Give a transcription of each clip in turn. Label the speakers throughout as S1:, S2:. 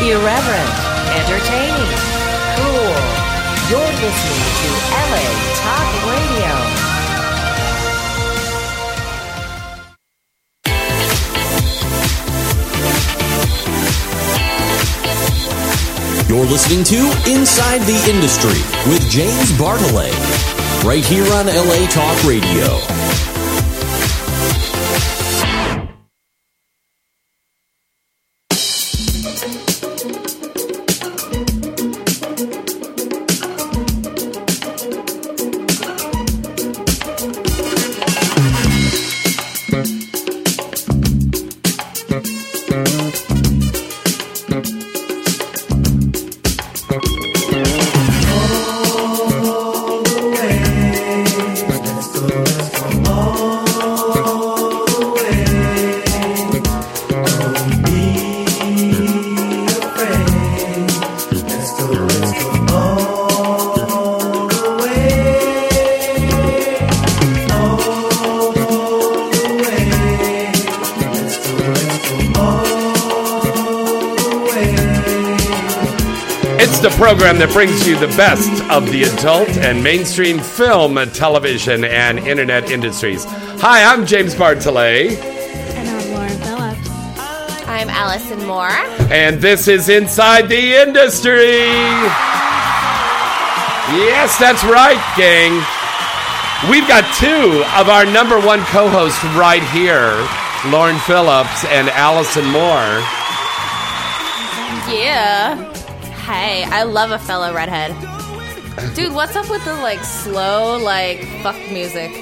S1: Irreverent, entertaining, cool. You're listening to LA Talk Radio.
S2: You're listening to Inside the Industry with James Bartolet, right here on LA Talk Radio.
S3: It's the program that brings you the best of the adult and mainstream film, television, and internet industries. Hi, I'm James Bartolet,
S4: And I'm Lauren Phillips.
S5: I'm Allison Moore.
S3: and this is Inside the Industry. Yes, that's right, gang. We've got two of our number one co hosts right here Lauren Phillips and Allison Moore.
S5: Yeah. Hey, I love a fellow redhead. Dude, what's up with the like slow like fuck music?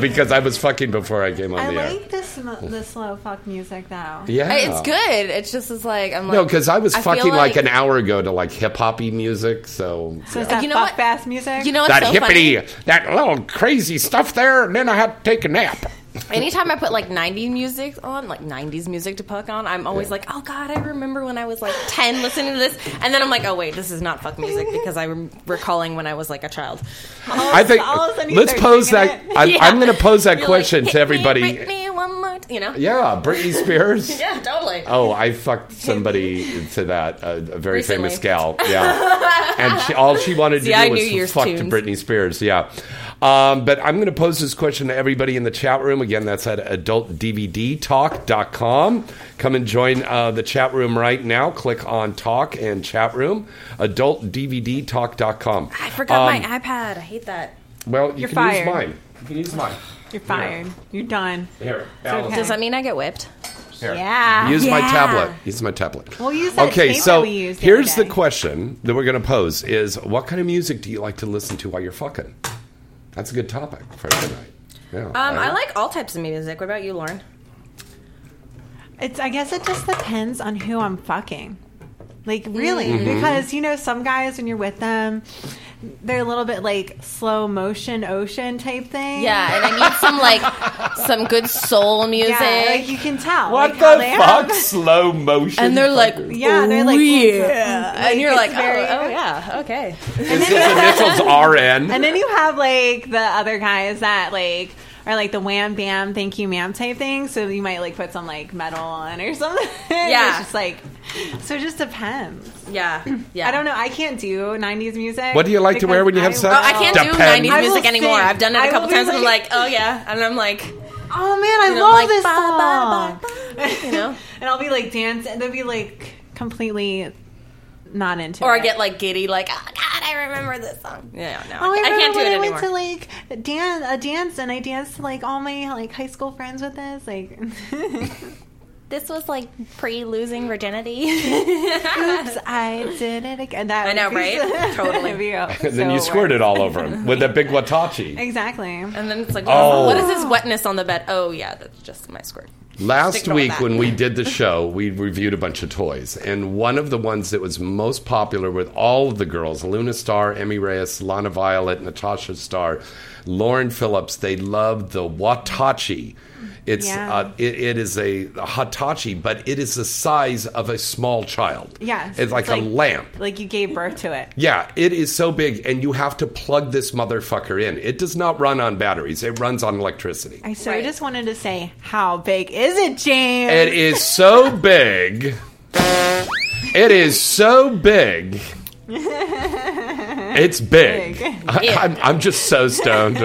S3: because I was fucking before I came on
S4: I
S3: the air.
S4: like this the slow fuck music though.
S3: Yeah.
S5: I- It's good. It's just it's like I'm like
S3: No, because I was
S5: I feel
S3: fucking like,
S5: like-
S3: an hour ago to like hip hoppy music. So,
S4: So is
S3: yeah.
S4: that
S5: Uh, You know
S4: fuck
S5: what?
S4: bass music?
S5: you know what's
S3: that
S5: so
S3: hippity,
S5: funny?
S3: that little crazy stuff there, and then I had to take a nap.
S5: Anytime I put like 90s music on, like 90s music to puck on, I'm always
S3: Yeah.
S5: like, oh god, I remember when I was like 10 listening to this, and then I'm like, oh wait, this is not fuck music because I'm recalling when I was like a child. Oh,
S4: all,
S3: I think
S4: all of a sudden you
S3: let's
S4: start
S3: pose
S4: singing
S3: that.
S4: it.
S3: I,
S5: Yeah.
S3: I'm going to pose that
S5: You're like,
S3: question
S5: "Hit
S3: to
S5: me,
S3: everybody.
S5: hit me one more t-" you know?
S3: Yeah, Britney Spears.
S5: Yeah, totally.
S3: Oh, I fucked somebody to that a, a very
S5: Recently.
S3: famous gal. Yeah, and she, all she wanted
S5: See,
S3: to do
S5: I
S3: was
S5: knew yours
S3: fuck
S5: tunes.
S3: to Britney Spears. Yeah, um, but I'm going to pose this question to everybody in the chat room. Again, that's at adultdvdtalk.com. Come and join uh, the chat room right now. Click on talk and chat room. Adultdvdtalk.com.
S5: I forgot my iPad. I hate that.
S3: Um, Well, you
S4: You're
S3: can use
S4: fired.
S3: mine. You can use mine.
S4: You're fired. You're done.
S3: Here,
S4: okay.
S3: Alice.
S5: Does that mean I get whipped?
S3: Here.
S4: Uh, Yeah.
S3: Use my
S5: Yeah.
S3: tablet. Use my tablet.
S4: We'll use that
S3: okay,
S4: tape
S3: so
S4: that we used the other
S3: here's the
S4: day.
S3: question that we're going to pose: Is what kind of music do you like to listen to while you're fucking? That's a good topic for tonight. Yeah.
S5: Um, I like all types of music. What about you, Lauren?
S4: It's I guess it just depends on who I'm fucking. Like really,
S5: Mm-hmm.
S4: because you know some guys when you're with them, they're a little bit like slow motion ocean type thing.
S5: Yeah, and I need some like some good soul music.
S4: Yeah, like you can tell.
S3: What
S4: like, how
S3: the
S4: they
S3: fuck?
S4: have-
S3: Slow motion.
S5: and they're like,
S4: Yeah, they're
S3: "Oh,
S4: like,
S5: yeah.
S4: mm, mm,
S5: and you're
S4: it's
S5: like,
S4: very-
S5: oh, oh, yeah, okay.
S3: Is his initials RN?
S4: And then you have like the other guys that like are like the wham bam thank you ma'am type thing. So you might like put some like metal on or something.
S5: Yeah.
S4: it's just like so. It just depends.
S5: Yeah, yeah.
S4: I don't know. I can't do '90s music.
S3: What do you like to wear when you have
S4: because
S3: sex?
S5: Oh, I can't
S3: Depends.
S5: do
S3: I
S5: '90s
S4: will
S5: music anymore.
S4: sing.
S5: I've done it
S4: I
S5: a
S4: will
S5: couple
S4: be
S5: times. and I'm
S4: like-
S5: like, oh yeah, and I'm like,
S4: Oh man, I
S5: and I'm
S4: love
S5: like,
S4: this
S5: ba,
S4: song.
S5: ba, ba, ba, you know.
S4: And I'll be like dancing. and They'll be like completely not into.
S5: Or I
S4: it.
S5: get like giddy, like, oh god, I remember this song. Yeah, no,
S4: Oh,
S5: I,
S4: I, remember
S5: can't do
S4: when
S5: it
S4: I
S5: anymore.
S4: went to like dan- a dance and I danced to like all my like high school friends with this. Like,
S5: This was like pre-losing virginity.
S4: oops, I did it again. That
S5: I know,
S4: would be-
S5: right? Totally.
S4: it'd be
S3: And then
S4: so
S3: you squirt
S4: weird.
S3: it all over him with that big watachi.
S4: Exactly.
S5: And then it's like,
S3: Oh.
S5: what is this wetness on the bed? Oh, yeah, that's just my squirt.
S3: Last
S5: Stick to all
S3: week,
S5: that.
S3: when we did the show, we reviewed a bunch of toys. And one of the ones that was most popular with all of the girls Luna Star, Emmy Reyes, Lana Violet, Natasha Star, Lauren Phillips they loved the Watachi. It's
S4: Yeah.
S3: uh, it, it is a Hatachi, but it is the size of a small child.
S4: Yes,
S3: it's like a lamp.
S4: Like you gave birth to it.
S3: Yeah, it is so big, and you have to plug this motherfucker in. It does not run on batteries; it runs on electricity.
S4: I so
S5: Right.
S4: just wanted to say, how big is it, James?
S3: It is so big. It is so big. It's big.
S4: Big.
S3: I, I'm, I'm just so stoned.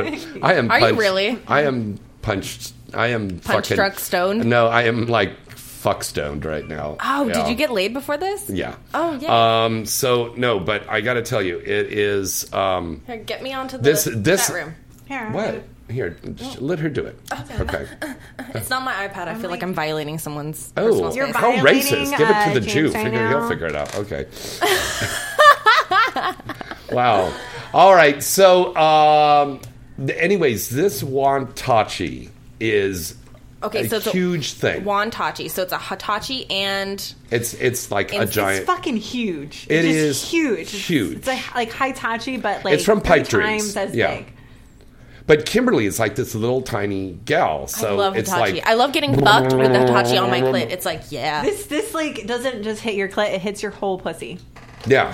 S3: I am.
S5: Are you
S3: punched-
S5: really?
S3: I am punched. I am
S5: Punch
S3: fucking
S5: drunk stoned?
S3: No, I am like fuck stoned right now.
S5: Oh,
S3: Yeah.
S5: did you get laid before this?
S3: Yeah.
S5: Oh, yeah.
S3: Um. So no, but I got to tell you, it is. Um.
S5: Here, get me onto the
S3: This- this-
S5: chat room.
S4: Here.
S3: What? Here, sh-
S5: Oh.
S3: let her do it. Okay.
S5: It's not my iPad. I feel like,
S4: like-
S5: I'm violating someone's
S3: Oh,
S5: personal
S3: it's
S4: You're
S5: space.
S3: all
S4: violating,
S3: racist. Give it
S4: uh,
S3: to the
S4: James
S3: Jew.
S4: right
S3: Figure he'll
S4: now.
S3: figure it out. Okay. wow. All right. So, um, th- anyways, this Wantachi is
S5: Okay,
S3: a
S5: so it's a-
S3: huge thing.
S5: Wantachi. So it's a Hitachi and
S3: it's it's like a
S5: It's- it's
S3: giant.
S4: It's fucking huge.
S3: It
S4: It is
S3: is
S4: huge. It's-
S3: huge.
S4: It's, like, like high tachi, but like
S3: It's from
S4: three
S3: pipe dreams.
S4: times as
S3: Yeah.
S4: big.
S3: but Kimberly is like this little tiny gal. So
S5: I love
S3: it's
S5: Hitachi.
S3: like
S5: I love getting bucked with the Hitachi on my clit. It's like, yeah.
S4: This this like doesn't just hit your clit; it hits your whole pussy.
S3: yeah.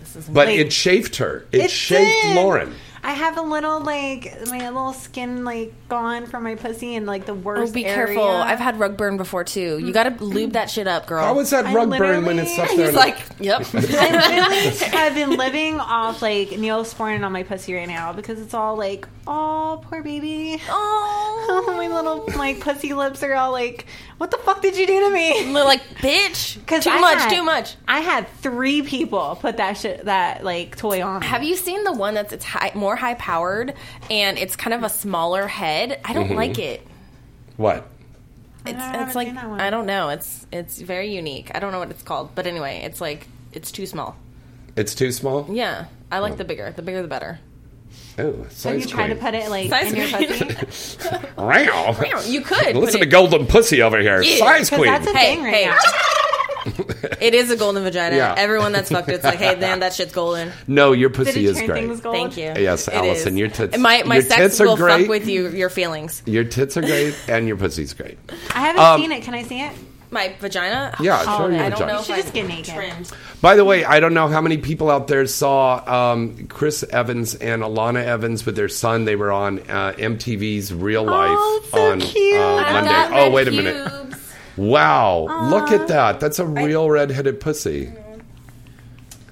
S5: This is
S3: But
S4: Wait.
S3: it chafed her. It,
S4: It
S3: chafed
S4: did.
S3: Lauren.
S4: I have a little like my little skin like gone from my pussy and like the
S5: Oh,
S4: worst.
S5: be
S4: area.
S5: careful. I've had rug burn before too. You gotta lube that shit up, girl.
S3: How was that
S4: I
S3: rug burn when
S4: literally-
S3: it's up there?
S5: He's
S3: in-
S5: like, yep.
S4: I've been living off like neosporin on my pussy right now because it's all like, oh, poor baby.
S5: oh,
S4: my little like pussy lips are all like, what the fuck did you do to me?
S5: like, bitch. Too
S4: I
S5: much.
S4: had-
S5: Too much.
S4: I had three people put that shit that like toy on. me.
S5: Have you seen the one that's it's high, more high powered and it's kind of a smaller head? I
S3: Mm-hmm.
S5: don't like it.
S3: what?
S5: It's,
S4: I haven't
S5: it's like
S4: seen that one.
S5: I don't know. It's it's very unique. I don't know what it's called, but anyway, it's like it's too small.
S3: It's too small.
S5: Yeah, I like the bigger. The bigger, the better.
S3: Oh, size
S4: Have you tried to
S3: queen.
S4: put it like
S5: Size
S4: in your
S5: queen.
S4: pussy?
S3: Wow.
S5: You could put
S3: Listen
S5: it-
S3: to Golden Pussy over here.
S5: Yeah,
S3: Size
S4: 'Cause
S3: Queen.
S4: that's a
S5: Hey,
S4: thing right
S5: hey.
S4: now.
S5: It is a golden vagina.
S3: Yeah.
S5: Everyone that's fucked it's like, hey, damn, that shit's golden.
S3: no, your
S4: Did
S3: pussy
S4: it
S3: is
S4: turn
S3: great.
S4: things gold?
S5: Thank you.
S3: Yes,
S5: It
S3: Allison,
S5: is.
S3: your tits-
S5: My, my
S3: your
S5: sex
S3: tits are
S5: will
S3: great.
S5: fuck with you. Your feelings.
S3: Your tits are great and your pussy's great.
S4: I haven't
S3: Um,
S4: seen it. Can I see it?
S5: My vagina.
S3: Yeah,
S5: Oh,
S3: show your
S5: I don't
S3: vagina.
S5: know.
S3: You
S5: If
S4: should
S5: I
S4: just get naked.
S5: trimmed.
S3: By the way, I don't know how many people out there saw um, Chris Evans and Alana Evans with their son. They were on uh, MTV's Real Life
S4: it's so
S3: on
S4: cute.
S3: Uh,
S4: I
S3: Monday.
S5: got
S3: Oh,
S5: red
S3: wait a minute.
S5: pubes.
S3: Wow. Look at that. That's a real redheaded pussy.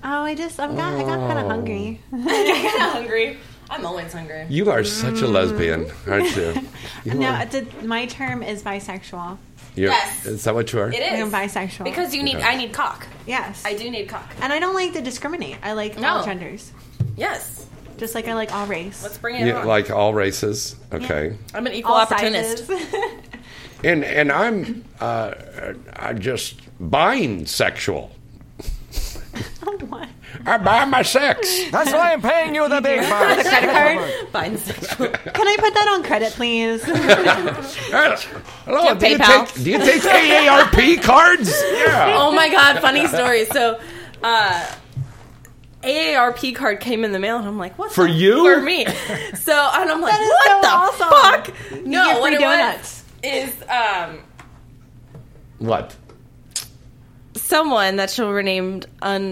S4: Oh, I just I've got I got kind of hungry.
S5: I'm hungry. I'm always hungry.
S3: You are such a lesbian, aren't you?
S5: Mm-hmm.
S3: You
S4: No,
S3: are-
S4: it's a, my term is bisexual.
S3: you're-
S5: Yes.
S3: Is that what you are?
S5: It
S4: I'm
S5: is
S4: bisexual
S5: because you need.
S3: Okay.
S5: I need cock.
S4: yes,
S5: I do need cock.
S4: and I don't like to discriminate. I like
S5: No.
S4: all genders,
S5: Yes.
S4: just like I like all race.
S5: Let's bring it
S3: You-
S5: on.
S3: like all races. Okay.
S5: I'm an equal
S4: all
S5: opportunist.
S4: sizes.
S3: and and I'm uh, I'm just buying sexual.
S4: What?
S3: I buy my sex.
S6: That's why I'm paying you the big bucks.
S4: Credit card?
S5: Bisexual.
S4: Can I put that on credit, please?
S3: Hello,
S5: have
S3: do you
S5: PayPal?
S3: take do you take AARP cards? Yeah.
S5: oh my god, funny story. So, uh, AARP card came in the mail, and I'm like, what
S3: For
S5: the-
S3: you?
S5: For me. So, and I'm like,
S4: That is
S5: what
S4: so
S5: the
S4: awesome.
S5: fuck?
S4: You
S5: No,
S4: get
S5: what
S4: free
S5: it was
S4: donuts.
S5: is um
S3: What?
S5: someone that shall rename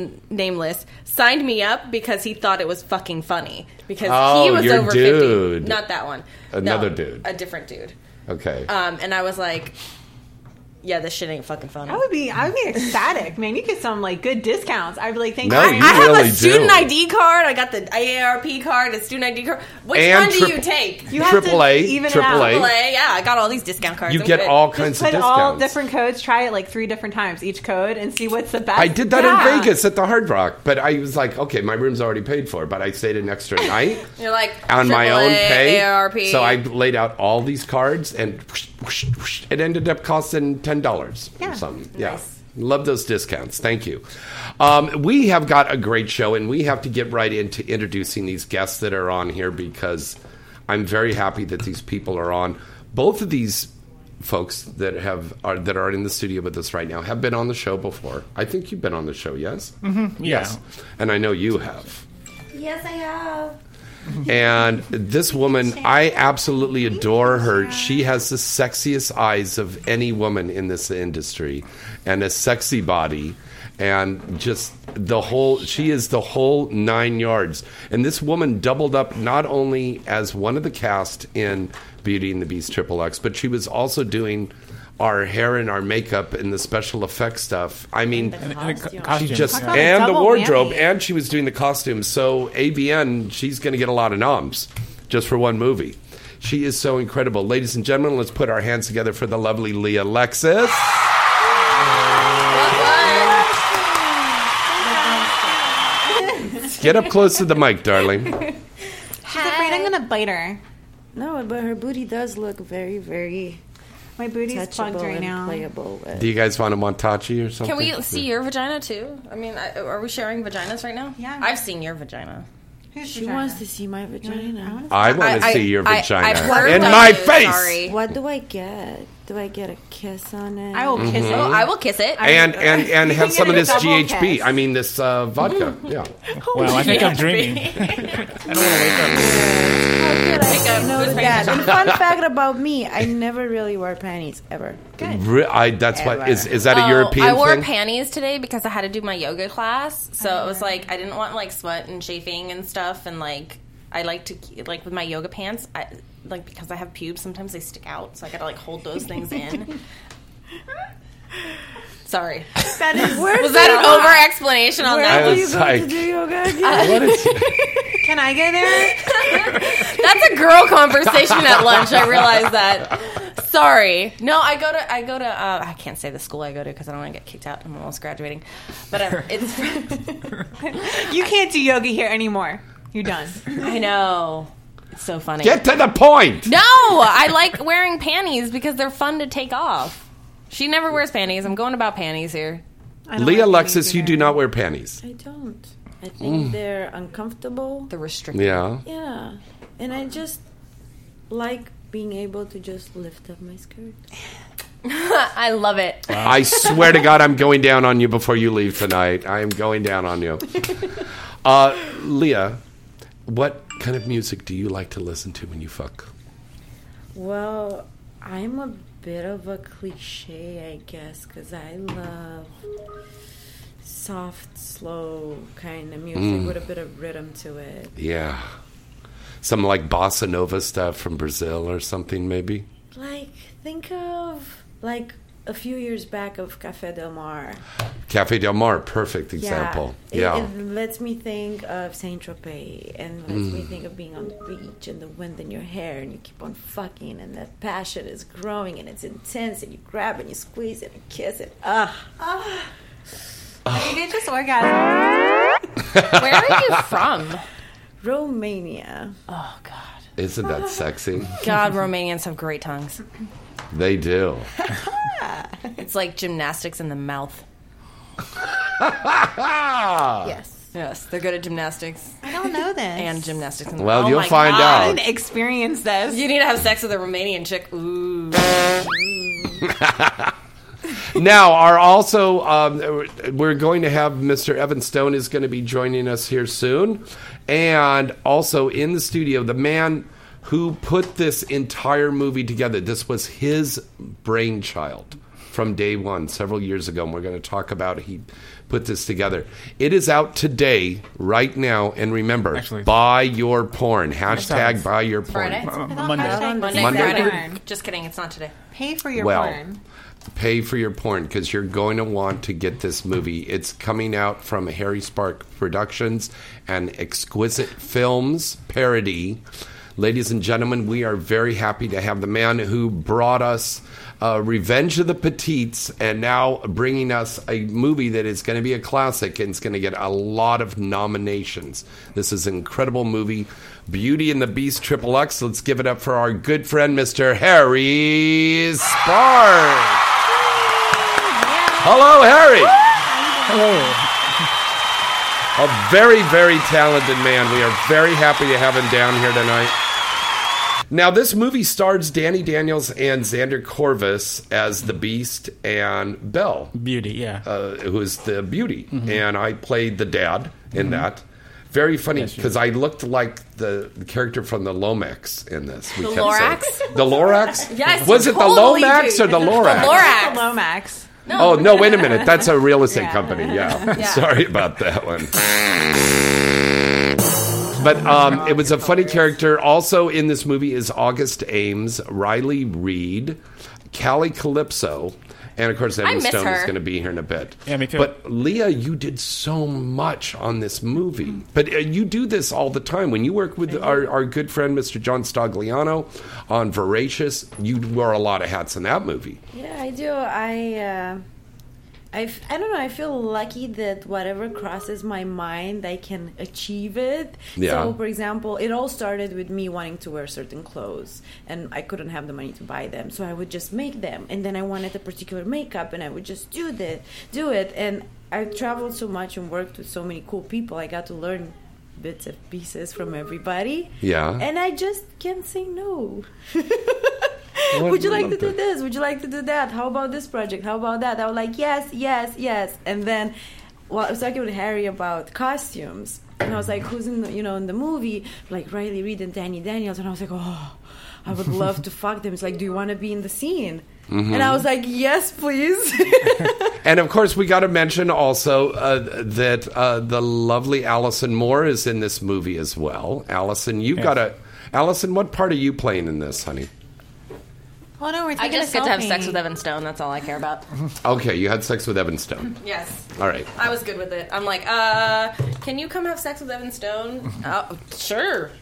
S5: unnameless signed me up because he thought it was fucking funny because he
S3: Oh,
S5: was
S3: your
S5: over
S3: dude.
S5: 50 not that one No,
S3: Another dude.
S5: a different dude
S3: Okay.
S5: um and i was like yeah this shit ain't fucking funny
S4: I would be I would be ecstatic, man. You get some like good discounts. I'd be like, thank
S3: No,
S4: you.
S3: you-
S5: I have
S3: really
S5: a student
S3: do.
S5: ID card. I got the AARP card, a student ID card. Which
S3: And
S5: one do
S3: triple-
S5: you take?
S4: you have
S3: Triple
S4: to
S3: A,
S4: even it
S3: triple
S4: out.
S3: A.
S5: Triple A. Yeah, I got all these discount cards.
S3: you
S5: I'm
S3: get
S5: good.
S3: all
S4: Just
S3: kinds
S4: put
S3: of discounts.
S4: all different codes. Try it like three different times each code and see what's the best.
S3: I did that
S4: Yeah.
S3: in Vegas at the Hard Rock, but I was like, okay, my room's already paid for, but I stayed an extra night.
S5: You're like
S3: on my
S5: triple
S3: own
S5: A,
S3: pay.
S5: AARP.
S3: So I laid out all these cards, and whoosh, whoosh, whoosh, it ended up costing ten dollars
S4: Yeah.
S3: or something. Yeah.
S5: Nice.
S3: Love those discounts. Thank you. Um, we have got a great show, and we have to get right into introducing these guests that are on here because I'm very happy that these people are on. Both of these folks that have are, that are in the studio with us right now have been on the show before. I think you've been on the show, yes? Mm-hmm. Yes, and I know you have.
S5: Yes, I have.
S3: And this woman, I absolutely adore her. She has the sexiest eyes of any woman in this industry and a sexy body and just the whole she is the whole 9 yards. And this woman doubled up not only as one of the cast in Beauty and the Beast Triple X, but she was also doing our hair and our makeup and the special effects stuff. I mean,
S6: And
S5: And-
S6: a co-
S5: Costume.
S6: costume.
S3: she just
S4: How come
S3: and the
S4: double
S3: wardrobe,
S4: whammy?
S3: and she was doing the costumes. So ABN, she's going to get a lot of noms just for one movie. She is so incredible, ladies and gentlemen. Let's put our hands together for the lovely Leah Lexus. Get up close to the mic, darling.
S4: She's afraid I'm gonna bite her.
S7: No, but her booty does look very, very
S4: My booty's
S7: touchable
S4: plugged right
S7: and
S4: now.
S7: playable. With.
S3: Do you guys want a montachi or something?
S5: Can we see your vagina too? I mean, I, are we sharing vaginas right now?
S4: Yeah.
S5: I've seen your vagina.
S4: Who's
S7: she wants to see my vagina.
S3: I want to
S5: I-
S3: see your
S5: I-
S3: vagina
S5: I've heard
S3: in
S5: of
S3: my
S5: you,
S3: face.
S5: sorry.
S7: What do I get? Do I get a kiss on it?
S4: I will kiss it.
S5: Oh, I will kiss it.
S3: Mm-hmm. and and and
S4: You
S3: have
S4: can
S3: some of
S4: get a
S3: this
S4: double
S3: GHB.
S4: kiss.
S3: I mean this uh, vodka. Yeah.
S5: Oh,
S6: Wow, I think I'm dreaming. I don't want to wake up.
S5: Oh,
S7: know that. And fun fact about me, I never really wore panties ever.
S3: Re- I, that's what is is that a
S5: Oh,
S3: European
S5: I wore
S3: thing?
S5: panties today because I had to do my yoga class, so it
S4: Uh-huh.
S5: was like I didn't want like sweat and chafing and stuff, and like I like to ke- like with my yoga pants, I like because I have pubes, sometimes they stick out, so I gotta like hold those things in. Sorry,
S4: That is.
S5: was that an over explanation on
S3: I
S5: that?
S7: Are you
S3: was
S7: going to
S3: like,
S7: do yoga again?
S3: what is?
S4: Can I go there?
S5: That's a girl conversation at lunch. I realized that. Sorry. No, I go to I go to uh, I can't say the school I go to because I don't want to get kicked out. I'm almost graduating, but uh, it's.
S4: You can't do yoga here anymore. You're done.
S5: I know. It's so funny.
S3: Get to the point.
S5: No, I like wearing panties because they're fun to take off. She never wears panties. I'm going about panties here.
S4: I don't
S3: Leah
S4: like panties
S3: Lexus, you
S4: either.
S3: do not wear panties.
S7: I don't. I think they're uncomfortable.
S5: The restricted.
S3: Yeah.
S7: Yeah, and I just like being able to just lift up my skirt.
S5: I love it.
S3: I swear to God, I'm going down on you before you leave tonight. I am going down on you. Uh, Leah, what kind of music do you like to listen to when you fuck?
S7: Well, I'm a bit of a cliche, I guess, because I love soft, slow kind of music with a bit of rhythm to it.
S3: Yeah. Some like bossa nova stuff from Brazil or something, maybe.
S7: Like, think of like a few years back of Café Del Mar.
S3: Cafe Del Mar, perfect example.
S7: It,
S3: Yeah.
S7: it lets me think of Saint Tropez and lets
S3: Mm.
S7: me think of being on the beach and the wind in your hair and you keep on fucking and that passion is growing and it's intense and you grab and you squeeze and you kiss it. Ah,
S3: Ah.
S4: You did just orgasm.
S5: Where are you from?
S7: Romania.
S5: Oh God.
S3: Isn't that sexy?
S5: God, Romanians have great tongues.
S3: They do.
S5: It's like gymnastics in the mouth.
S7: Yes.
S5: Yes, they're good at gymnastics
S4: I don't know this.
S5: and gymnastics in the
S3: Well,
S5: oh
S3: you'll
S5: my
S3: find
S5: God.
S4: I didn't experience this.
S5: You need to have sex with a Romanian chick. Ooh.
S3: now are also um, we're going to have mr evan stone is going to be joining us here soon and also in the studio the man who put this entire movie together this was his brainchild from day one several years ago and we're going to talk about he put this together it is out today right now and remember
S6: Actually-
S3: buy your porn hashtag
S6: Friday.
S3: buy your porn
S5: Friday?
S6: Uh, Monday.
S4: Hashtag
S5: Monday,
S4: pay for
S5: Friday.
S4: your porn.
S5: Just kidding. It's not today.
S4: Pay for your
S3: Well,
S4: porn.
S3: pay for your porn because you're going to want to get this movie. It's coming out from Harry Spark Productions and Exquisite Films parody. Ladies and gentlemen, we are very happy to have the man who brought us uh, Revenge of the Petites and now bringing us a movie that is going to be a classic and it's going to get a lot of nominations. This is an incredible movie, Beauty and the Beast Triple X. Let's give it up for our good friend, Mr. Harry Spark. Hello, Harry.
S6: Hello.
S3: A very, very talented man. We are very happy to have him down here tonight. Now, this movie stars Danny Daniels and Xander Corvus as the Beast and Belle,
S6: Beauty, yeah. Mm-hmm.
S3: uh, who is the beauty. And I played the dad in that. Very funny because I looked like the, the character from the Lomax in this. We
S5: The
S3: kept saying.
S5: Lorax?
S3: The Lorax?
S5: Yes,
S3: Was it
S5: totally,
S3: the Lomax
S5: dude.
S3: or the Lorax?
S5: Lorax.
S4: Lomax.
S3: Oh no! Wait a minute. That's a real estate company. Yeah. Sorry about that one. But um, it was a funny character. Also in this movie is August Ames, Riley Reed, Callie Calypso, and of course Emma
S5: miss
S3: Stone is
S5: her.
S3: going to be here in a bit.
S6: Yeah, me too.
S3: But Leah, you did so much on this movie, but uh, you do this all the time when you work with our, our good friend Mr. John Stagliano on Voracious. You wore a lot of hats in that movie.
S7: Yeah, I do. I, uh, I, f- I don't know. I feel lucky that whatever crosses my mind, I can achieve it.
S3: Yeah.
S7: So, for example, it all started with me wanting to wear certain clothes, and I couldn't have the money to buy them, so I would just make them. And then I wanted a particular makeup, and I would just do that, do it. And I traveled so much and worked with so many cool people. I got to learn bits and pieces from everybody.
S3: Yeah.
S7: And I just can't say no.
S3: Well,
S7: would you
S3: I
S7: like to
S3: love
S7: do
S3: that.
S7: this? Would you like to do that? How about this project? How about that? I was like, yes, yes, yes. And then, well, I was talking with Harry about costumes, and I was like, who's in the, you know in the movie? Like Riley Reid and Danny Daniels, and I was like, oh, I would love to fuck them. It's like, do you want to be in the scene?
S3: Mm-hmm.
S7: And I was like, yes, please.
S3: And of course, we got to mention also uh, that uh, the lovely Allison Moore is in this movie as well. Allison, you've got a. Allison, what part are you playing in this, honey?
S4: Oh no, we're taking
S5: I just
S4: a
S5: get to have
S4: selfie.
S5: sex with Evan Stone. That's all I care about.
S3: Okay, you had sex with Evan Stone.
S5: yes.
S3: All right.
S5: I was good with it. I'm like, uh, can you come have sex with Evan Stone? Uh, sure.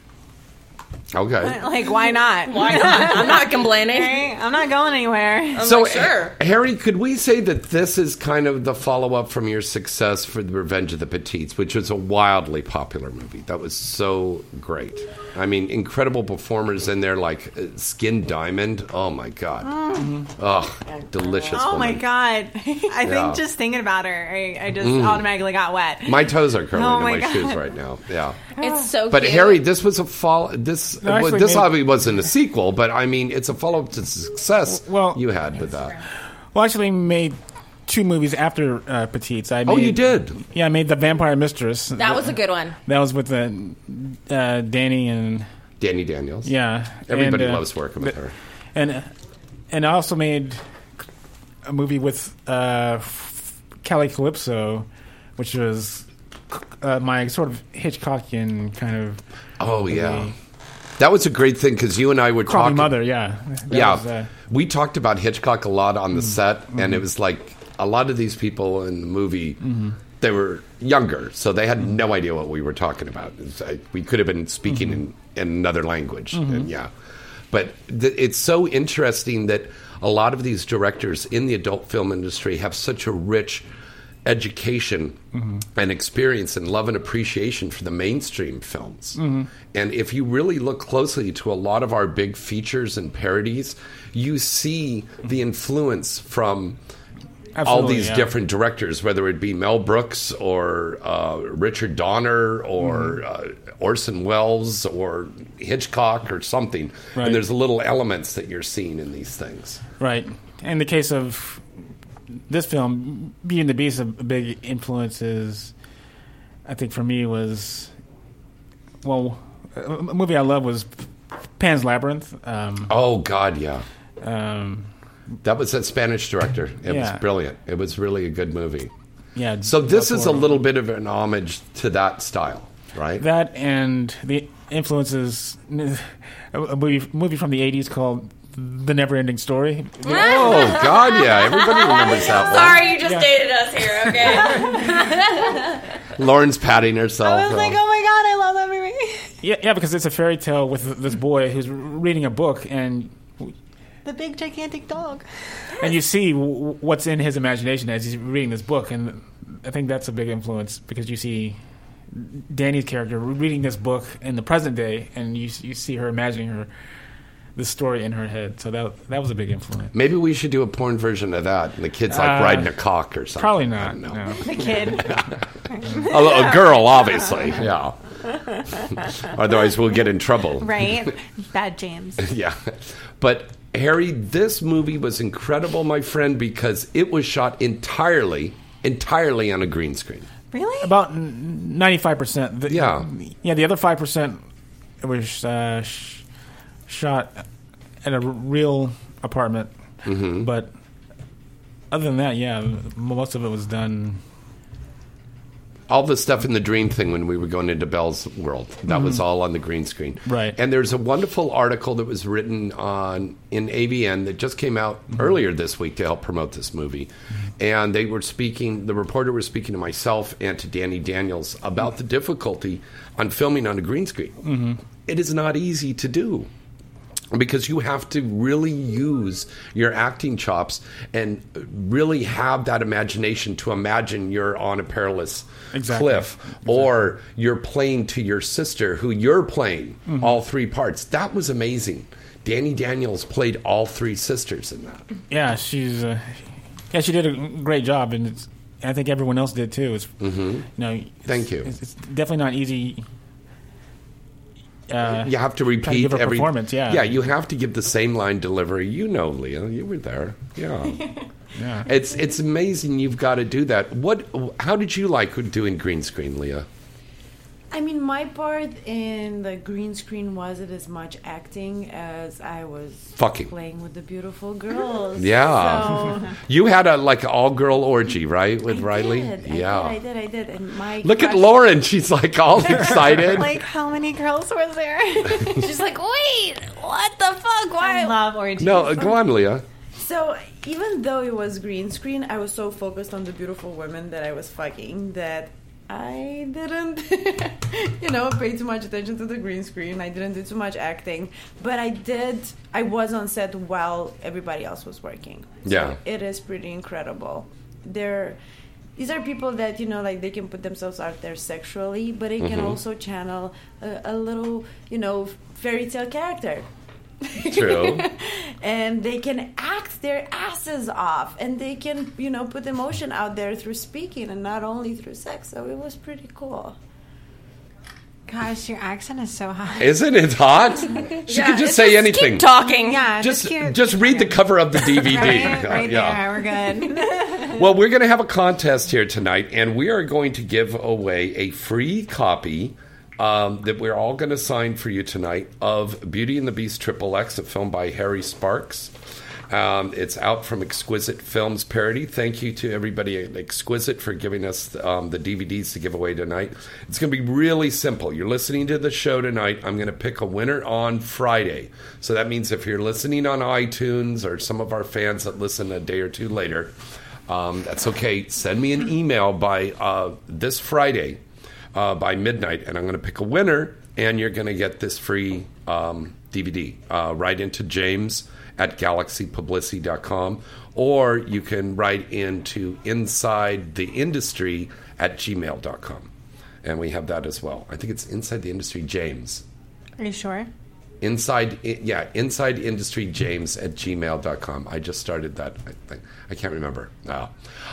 S3: Okay.
S4: Like, why not?
S5: Why not? I'm not complaining.
S4: Right? I'm not going anywhere.
S5: I'm
S3: So,
S5: like, sure.
S3: Ha- Harry, could we say that this is kind of the follow up from your success for The Revenge of the Petites, which was a wildly popular movie? That was so great. I mean, incredible performers in there like uh, Skin Diamond. Oh my God. Oh, delicious.
S4: Mm. Oh my
S3: woman.
S4: god! I think
S3: Yeah. Mm.
S4: just thinking about her, I, I just automatically got wet.
S3: My toes are curling
S4: Oh
S3: in
S4: my
S3: my
S4: God.
S3: shoes right now. Yeah.
S5: It's so.
S3: But
S5: cute.
S3: Harry, this was a fall. This
S6: No, actually,
S3: well, this
S6: maybe-
S3: obviously wasn't a sequel, but I mean, it's a follow up to the success
S6: Well-
S3: you had with that.
S6: Well, I actually made two movies after uh, Petites. I
S3: Oh,
S6: made-
S3: you did.
S6: Yeah, I made The Vampire Mistress.
S5: that was a good one.
S6: That was with uh, uh, Danny and
S3: Danny Daniels.
S6: yeah.
S3: Everybody
S6: and, uh,
S3: loves working with her.
S6: And and I also made a movie with uh, Kelly Calypso, which was uh, my sort of Hitchcockian kind of
S3: Oh yeah. That was a great thing because you and I would
S6: Crawl Me
S3: talk.
S6: Mother. Yeah, That
S3: yeah,
S6: was, uh, Mm. Mm-hmm.
S3: we talked about Hitchcock a lot on the set, and it was like a lot of these people in the movie. They were younger, so they had no idea what we were talking about. It's like We could have been speaking in, in another language, and yeah. But th- it's so interesting that a lot of these directors in the adult film industry have such a rich education
S6: Mm-hmm.
S3: and experience and love and appreciation for the mainstream films.
S6: Mm-hmm.
S3: Mm-hmm. And if you really look closely to a lot of our big features and parodies, you see the influence from all
S6: Absolutely,
S3: these
S6: yeah.
S3: different directors, whether it be Mel Brooks or uh, Richard Donner or
S6: Mm-hmm.
S3: uh, Orson Welles or Hitchcock or something.
S6: Right.
S3: And there's little elements that you're seeing in these things.
S6: right. In the case of this film, Beauty and the Beast, a big influence is, I think, for me was, well, a a movie I love was Pan's Labyrinth. Um,
S3: Oh, God, yeah.
S6: um,
S3: That was a Spanish director. It
S6: Yeah.
S3: was brilliant. It was really a good movie.
S6: yeah.
S3: So this is a
S6: Duckworth.
S3: little bit of an homage to that style, right?
S6: That and the influences a a movie movie from the '80s called "The Never Ending Story."
S3: oh God, yeah, everybody remembers that
S5: Sorry, you just dated us here. Okay.
S3: one. Lauren's patting herself.
S4: I was like, oh my god, I love that movie.
S6: Yeah, yeah, because it's a fairy tale with this boy who's reading a book, and
S4: the big gigantic dog.
S6: and you see w- what's in his imagination as he's reading this book, and I think that's a big influence because you see Danny's character reading this book in the present day, and you you see her imagining her the story in her head. So that that was a big influence.
S3: Maybe we should do a porn version of that. And the kid's like
S6: Uh,
S3: riding a cock or something.
S6: Probably
S3: I
S6: not.
S3: don't know.
S6: no.
S4: The kid.
S3: A, li- a girl, obviously. Yeah. Otherwise, we'll get in trouble.
S4: Right? Bad James.
S3: Yeah. But Harry, this movie was incredible, my friend, because it was shot entirely, entirely on a green screen.
S4: Really?
S6: about ninety five percent.
S3: Yeah.
S6: yeah. The other five percent was uh, sh- shot at a r- real apartment, but other than that, yeah, m- most of it was done
S3: all the stuff in the dream thing when we were going into Bell's world. That was all on the green screen.
S6: Right.
S3: And there's a wonderful article that was written on in AVN that just came out earlier this week to help promote this movie. And they were speaking the reporter was speaking to myself and to Danny Daniels about the difficulty on filming on a green screen.
S6: mm-hmm.
S3: It is not easy to do because you have to really use your acting chops and really have that imagination to imagine you're on a perilous
S6: Exactly.
S3: cliff or you're playing to your sister who you're playing
S6: Mm-hmm.
S3: all three parts that was amazing danny daniels played all three sisters in that
S6: yeah, she's uh, yeah, she did a great job, and it's, I think everyone else did too. It's you know, it's-
S3: Mm-hmm. Thank you.
S6: It's, it's definitely not easy. Uh,
S3: you have to
S6: to
S3: repeat
S6: give her
S3: every
S6: performance, yeah.
S3: yeah you have to give the same line delivery you know leah you were there yeah
S6: yeah.
S3: It's it's amazing you've got to do that. What? How did you like doing green screen, Leah?
S7: I mean, my part in the green screen wasn't as much acting as I was
S3: Fucking.
S7: playing with the beautiful girls.
S3: Yeah.
S7: So-
S3: You had a like all girl orgy, right, with
S7: I
S3: Riley?
S7: did,
S3: yeah.
S7: I did, I did, I did. And my
S3: Look at
S7: crush-
S3: Lauren; she's like all excited.
S4: Like, how many girls were there?
S5: She's like, wait, what the fuck?
S4: I
S5: Why?
S4: love orientation.
S3: no, uh, go on, Leah.
S7: So even though it was green screen, I was so focused on the beautiful women that I was fucking that I didn't, you know, pay too much attention to the green screen. I didn't do too much acting, but I did. I was on set while everybody else was working. So
S3: Yeah.
S7: it is pretty incredible. They're these are people that you know, like they can put themselves out there sexually, but they
S3: Mm-hmm.
S7: can also channel a, a little, you know, fairy tale character
S3: True.
S7: and they can act their asses off and they can you know put emotion out there through speaking and not only through sex so it was pretty cool
S4: Gosh, your accent is so hot.
S3: Isn't it hot? She could just say anything.
S5: Keep talking.
S4: yeah,
S3: Just
S4: keep-
S3: just read the cover of the DVD.
S4: Right, right
S3: Yeah.
S4: there, we're good.
S3: Well, we're going to have a contest here tonight, and we are going to give away a free copy um, that we're all going to sign for you tonight of Beauty and the Beast Triple X, a film by Harry Sparks. Um, it's out from Exquisite Films Parody. Thank you to everybody at Exquisite for giving us um, the DVDs to give away tonight. It's going to be really simple. You're listening to the show tonight. I'm going to pick a winner on Friday. So that means if you're listening on iTunes or some of our fans that listen a day or two later, um, that's okay. Send me an email by uh, this Friday uh, by midnight, and I'm going to pick a winner, and you're going to get this free um, DVD uh, right into James at galaxypublicity.com, or you can write into inside the industry at gmail.com. And we have that as well. I think it's inside the industry, James
S4: Are you sure?
S3: inside i- yeah inside industry james at gmail.com i just started that i think i can't remember now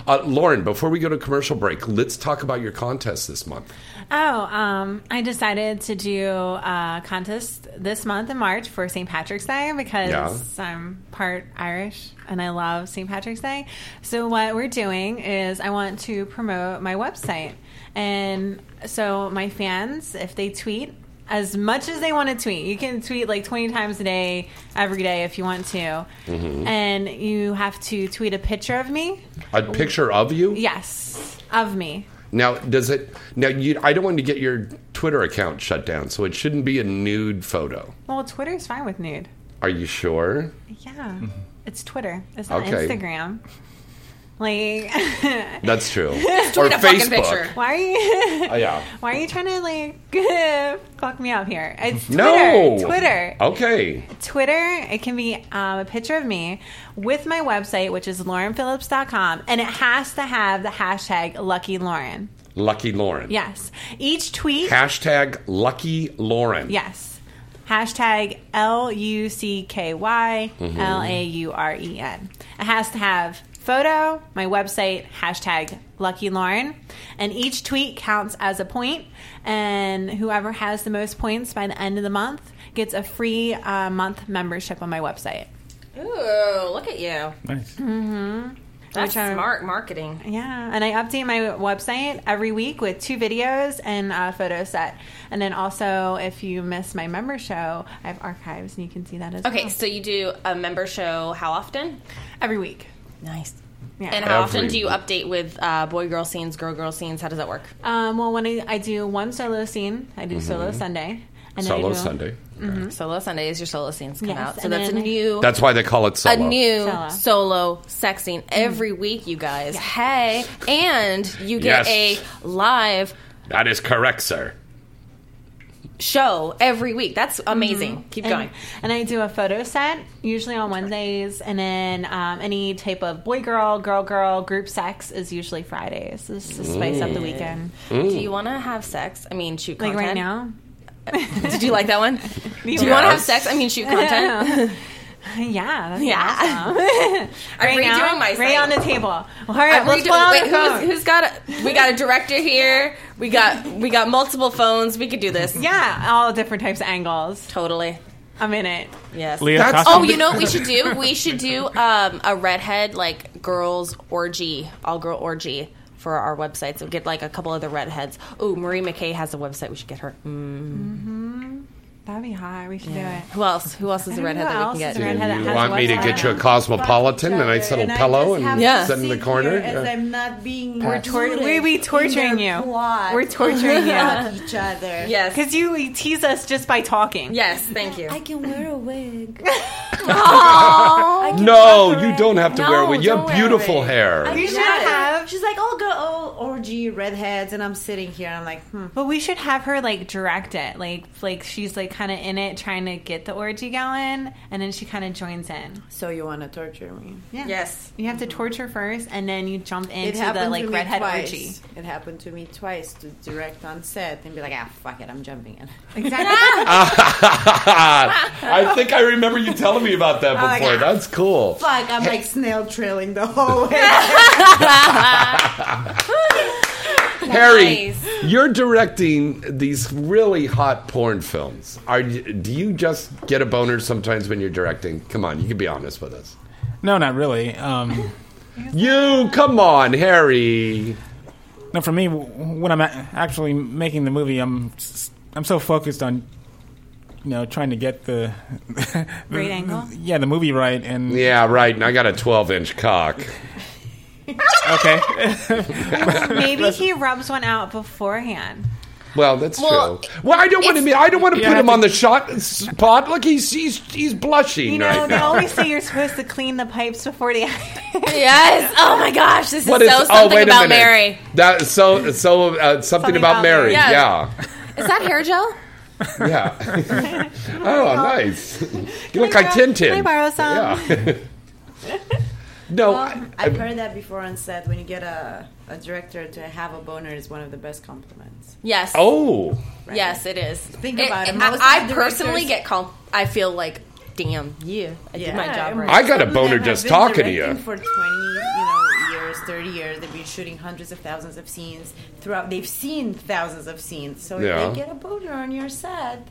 S3: uh, lauren before we go to commercial break let's talk about your contest this month
S4: Oh, um, I decided to do a contest this month in March for St. Patrick's Day because I'm part Irish and I love St. Patrick's Day. So, what we're doing is I want to promote my website. And so, my fans, if they tweet, as much as they want to tweet. You can tweet like 20 times a day, every day if you want to.
S3: Mm-hmm.
S4: And you have to tweet a picture of me.
S3: a picture of you
S4: Yes, of me.
S3: now does it now you i don't want to get your twitter account shut down so it shouldn't be a nude photo
S4: Well, Twitter's fine with nude.
S3: are you sure
S4: Yeah. It's Twitter. It's not
S3: Mm-hmm. Okay.
S4: Instagram. Like
S3: that's true or
S5: tweet a fucking picture.
S4: why are you
S3: Oh, yeah
S4: why are you trying to like fuck me up here? It's Twitter.
S3: no
S4: Twitter.
S3: okay
S4: Twitter, it can be um, a picture of me with my website, which is laurenphillips.com, and it has to have the hashtag lucky Lauren.
S3: lucky lauren
S4: Yes. Each tweet
S3: hashtag lucky lauren
S4: Yes. Hashtag L U C K Y L A U R E N. It has to have photo, my website, hashtag Lucky Lauren, and each tweet counts as a point, And whoever has the most points by the end of the month gets a free uh, month membership on my website.
S5: Ooh, look at you.
S6: Nice.
S4: Mm-hmm.
S5: That's
S4: Which are-
S5: smart marketing.
S4: Yeah, and I update my website every week with two videos and a photo set. And then also, if you miss my member show, I have archives and you can see that as well.
S5: Okay, so you do a member show how often?
S4: every week.
S5: Nice.
S4: Yeah.
S5: And how
S3: Every
S5: often do you update with uh, boy girl scenes, girl girl scenes? How does that work?
S4: Um, well, when I, I do one solo scene, I do solo Sunday. And then I
S3: Mm-hmm. Solo
S4: do- Mm-hmm.
S3: Sunday.
S5: Mm-hmm. Solo Sundays, your solo scenes come
S4: Yes,
S5: out. So
S4: and
S5: that's a
S4: then-
S5: new
S3: That's why they call it
S5: a
S3: solo.
S5: new
S4: Solo. Mm-hmm.
S5: solo sex scene every week, you guys. Hey, and you get
S3: Yes.
S5: a live
S3: That is correct, sir.
S5: show every week. That's amazing. Keep
S4: Mm-hmm. And,
S5: going.
S4: and I do a photo set usually on Wednesdays, and then um, any type of boy girl, girl girl group sex is usually Fridays. This is to spice
S3: Mm.
S4: up the weekend.
S5: Do you want to have sex? I mean, shoot
S4: Like
S5: content.
S4: right now,
S5: Did you like that one? Do you want to have sex? I mean, shoot content.
S3: Mm.
S4: yeah, that's
S5: Yeah.
S4: Awesome. right
S5: I'm
S4: now,
S5: redoing my
S4: right
S5: site.
S4: on the table. All right,
S5: I'm
S4: let's
S5: redoing-
S4: pull out
S5: wait,
S4: the phone.
S5: who's, who's got a? We got a director here. We got we got multiple phones. We could do this.
S4: yeah, all different types of angles.
S5: totally.
S4: I'm in it.
S5: Yes.
S6: Leah
S3: That's-
S6: Costa-
S5: Oh, you know what we should do? We should do um, a redhead like girls orgy, all girl orgy for our website. So get like a couple other redheads. Ooh, Marie McKay has a website. We should get her. Mm.
S4: That'd be hot. We should do it.
S5: Who else? Who else is a
S4: don't know
S5: redhead
S4: who
S5: that we
S4: else
S5: can
S4: is
S5: get?
S4: a redhead.
S3: You
S4: has
S3: want me to
S4: website.
S3: get you a cosmopolitan and I settle
S7: I
S3: pillow
S7: just
S3: and
S5: Yeah.
S7: have to
S3: sit in the
S7: sit
S3: corner? Uh,
S7: here as
S3: Yeah.
S7: I'm not being
S4: We're tor-
S7: included
S4: we- we
S7: in
S4: torturing
S7: their
S4: you.
S7: plot
S4: We're torturing you.
S7: about each other.
S5: Yes.
S4: Because you you tease us just by talking.
S5: yes. Thank you.
S7: I can wear a wig.
S3: No, you don't have to wear
S5: No,
S3: it. You
S5: don't
S3: have
S5: wear
S3: beautiful
S5: it.
S3: hair.
S4: You should
S7: Yeah.
S4: have.
S7: She's like, all girl, all orgy redheads, and I'm sitting here. I'm like, hmm.
S4: But we should have her like direct it, like like she's like kind of in it, trying to get the orgy going, and then she kind of joins in.
S7: So you want to torture me?
S4: Yeah.
S5: Yes.
S4: You have to torture first, and then you jump
S7: It
S4: into
S7: happened
S4: the like
S7: to me
S4: redhead
S7: twice.
S4: orgy.
S7: It happened to me twice to direct on set and be like, ah, fuck it, I'm jumping in.
S4: Exactly.
S3: I think I remember you telling me about that
S7: my
S3: before.
S7: God.
S3: That's cool.
S7: Fuck, I'm like snail trailing the whole way.
S3: Harry,
S5: Nice.
S3: you're directing these really hot porn films. Are you- do you just get a boner sometimes when you're directing? Come on, you can be honest with us.
S6: no, not really. Um,
S3: You come on, Harry.
S6: no, for me, w- when I'm a- actually making the movie, I'm s- I'm so focused on you know trying to get the
S4: Great angle.
S6: Mm, yeah the movie right and
S3: Yeah, right. And I got a 12 inch cock.
S6: okay
S4: Maybe he rubs one out beforehand.
S3: Well, that's
S5: Well,
S3: true. Well, I don't want to. be- I don't want to
S6: Yeah,
S3: put
S6: I
S3: him
S6: think-
S3: on the shot spot. Look, he's he's he's blushing
S4: You know,
S7: Oh,
S3: right
S4: they
S3: now.
S4: always say you're supposed to clean the pipes before the.
S5: Yes. Oh my gosh, this is
S3: What
S5: so
S3: is-
S5: something about Mary.
S3: That so so uh, something, about,
S4: about
S3: Mary.
S4: Mary.
S3: Yeah.
S5: Yeah. Is that hair gel?
S3: Yeah. oh, nice. You look
S4: I
S3: like
S4: borrow-
S3: Tintin.
S4: can I borrow some?
S3: Yeah. no, I,
S7: I've heard that before on set. When you get a, a director to have a boner is one of the best compliments.
S5: Yes.
S3: oh,
S5: Yes, it is.
S7: Think about it.
S5: I-
S7: Most
S5: I,
S7: directors-
S5: personally get calm. I feel like, damn you. I did my job right.
S3: I got a
S7: Some of
S3: boner
S7: them have
S3: just
S7: been
S3: talking to
S7: directing
S3: you.
S7: For twenty, you know, years, thirty years, they've been shooting hundreds of thousands of scenes throughout. They've seen thousands of scenes, so
S3: Yeah.
S7: if they get a boner on your set,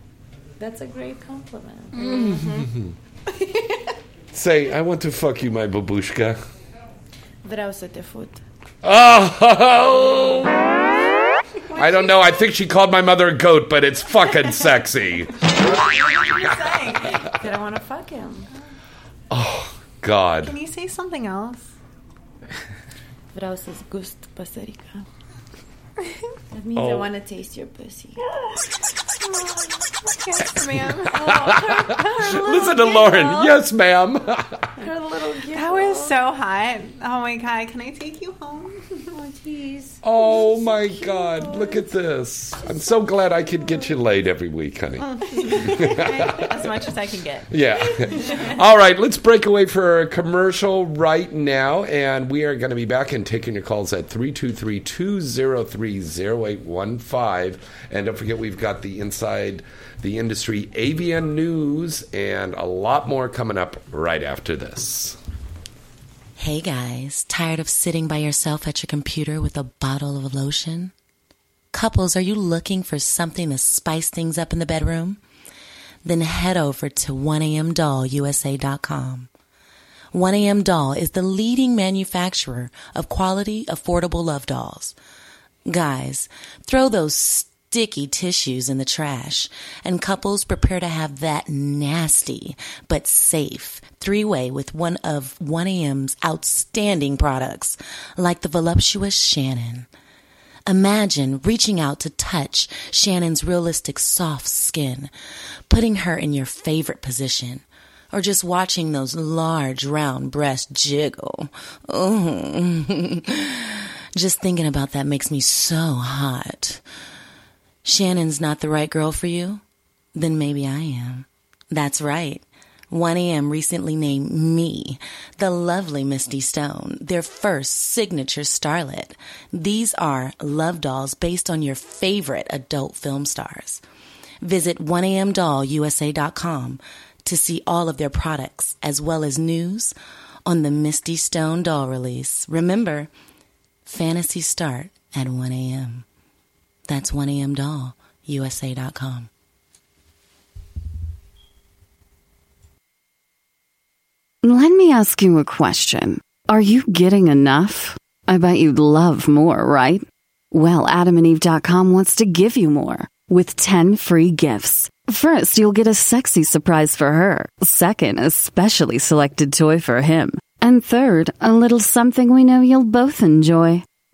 S7: that's a great compliment.
S4: Mm.
S3: Say, I want to fuck you, my babushka.
S7: Drausete foot.
S3: Oh. I don't know. I think she called my mother a goat, but it's fucking sexy.
S7: Did I want to fuck him?
S3: God.
S4: Can you say something else?
S7: Vrauses gust pasarica. That means I
S3: Oh.
S7: want to taste your pussy.
S4: Yes,
S7: Oh,
S4: ma'am.
S3: Listen to Lauren. Yes, ma'am.
S7: Her little giggle.
S4: That was so hot. Oh my god! Can I take you home?
S7: Oh, jeez.
S3: Oh my God. Look at this. I'm so glad I could get you laid every week, honey.
S4: As much as I can get.
S3: Yeah. All right, let's break away for a commercial right now, and we are going to be back and taking your calls at 323 203 0815. And don't forget, we've got the Inside the Industry AVN News and a lot more coming up right after this.
S8: Hey guys, tired of sitting by yourself at your computer with a bottle of lotion? Couples, are you looking for something to spice things up in the bedroom? Then head over to 1amdollusa.com. 1am Doll is the leading manufacturer of quality, affordable love dolls. Guys, throw those sticky tissues in the trash, and couples prepare to have that nasty but safe three way with one of 1AM's outstanding products, like the voluptuous Shannon. Imagine reaching out to touch Shannon's realistic soft skin, putting her in your favorite position, or just watching those large round breasts jiggle. Ooh. just thinking about that makes me so hot. Shannon's not the right girl for you? Then maybe I am. That's right. 1AM recently named me, the lovely Misty Stone, their first signature starlet. These are love dolls based on your favorite adult film stars. Visit 1amdollusa.com to see all of their products as well as news on the Misty Stone doll release. Remember, fantasy start at 1am. That's 1amdollusa.com.
S9: Let me ask you a question. Are you getting enough? I bet you'd love more, right? Well, adamandeve.com wants to give you more with 10 free gifts. First, you'll get a sexy surprise for her. Second, a specially selected toy for him. And third, a little something we know you'll both enjoy.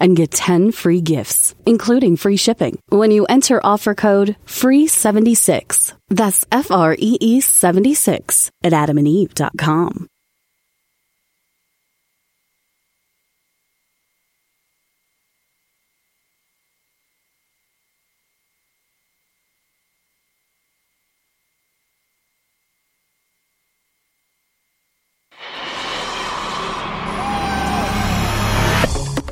S9: and get 10 free gifts, including free shipping, when you enter offer code FREE76. That's F R E E 76 at adamandeve.com.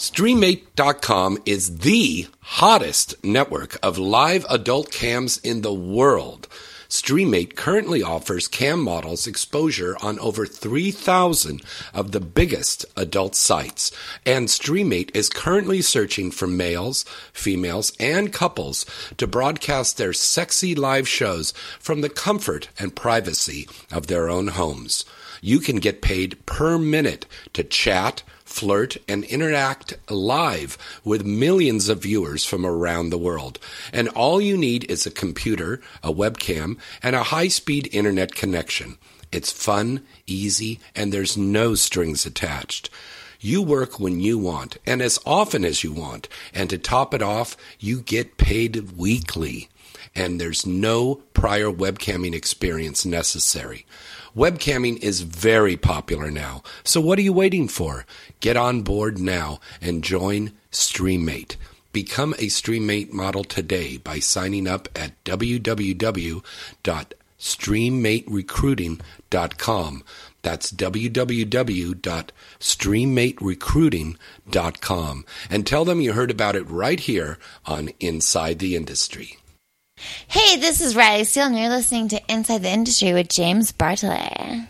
S3: Streamate.com is the hottest network of live adult cams in the world. Streamate currently offers cam models exposure on over 3,000 of the biggest adult sites. And Streamate is currently searching for males, females, and couples to broadcast their sexy live shows from the comfort and privacy of their own homes. You can get paid per minute to chat, flirt, and interact live with millions of viewers from around the world. And all you need is a computer, a webcam, and a high speed internet connection. It's fun, easy, and there's no strings attached. You work when you want and as often as you want. And to top it off, you get paid weekly. And there's no prior webcamming experience necessary. Webcamming is very popular now. So what are you waiting for? Get on board now and join StreamMate. Become a StreamMate model today by signing up at www.streammaterecruiting.com. That's www.streammaterecruiting.com. And tell them you heard about it right here on Inside the Industry.
S10: Hey, this is Riley Steele, and you're listening to Inside the Industry with James Bartley.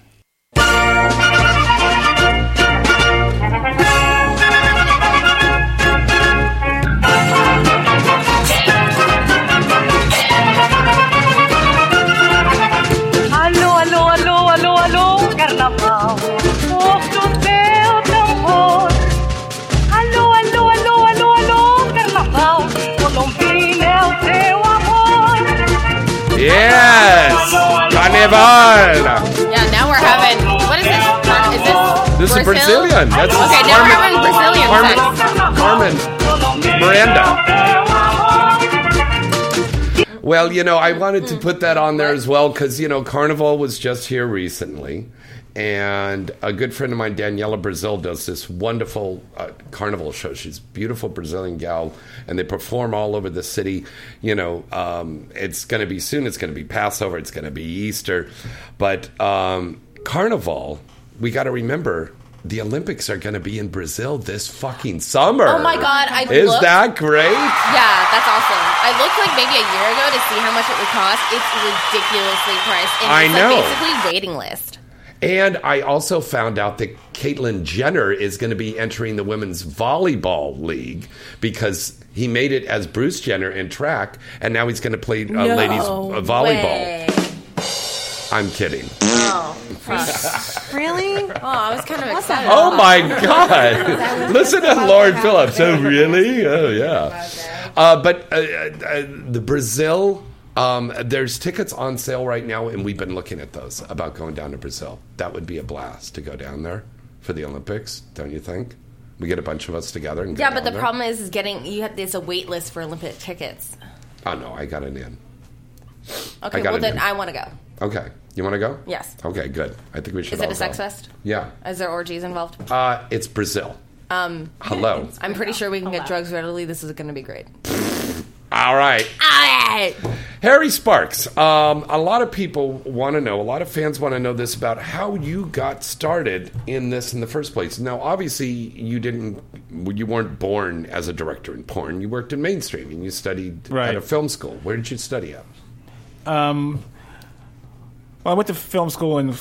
S3: Carnival.
S5: Yeah, now we're having. What is this? Car- Is this?
S3: This is
S5: Brazil?
S3: Brazilian. That's
S5: Okay, now we're having Brazilian
S3: Carmen,
S5: sex.
S3: Carmen, Miranda. Well, you know, I wanted to put that on there as well because, you know, Carnival was just here recently. And a good friend of mine, Daniela Brazil, does this wonderful uh, carnival show. She's a beautiful Brazilian gal, and they perform all over the city. You know, um, it's going to be soon. It's going to be Passover. It's going to be Easter. But um, Carnival, we got to remember the Olympics are going to be in Brazil this fucking summer.
S5: Oh my God, I
S3: Is
S5: looked-
S3: that great?
S5: Yeah, that's awesome. I looked like maybe a year ago to see how much it would cost. It's ridiculously priced. And
S3: I
S5: it's
S3: know.
S5: Like basically waiting list.
S3: And I also found out that Caitlyn Jenner is going to be entering the women's volleyball league because he made it as Bruce Jenner in track, and now he's going to play uh, ladies uh, volleyball.
S5: Way.
S3: I'm kidding.
S5: Oh, fuck.
S4: Really?
S5: oh, I was kind of excited.
S3: Oh my God! Listen to Lauren Phillips. Oh really? Oh yeah. Uh, but uh, uh, uh, the Brazil. Um, there's tickets on sale right now, and we've been looking at those about going down to Brazil. That would be a blast to go down there for the Olympics, don't you think? We get a bunch of us together and go
S5: Yeah, but
S3: down
S5: the
S3: there.
S5: problem is, is getting you have there's a wait list for Olympic tickets.
S3: Oh no, I got it in.
S5: Okay,
S3: got
S5: well
S3: it
S5: then
S3: in.
S5: I want to go.
S3: Okay, you want to go?
S5: Yes.
S3: Okay, good. I think we should.
S5: Is it
S3: all
S5: a sex
S3: go.
S5: fest?
S3: Yeah.
S5: Is there orgies involved?
S3: Uh, it's Brazil.
S5: Um,
S3: Hello.
S5: I'm pretty sure we can get drugs readily. This is going to be great.
S3: All right. Harry Sparks, um, a lot of people want to know, a lot of fans want to know this about how you got started in this in the first place. Now, obviously, you didn't, you weren't born as a director in porn. You worked in mainstream and you studied at
S6: Right.
S3: a film school. Where did you study at?
S6: Um, well, I went to film school in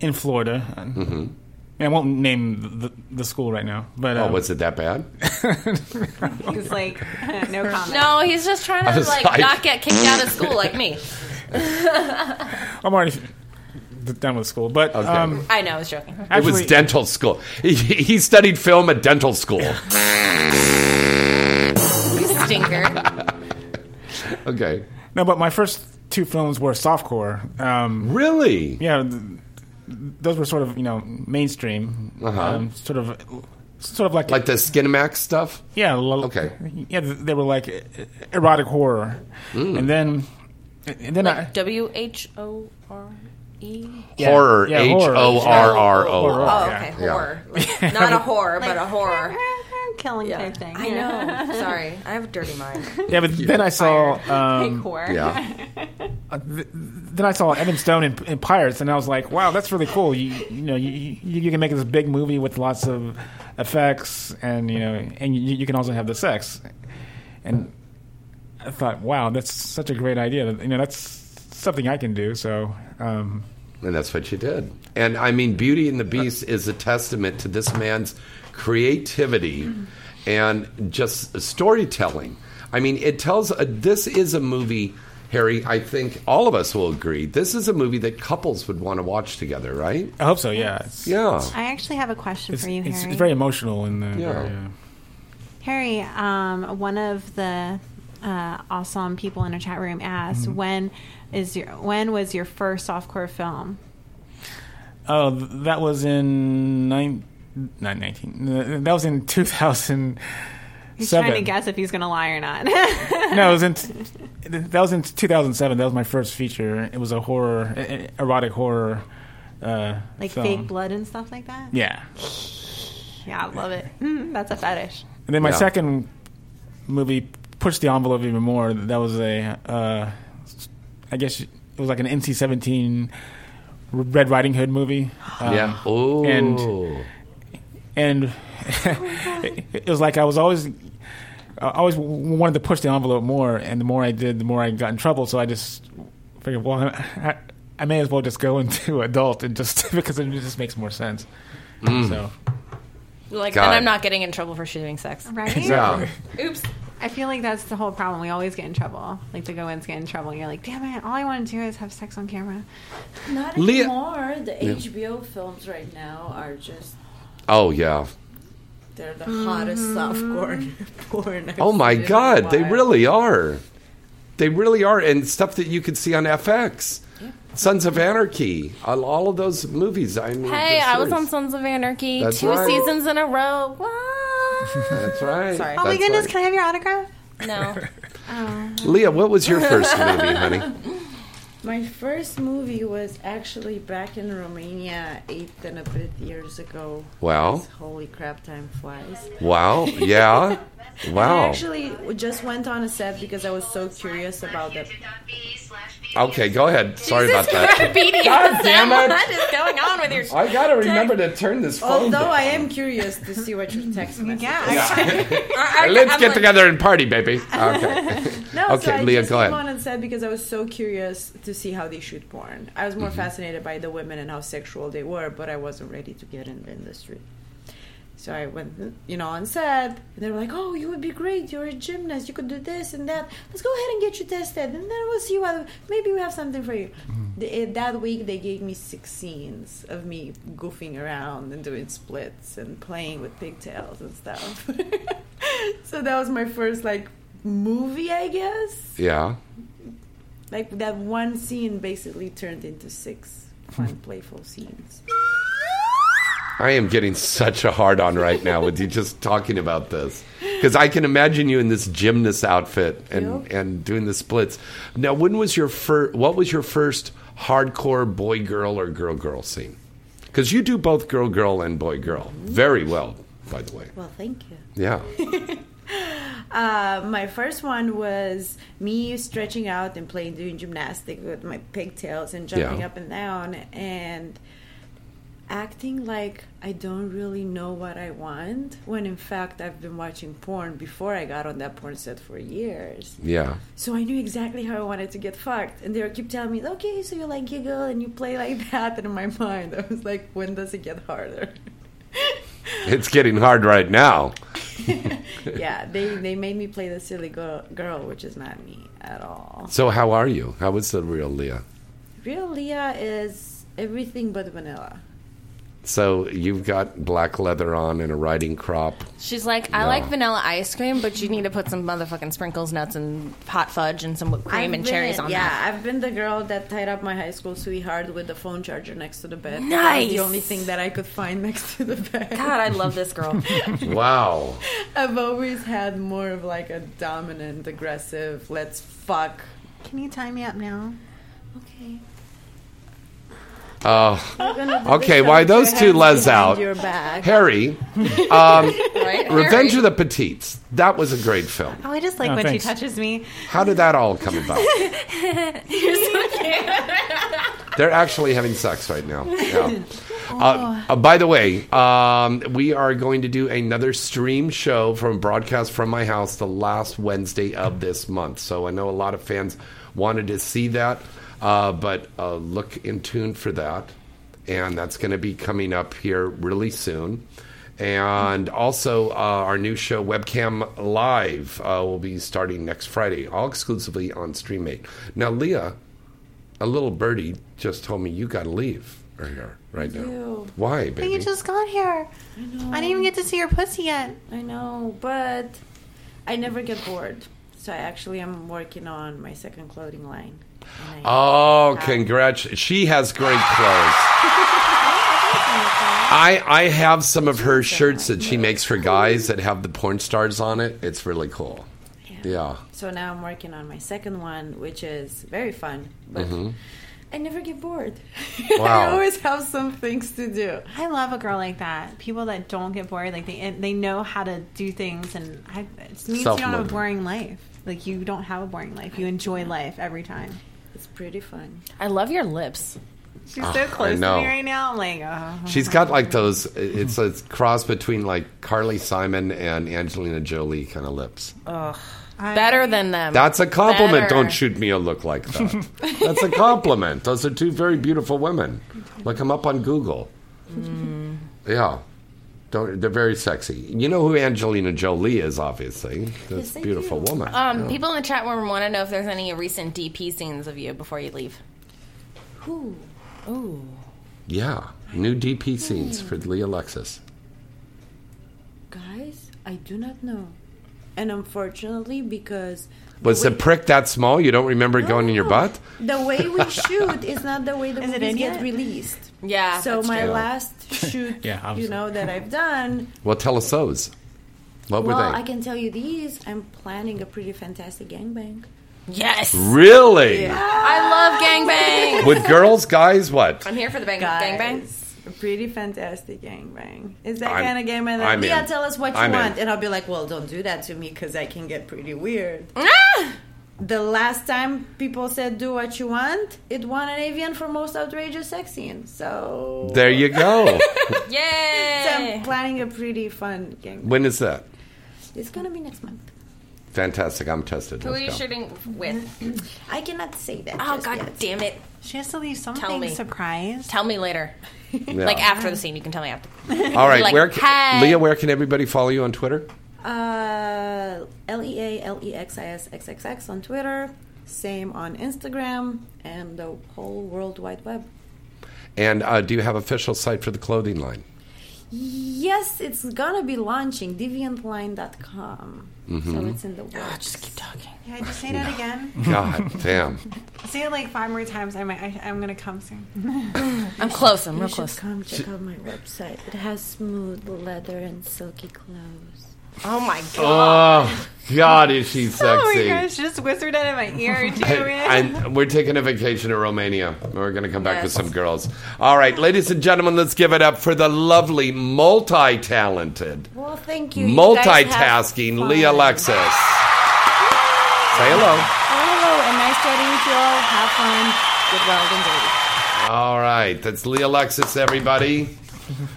S6: in Florida.
S3: Mm-hmm.
S6: And I won't name the, the school right now, but
S3: Oh,
S6: um,
S3: was it that bad?
S4: He's like, no comment.
S5: No, he's just trying
S3: I
S5: to
S3: was
S5: like,
S3: like-
S5: not get kicked out of school like me.
S6: I'm already done with school. But
S3: Okay.
S6: um,
S5: I know, I was joking.
S3: it was
S6: actually,
S3: dental school. He, he studied film at dental school.
S5: You stinker.
S3: Okay.
S6: no. But my first two films were softcore. Um,
S3: Really?
S6: yeah, th- those were sort of you know mainstream, um, sort of sort of like
S3: Uh-huh. Like the Skinamax stuff?
S6: yeah, lo-
S3: Okay.
S6: yeah. th- They were like e- erotic horror,
S3: Mm.
S6: and then and then I.
S5: W H O R E.
S3: Horror.
S6: Yeah,
S3: H
S6: horror.
S3: O R R O
S6: Horror.
S3: R.
S5: Oh,
S6: yeah.
S5: okay, horror. Like, not a whore, but a horror.
S4: Killing
S5: Yeah.
S4: type thing.
S5: I know. Sorry, I have a dirty mind.
S6: Yeah, but then I saw um,
S4: Core.
S3: Yeah.
S6: Uh, then I saw Evan Stone in, in Pirates, and I was like, wow, that's really cool. You you know you, you, you can make this big movie with lots of effects, and you know, and you, you can also have the sex. And I thought, wow, that's such a great idea. You know, that's something I can do. So. Um,
S3: And that's what you did. And I mean, Beauty and the Beast is a testament to this man's creativity and just storytelling. I mean, it tells a, this is a movie, Harry, I think all of us will agree. This is a movie that couples would want to watch together, right?
S6: I hope so. Yeah, it's,
S3: Yeah.
S4: I actually have a question
S6: it's,
S4: for you,
S6: it's,
S4: Harry.
S6: it's very emotional in the.
S3: Yeah.
S6: very, uh,
S4: Harry, um, one of the uh, awesome people in a chat room asked,
S6: Mm-hmm.
S4: "When is your when was your first softcore film?"
S6: Oh, th- that was in nine, not nineteen. uh, That was in two thousand
S4: He's
S6: seven.
S4: trying to guess if he's going to lie or not.
S6: No, it was in. T- that was in two thousand seven. That was my first feature. It was a horror, e- e- erotic horror. Uh,
S4: like
S6: film.
S4: fake blood and stuff like that.
S6: Yeah,
S4: Yeah, I love it. Mm, that's a fetish.
S6: and then my
S3: Yeah.
S6: second movie pushed the envelope even more. That was a, uh, I guess it was like an NC seventeen Red Riding Hood movie. Um,
S3: yeah. Oh.
S6: and- and it was like I was always, I always w- wanted to push the envelope more, and the more I did, the more I got in trouble. So I just figured, well, I, I may as well just go into adult and just because it just makes more sense. So
S5: Like,
S3: God.
S5: and I'm not getting in trouble for shooting sex.
S4: Right?
S3: yeah.
S5: Oops.
S4: I feel like that's the whole problem. We always get in trouble. Like the go-ins get in trouble. And you're like, damn it! All I want to do is have sex on camera.
S7: Not
S3: Leah-
S7: anymore. The HBO films right now are just
S3: Oh, yeah.
S7: they're the hottest softcore porn. I've
S3: Oh, my
S7: seen in a
S3: God. They
S7: while.
S3: really are. They really are. And stuff that you could see on FX. Sons of Anarchy, all, all of those movies. I mean,
S5: Hey,
S3: the
S5: I was on
S3: series.
S5: Sons of Anarchy
S3: That's
S5: two
S3: right.
S5: seasons in a row. What?
S3: That's right.
S5: Sorry.
S4: Oh my
S3: That's
S4: goodness,
S3: right.
S4: can I have your autograph?
S5: No.
S3: Leah, what was your first movie, honey?
S7: My first movie was actually back in Romania eight and a bit years ago.
S3: Wow.
S7: Yes, Holy crap, time flies.
S3: Wow. Yeah.
S7: I
S3: Wow.
S7: actually just went on a set because I was so curious about that.
S3: Okay, go ahead. Sorry about that. God damn
S5: What
S3: it!
S5: is going on with your?
S3: I gotta remember to turn this phone.
S7: Although
S3: down.
S7: I am curious to see what your text message
S4: Yeah.
S3: Let's get
S5: like-
S3: together and party, baby. Okay.
S7: No,
S3: Okay,
S7: so I
S3: Leah,
S7: just
S3: go
S7: came
S3: ahead.
S7: on and said because I was so curious to see how they shoot porn. I was more
S3: Mm-hmm.
S7: fascinated by the women and how sexual they were, but I wasn't ready to get in the industry. So I went, you know, on set, and they were like, "Oh, you would be great. You're a gymnast. You could do this and that. Let's go ahead and get you tested, and then we'll see what. Maybe we have something for you." The- eh, that week, they gave me six scenes of me goofing around and doing splits and playing with pigtails and stuff. so that was my first like movie, I guess.
S3: yeah.
S7: Like that one scene basically turned into six fun, playful scenes.
S3: I am getting such a hard on right now with you just talking about this because I can imagine you in this gymnast outfit and and doing the splits. Now, when was your first? What was your first hardcore boy girl or girl girl scene? Because you do both girl girl and boy girl very well, by the way.
S7: Well, thank you.
S3: Yeah.
S7: Uh, my first one was me stretching out and playing doing gymnastics with my pigtails and jumping
S3: Yeah.
S7: up and down and acting like I don't really know what I want when in fact I've been watching porn before I got on that porn set for years.
S3: Yeah.
S7: So I knew exactly how I wanted to get fucked. And they would keep telling me, okay, so you like giggle and you play like that. And in my mind, I was like, when does it get harder?
S3: It's getting hard right now.
S7: yeah, they, they made me play the silly girl, girl, which is not me at all.
S3: So, how are you? How is the real Leah?
S7: Real Leah is everything but vanilla.
S3: So, you've got black leather on and a riding crop.
S5: She's like, I
S3: No.
S5: like vanilla ice cream, but you need to put some motherfucking sprinkles, nuts, and hot fudge, and some whipped cream and cherries
S7: been-
S5: on
S7: yeah,
S5: that.
S7: I've been the girl that tied up my high school sweetheart with the phone charger next to the bed. That was
S5: Nice.
S7: The only thing that I could find next to the bed.
S5: God, I love this girl.
S3: Wow.
S7: I've always had more of like a dominant, aggressive, let's fuck.
S4: Can you tie me up now?
S7: Okay.
S3: Oh,
S7: We're gonna do
S3: Okay,
S7: this
S3: why
S7: with your
S3: those two
S7: hands
S3: les
S7: behind
S3: out?
S7: Your back.
S3: Harry, um,
S5: right?
S3: Revenge of the Petites. That was a great film.
S4: Oh, I just like
S6: Oh,
S4: when
S6: thanks.
S4: she touches me.
S3: How did that all come about? They're actually having sex right now. Yeah. Uh, uh, by the way, um, we are going to do another stream show from broadcast from my house the last Wednesday of this month. So I know a lot of fans wanted to see that, uh, but uh, look in tune for that. And that's going to be coming up here really soon. And also, uh, our new show, Webcam Live, uh, will be starting next Friday, all exclusively on StreamMate. Now, Leah, a little birdie just told me you got to leave right here, right now. Why,
S4: But
S3: baby?
S4: you just got here. I didn't even get to see your pussy yet.
S7: I know, but I never get bored. So I actually am working on my second clothing line. And I-
S3: oh, congrats! She has great clothes. I I have some of her shirts that she makes for guys that have the porn stars on it. It's really cool. Yeah.
S7: So now I'm working on my second one, which is very fun, but
S11: Mm.
S7: I never get bored. I
S3: Mm-hmm. Wow.
S7: always have some things to do.
S4: I love a girl like that. People that don't get bored, like they they know how to do things, and I, it means you don't have a
S3: Self-motivated.
S4: boring life. Like you don't have a boring life. You enjoy life every time.
S7: It's pretty fun.
S5: I love your lips.
S4: She's so
S3: Ah, I
S4: close to
S3: know.
S4: me right now. I'm like, oh.
S3: She's got like those. It's a cross between like Carly Simon and Angelina Jolie kind of lips.
S5: Better than them.
S3: That's a compliment.
S5: Better.
S3: Don't shoot me a look like that. That's a compliment. Those are two very beautiful women. Look them up on Google.
S4: Mm.
S3: Yeah. Don't, they're very sexy. You know who Angelina Jolie is, obviously. This beautiful woman.
S5: Um, People in the chat room want to know if there's any recent DP scenes of you before you leave.
S3: yeah. New DP scenes for Leah Lexus.
S7: Guys, I do not know. And unfortunately, because
S3: Was the
S7: Wait.
S3: prick that small? You don't remember it going in your butt?
S7: the way we shoot is not the way the
S4: Is it
S7: movies
S4: in
S7: get
S4: yet?
S7: released.
S5: Yeah,
S7: So
S5: that's
S7: my
S11: true.
S7: last shoot,
S12: Yeah,
S7: you
S12: obviously.
S7: know, that I've done.
S11: Well, tell us those. What
S7: well,
S11: were they?
S7: I can tell you these. I'm planning a pretty fantastic gangbang.
S5: Yes,
S11: Really?
S5: I love gangbang.
S11: With girls, guys, what?
S5: I'm here for the bang
S7: Guys,
S5: gangbang.
S7: A pretty fantastic gangbang. Is that
S11: I'm-
S7: kind of gangbang? That,
S11: I'm
S7: yeah,
S11: in.
S7: tell us what you
S11: I'm in.
S7: want, and I'll be like, well, don't do that to me because I can get pretty weird.
S5: Ah!
S7: The last time people said do what you want, it won an avian for most outrageous sex scene. So
S11: There you go.
S5: Yay!
S7: I'm planning a pretty fun gangbang.
S11: when is that?
S7: It's gonna be next month.
S11: Fantastic. I'm tested.
S5: Who are
S11: Let's
S5: you
S11: go.
S5: shooting with?
S7: I cannot say that.
S5: Oh
S7: just
S5: god
S7: yet.
S5: damn it!
S4: She has to leave
S5: Tell
S4: something
S5: me.
S4: surprise.
S5: Tell me later.
S11: Yeah.
S5: Like after the scene, you can tell me after.
S11: All right.
S5: like,
S11: where can,
S5: "Hey."
S11: Leah, where can everybody follow you on Twitter?
S7: Uh, L E A L E X I S X X X on Twitter, same on Instagram, and the whole World Wide Web.
S11: And uh, do you have official site for the clothing line?
S7: Yes, it's gonna be launching deviantline.com.
S11: Mm-hmm.
S7: So it's in the works.
S5: Ah,
S7: just keep talking.
S4: Yeah, just say that again.
S11: God damn.
S4: Say it like five more times. I might. I, I'm gonna come soon.
S5: I'm close. I'm
S7: You
S5: real
S7: should
S5: close.
S7: come check out my website. It has smooth leather and silky clothes.
S5: Oh my god!
S11: Oh, God, is she
S4: Oh my
S11: sexy?
S4: gosh! She just whispered that in my ear too. man.
S11: and we're taking a vacation to Romania. We're going to come back with
S5: Yes.
S11: some girls. All right, ladies and gentlemen, let's give it up for the lovely, multi talented,
S7: Well, thank you. You guys have
S11: multitasking
S7: fun.
S11: Leah Alexis. Say hello.
S7: Hello, and nice chatting with you all. Have fun. Good well and dirty.
S11: All right, that's Leah Alexis, everybody.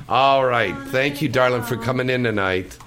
S11: All right, thank you, darling, for coming in tonight.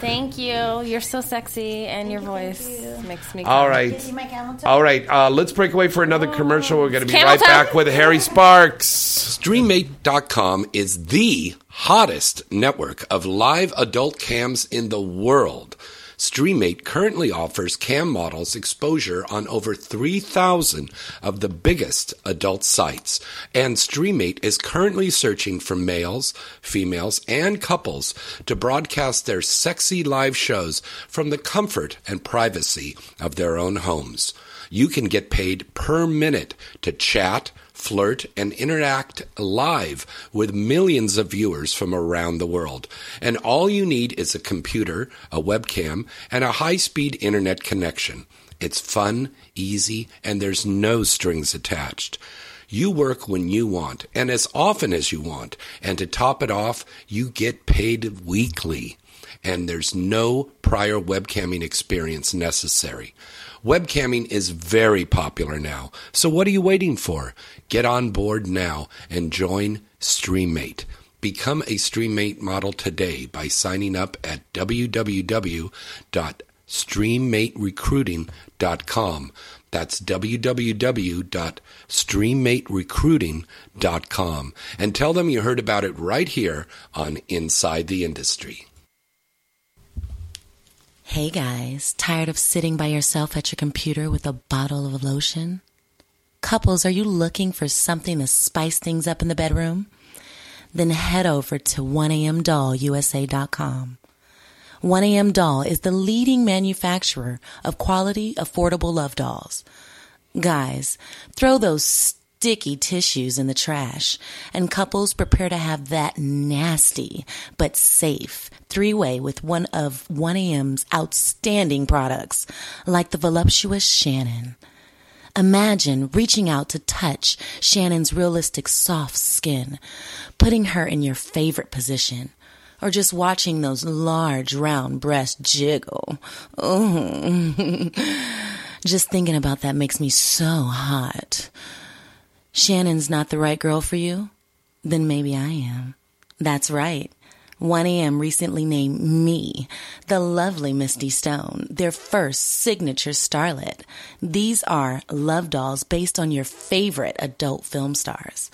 S5: Thank you. You're so sexy, and your voice makes me.
S11: All right. All right, uh, let's break away for another commercial. We're going to be
S5: Camel
S11: right
S5: toe?
S11: back with Harry Sparks.
S3: StreamMate.com is the hottest network of live adult cams in the world. StreamMate currently offers cam models exposure on over 3,000 of the biggest adult sites. And StreamMate is currently searching for males, females, and couples to broadcast their sexy live shows from the comfort and privacy of their own homes. You can get paid per minute to chat, flirt, and interact live with millions of viewers from around the world. And all you need is a computer, a webcam, and a high speed internet connection. It's fun, easy, and there's no strings attached. You work when you want and as often as you want. And to top it off, you get paid weekly and there's no prior webcamming experience necessary. Webcamming is very popular now, so what are you waiting for? Get on board now and join StreamMate. Become a StreamMate model today by signing up at www.streammaterecruiting.com. That's www.streammaterecruiting.com. And tell them you heard about it right here on Inside the Industry.
S8: Hey guys, tired of sitting by yourself at your computer with a bottle of lotion? Couples, are you looking for something to spice things up in the bedroom? Then head over to 1amdollusa.com. 1am Doll is the leading manufacturer of quality, affordable love dolls. Guys, throw those sticky tissues in the trash, and couples prepare to have that nasty but safe three way with one of 1AM's outstanding products, like the voluptuous Shannon. Imagine reaching out to touch Shannon's realistic soft skin, putting her in your favorite position, or just watching those large round breasts jiggle. Ooh. just thinking about that makes me so hot. Shannon's not the right girl for you? Then maybe I am. That's right. 1AM recently named me, the lovely Misty Stone, their first signature starlet. These are love dolls based on your favorite adult film stars.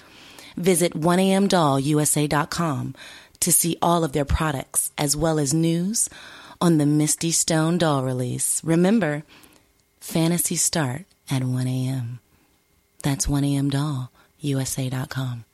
S8: Visit 1amdollusa.com to see all of their products as well as news on the Misty Stone doll release. Remember, fantasies start at 1am. That's 1amdollusa.com.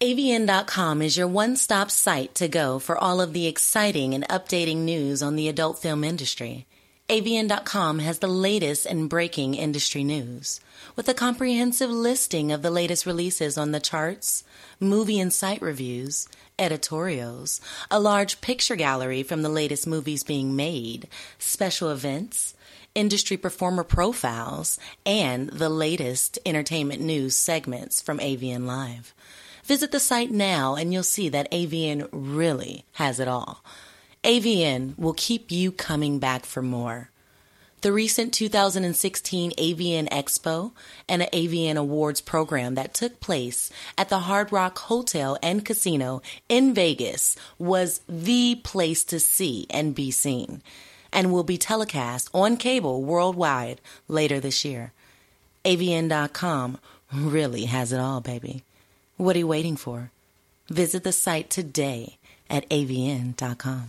S8: AVN.com is your one stop site to go for all of the exciting and updating news on the adult film industry. AVN.com has the latest and breaking industry news with a comprehensive listing of the latest releases on the charts, movie and site reviews, editorials, a large picture gallery from the latest movies being made, special events, industry performer profiles, and the latest entertainment news segments from AVN Live. Visit the site now and you'll see that AVN really has it all. AVN will keep you coming back for more. The recent 2016 AVN Expo and an AVN Awards program that took place at the Hard Rock Hotel and Casino in Vegas was the place to see and be seen and will be telecast on cable worldwide later this year. AVN.com really has it all, baby. What are you waiting for? Visit the site today at avn.com.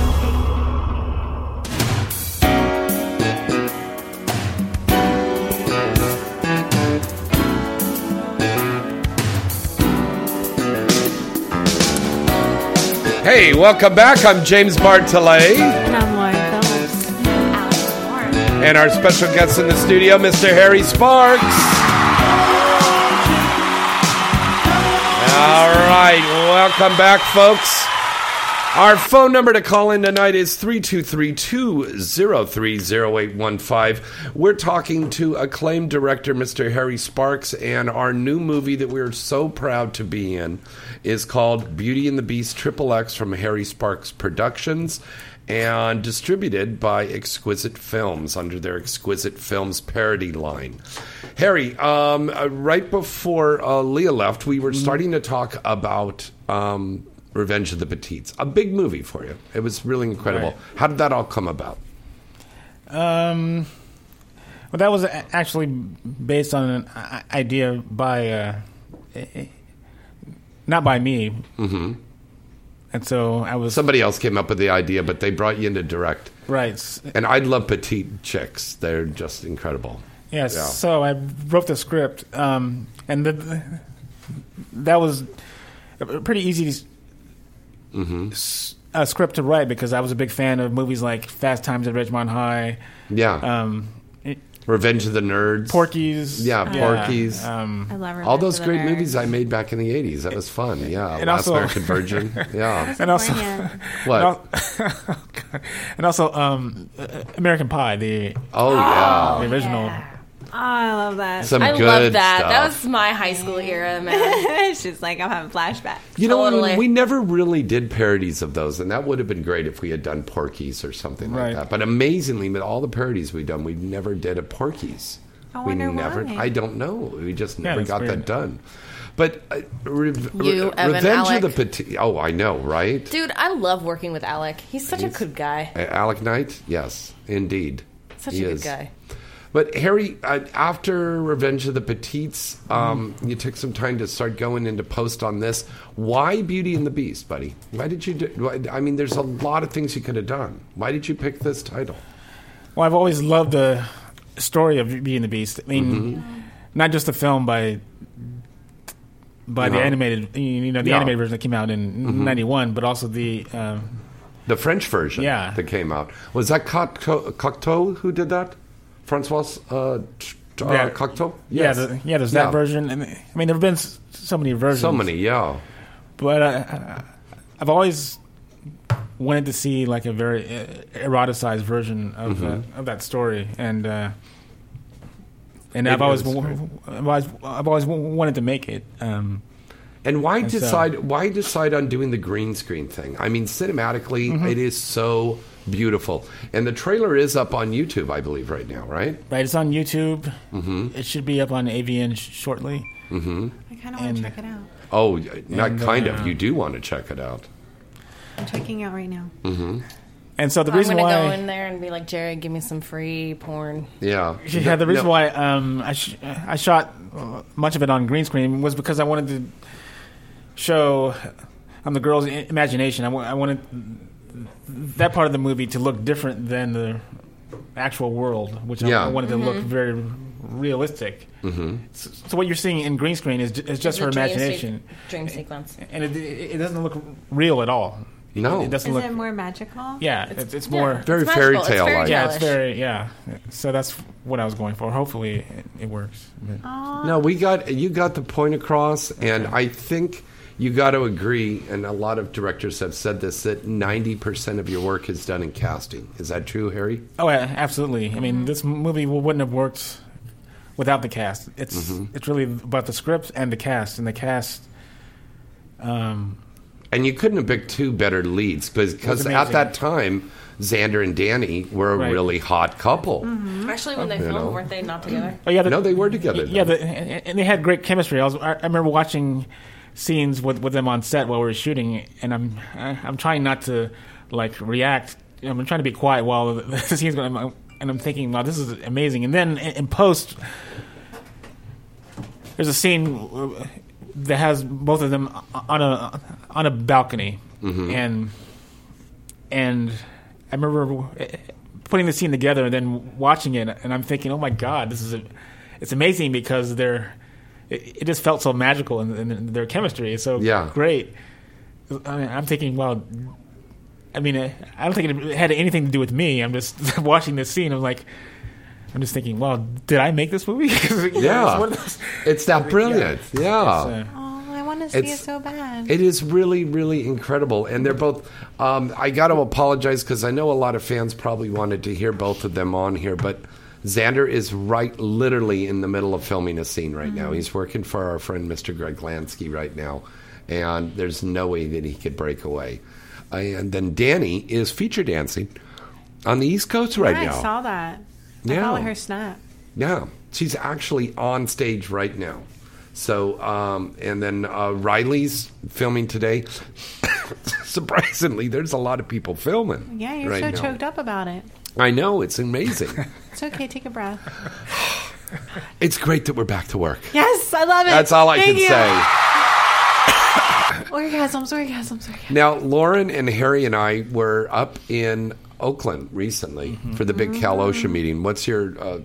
S3: Hey, welcome back. I'm James Bartolet,
S4: And I'm Lauren Phillips.
S3: and our special guest in the studio, Mr. Harry Sparks. All right, welcome back, folks. Our phone number to call in tonight is 323-203-0815. We're talking to acclaimed director Mr. Harry Sparks and our new movie that we're so proud to be in is called Beauty and the Beast Triple X from Harry Sparks Productions and distributed by Exquisite Films under their Exquisite Films parody line. Harry, um, uh, right before uh, Leah left, we were starting to talk about um, Revenge of the Petites. A big movie for you. It was really incredible.
S6: Right.
S3: How did that all come about?
S6: Um, well, that was a- actually based on an i- idea by, uh, eh, eh, not by me. Mm-hmm. And so I was
S3: Somebody else came up with the idea, but they brought you in to direct.
S6: right. s-
S3: And I love petite chicks. They're just incredible.
S6: Yes.
S3: Yeah.
S6: So I wrote the script, um, and the, the, that was a pretty easy s
S3: Mm-hmm.
S6: s- uh, script to write because I was a big fan of movies like Fast Times at Ridgemont High,
S3: Yeah.
S6: um, i-
S3: Revenge of the Nerds.
S6: Porky's.
S3: Yeah, Porky's.
S6: Um,
S4: I love her.
S3: all those great movies I made back in the 80s. That was fun. Yeah.
S6: And
S3: Last
S6: also-
S3: American Virgin. Yeah.
S6: and also,
S3: What?
S6: and al- oh, and also um, uh, American Pie, the
S3: oh, yeah.
S6: original.
S4: Oh, I love that.
S3: Some
S5: I
S3: good
S5: love that.
S3: stuff.
S5: That was my high school era, man.
S4: She's like, I'm having flashbacks.
S3: You know,
S5: Totally.
S3: we, we never really did parodies of those, and that would have been great if we had done Porky's or something
S6: Right.
S3: like that. But amazingly, with all the parodies we've done, we never did a Porky's.
S4: I
S3: we
S4: wonder
S3: never.
S4: why.
S3: I don't know. We just
S6: Yeah,
S3: never
S6: that's
S3: got that
S6: weird.
S3: done. But uh, re- re-
S5: You, Evan
S3: Revenge of
S5: Alec.
S3: the Petit. Oh, I know, right?
S5: Dude, I love working with Alec. He's such a good guy.
S3: Uh, Alec Knight. Yes, indeed.
S5: Such
S3: He
S5: a good
S3: is.
S5: guy.
S3: But Harry, uh, after Revenge of the Petites, um, you took some time to start going into post on this. Why Beauty and the Beast, buddy? Why did you do? Why, I mean, there's a lot of things you could have done. Why did you pick this title?
S6: Well, I've always loved the story of Beauty and the Beast. I mean, not just the film by by the
S3: Uh-huh.
S6: animated, you know, the
S3: Yeah.
S6: animated version that came out in '91, but also the um,
S3: The French version,
S6: Yeah.
S3: that came out was that Cocteau, Cocteau who did that? Francois uh, t- t- uh,
S6: Yeah.
S3: Cocteau?
S6: yeah,
S3: Yes.
S6: the, yeah. There's that
S3: Yeah.
S6: version, and I mean, there've been s- so many versions,
S3: So many, yeah.
S6: But uh, I've always wanted to see like a very uh, eroticized version of
S3: Mhm.
S6: uh, of that story, and uh, and
S3: It
S6: I've always,
S3: was
S6: wa-
S3: great.
S6: I've always I've always wa- wanted to make it. Um,
S3: And why
S6: And so-
S3: decide? why decide on doing the green screen thing? I mean, cinematically,
S6: Mm-hmm.
S3: it is so beautiful, and the trailer is up on YouTube, I believe, right now. Right?
S6: right, it's on YouTube.
S3: Mm-hmm.
S6: It should be up on AVN sh- shortly.
S3: hmm
S4: I kind of want to
S6: And-
S4: check it out.
S3: Oh, not
S6: And,
S3: kind
S6: uh,
S3: of. You do want to check it out.
S4: I'm checking out right now.
S3: hmm
S6: And so the
S5: I'm
S6: reason
S5: gonna
S6: why
S5: go in there and be like, Jerry, give me some free porn.
S3: Yeah.
S6: Yeah, the reason
S3: No.
S6: why um, I sh- I shot uh, much of it on green screen was because I wanted to show on the girl's i- imagination. I wa- I wanted that part of the movie to look different than the actual world, which I-
S3: Yeah.
S6: I, wanted to look very realistic.
S3: Mhm.
S6: So, so what you're seeing in green screen is, ju- is just her
S5: The dream se-
S6: imagination,
S5: dream sequence.
S6: and it, it it doesn't look real at all.
S3: No.
S6: it doesn't
S4: Is
S6: look.
S4: it more magical?
S6: yeah, it's, it's, more.
S5: Yeah,
S3: Very
S5: it's magical.
S3: fairy
S5: It's
S3: tale-like.
S5: fairy
S6: Yeah, it's
S5: tale-ish.
S6: very yeah. So that's what I was going for. Hopefully, it, it works. But-
S3: No, we got you got the point across, and I think you got to agree. And a lot of directors have said this that ninety percent of your work is done in casting. Is that true, Harry?
S6: Oh, a- absolutely. I mean, this movie w- wouldn't have worked without the cast. It's it's really about the script and the cast, and the cast. Um,
S3: And you couldn't have picked two better leads because at
S6: amazing.
S3: that time, Xander and Danny were a
S6: Right. Mm.
S3: really hot couple.
S5: Mm-hmm. Actually, when they filmed,
S3: know.
S5: weren't they not together?
S6: oh yeah, the,
S3: No, they were together.
S6: yeah,
S3: though.
S6: the, and and they had great chemistry. I was I, I remember watching scenes with, with them on set while we were shooting, and I'm I, I'm trying not to like react. I'm trying to be quiet while the, the scene's going, on, and I'm thinking, wow, this is amazing. And then in, in post, there's a scene uh, that has both of them on a on a balcony,
S3: Mm-hmm.
S6: and and I remember uh, putting the scene together and then watching it, and I'm thinking, oh my god, this is a, it's amazing because they're it, it just felt so magical and, and their chemistry is so
S3: Yeah.
S6: great. I mean, I'm thinking, wow. I mean, uh, I don't think it had anything to do with me. I'm just watching this scene. I'm like, I'm just thinking, wow, did I make this movie? 'Cause, you know,
S3: Yeah.
S6: it's one of those-
S3: it's that brilliant. Yeah.
S6: uh,
S4: Oh, I want to see it
S3: It's-
S4: so bad.
S3: It is really, really incredible. And they're both, um, I got to apologize because I know a lot of fans probably wanted to hear both of them on here, but Xander is right literally in the middle of filming a scene right
S4: Mm-hmm.
S3: now. He's working for our friend Mr. Greg Lansky right now, and there's no way that he could break away. And then Danny is feature dancing on the East Coast right
S4: I
S3: now.
S4: saw that. I
S3: Yeah.
S4: follow her snap.
S3: Yeah, she's actually on stage right now. So, um, and then uh, Riley's filming today. Surprisingly, there's a lot of people filming.
S4: Yeah, you're
S3: right
S4: so
S3: now.
S4: choked up about it.
S3: I know it's amazing.
S4: It's okay. Take a breath.
S3: it's great that we're back to work.
S4: Yes, I love it.
S3: That's all I can
S4: Thank you.
S3: say.
S4: Orgasms, orgasms, orgasms.
S3: Now, Lauren and Harry and I were up in Oakland recently
S4: Mm-hmm.
S3: for the big Cal OSHA meeting. What's your uh,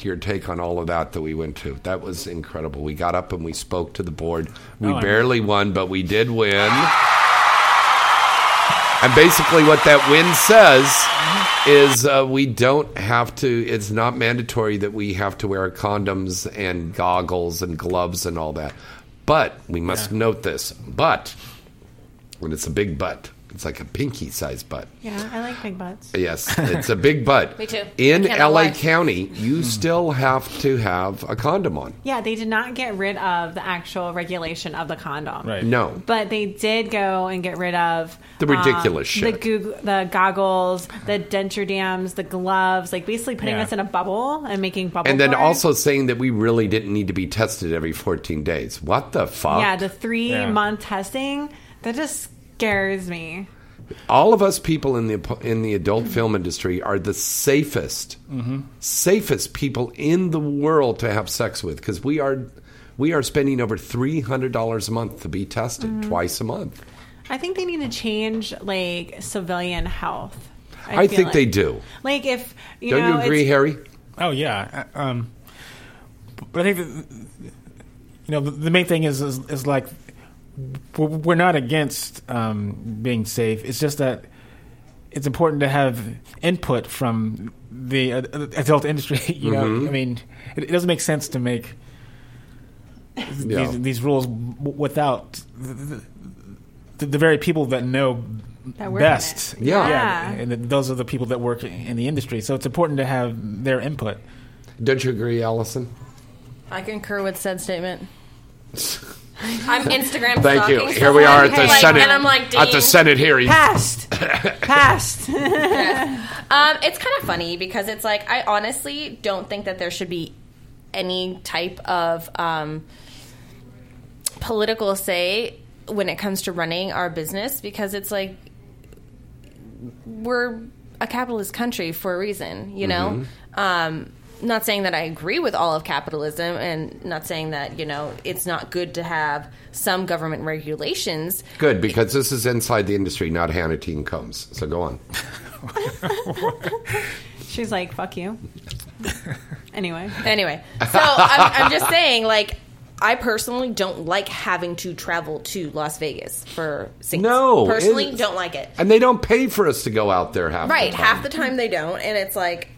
S3: your take on all of that that we went to? That was incredible. We got up and we spoke to the board.
S4: Oh,
S3: We barely won, but we did win. And basically, what that win says
S5: Mm-hmm.
S3: is uh, we don't have to, it's not mandatory that we have to wear condoms and goggles and gloves and all that. But we must note this. But when it's a big butt. It's like a pinky sized butt.
S4: Yeah, I like big butts.
S3: Yes, it's a big butt.
S5: Me too.
S3: In
S5: Can't
S3: LA
S5: lie. Hmm.
S3: County, you still have to have a condom on.
S4: Yeah, they did not get rid of the actual regulation of the condom.
S6: Right.
S3: No.
S4: But they did go and get rid of
S3: The ridiculous
S4: um,
S3: shit.
S4: the goog- the goggles, the denture dams, the gloves, like basically putting
S6: Yeah.
S4: us in a bubble and making bubble.
S3: And then
S4: guard.
S3: also saying that we really didn't need to be tested every 14 days. What the fuck?
S4: yeah, the three
S6: Yeah.
S4: month testing that just scares me.
S3: All of us people in the in the adult film industry are the safest safest people in the world to have sex with cuz we are we are spending over $300 a month to be tested
S5: Mm-hmm.
S3: twice a month.
S4: I think they need to change like civilian health.
S3: I,
S4: feel
S3: think
S4: like.
S3: they do.
S4: Like if you
S3: Don't
S4: know,
S3: you agree,
S4: it's-
S3: Harry?
S6: Oh yeah, uh, um, but I think that, you know the, the main thing is, is is like we're we're not against um, being safe. It's just that it's important to have input from the uh, adult industry. You know,
S3: Mm-hmm.
S6: I mean, it, it doesn't make sense to make th-
S3: Yeah.
S6: these, these rules w- without the, the, the very people that know
S4: That work in
S6: best.
S4: it.
S3: Yeah.
S4: Yeah.
S6: And th- those are the people that work in the industry. So it's important to have their input.
S3: Don't you agree, Allison?
S5: I concur with said statement. I'm Instagram.
S3: Thank you.
S5: stalking
S3: Here we are at
S5: someone,
S3: the
S5: like,
S3: Senate.
S5: and I'm like,
S3: at the
S5: "Dean."
S3: Senate hearing.
S4: Passed. Passed.
S5: Um, it's kind of funny because it's like I honestly don't think that there should be any type of um, political say when it comes to running our business because it's like we're a capitalist country for a reason, you know. Um, not saying that I agree with all of capitalism, and not saying that you know it's not good to have some government regulations.
S3: Good, because this is inside the industry, not Hannah Teen Combs. So go on.
S4: She's like, fuck you. Anyway.
S5: Anyway, so I'm, I'm just saying, like, I personally don't like having to travel to Las Vegas for scenes.
S3: No,
S5: personally,
S3: it's-
S5: don't like it.
S3: And they don't pay for us to go out there half
S5: Right,
S3: the time.
S5: half the time they don't, and it's like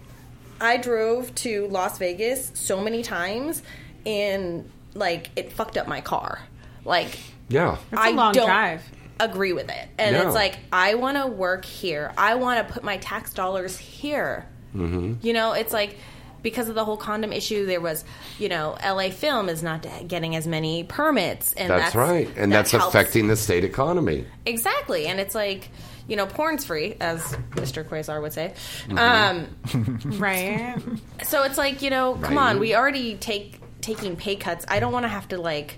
S5: I drove to Las Vegas so many times, and like it fucked up my car. Like
S3: yeah.
S4: It's a
S5: I
S4: long
S5: don't
S4: drive.
S5: agree with it. And
S3: No.
S5: it's like, I want to work here. I want to put my tax dollars here.
S3: Mm-hmm.
S5: You know, it's like because of the whole condom issue, there was, you know, LA Film is not getting as many permits. And
S3: That's,
S5: that's,
S3: right. And
S5: that
S3: that's
S5: helps.
S3: affecting the state economy.
S5: Exactly. And it's like, you know, porn's free, as Mr. Quasar would say.
S3: Mm-hmm.
S5: Um,
S4: Right.
S5: so it's like, you know, come
S3: Right.
S5: on, we already take taking pay cuts. I don't want to have to like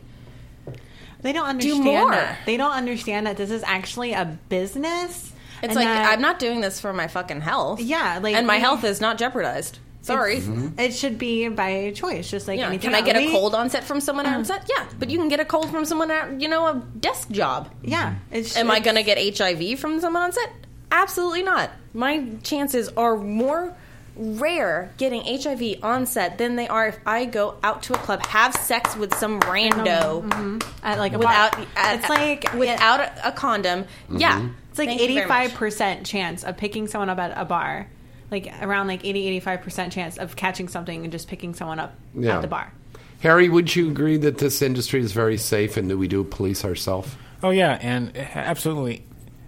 S4: They don't understand
S5: more.
S4: that. They don't understand that this is actually a business.
S5: it's
S4: and
S5: like
S4: that
S5: I'm not doing this for my fucking health.
S4: Yeah, like-
S5: and my health is not jeopardized. Sorry.
S3: Mm-hmm.
S4: It should be by choice, just like
S5: Yeah.
S4: anything.
S5: Can
S4: Uh-huh.
S5: I get a
S4: We-
S5: cold onset from someone on set? Yeah, but you can get a cold from someone at you know a desk job.
S4: Yeah. It's,
S5: Am I going to get HIV from someone on set? Absolutely not. My chances are more rare getting HIV on set than they are if I go out to a club, have sex with some rando
S4: mm-hmm. at like a
S5: without
S4: bar-
S5: at-
S4: it's like
S5: without a, a condom.
S4: Mm-hmm.
S6: Mm-hmm.
S5: Yeah,
S4: It's like
S5: Thank you very much.
S4: 85% chance of picking someone up at a bar. Like around like 80 85% chance of catching something and just picking someone up
S3: Yeah.
S4: at the bar.
S3: Harry, would you agree that this industry is very safe and that we do police ourselves?
S6: Oh yeah, and uh, absolutely.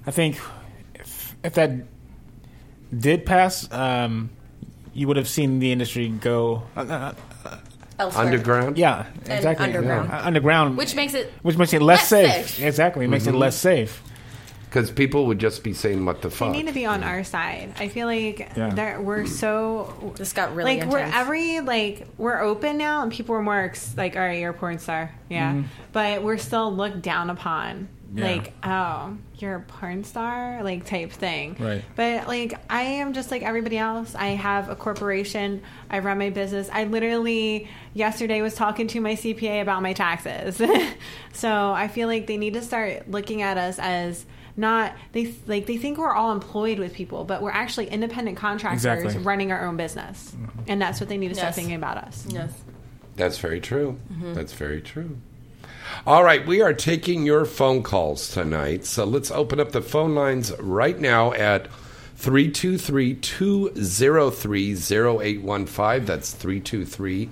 S6: I think if, if that did pass, um, you would have seen the industry go. Uh, uh,
S5: Elsewhere.
S3: Underground?
S6: yeah, exactly.
S5: underground.
S6: Uh, underground,
S5: which makes it
S6: which makes it less,
S5: less
S6: safe.
S5: safe.
S6: Exactly, it makes
S3: Mm-hmm.
S6: it less safe.
S3: Because people would just be saying, what the
S4: We
S3: fuck?
S4: need to be on our side. I feel like
S6: Yeah.
S4: there, we're so
S5: This got really
S4: like
S5: intense.
S4: we're every like we're open now and people are more ex- like all right you're a porn star yeah but we're still looked down upon
S6: Mm-hmm. Yeah.
S4: like oh you're a porn star like type thing
S6: Right.
S4: but like i am just like everybody else i have a corporation i run my business i literally yesterday was talking to my cpa about my taxes so i feel like they need to start looking at us as not they like they think we're all employed with people but we're actually independent contractors
S6: Exactly.
S4: running our own business. And that's what they need to start
S5: Yes.
S4: thinking about us.
S5: Yes.
S3: That's very true. That's very true. All right, we are taking your phone calls tonight. So let's open up the phone lines right now at 323 203 0815. That's 323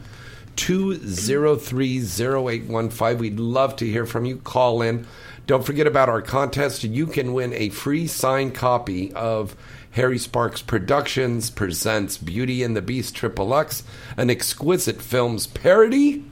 S3: 203 0815. We'd love to hear from you. Call in. Don't forget about our contest. You can win a free signed copy of Harry Sparks Productions presents Beauty and the Beast Triple X, an exquisite films parody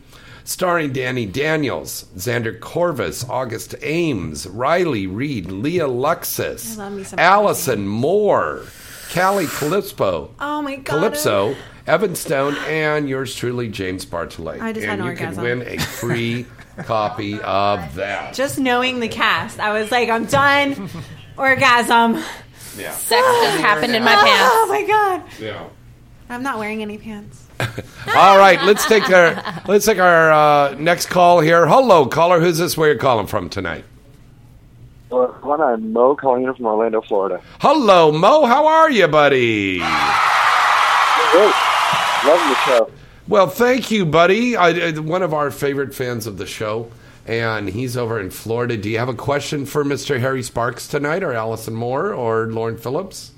S3: starring Danny Daniels, Xander Corvus, August Ames, Riley Reed, Leah Luxus,
S4: I love me some
S3: Allison Moore, Callie Calypso,
S4: Oh my God.
S3: Calypso, Evan Stone, and yours truly, James Bartolet.
S4: I just
S3: and
S4: had an
S3: you can
S4: orgasm.
S3: win a free copy of that.
S4: Just knowing the cast, I was like, I'm done. Orgasm.
S5: Sex just happened in my pants.
S4: Oh my god.
S3: Yeah.
S4: I'm not wearing any pants.
S3: All right, let's take our let's take our uh, next call here. Hello, caller. Who's this? Where you're calling from tonight?
S13: Well, one I'm Mo calling in from Orlando, Florida.
S3: Hello, Mo. How are you, buddy?
S13: Great. Loving the show.
S3: Well, thank you, buddy. I, I- one of our favorite fans of the show, and he's over in Florida. Do you have a question for Mr. Harry Sparks tonight, or Allison Moore, or Lauren Phillips?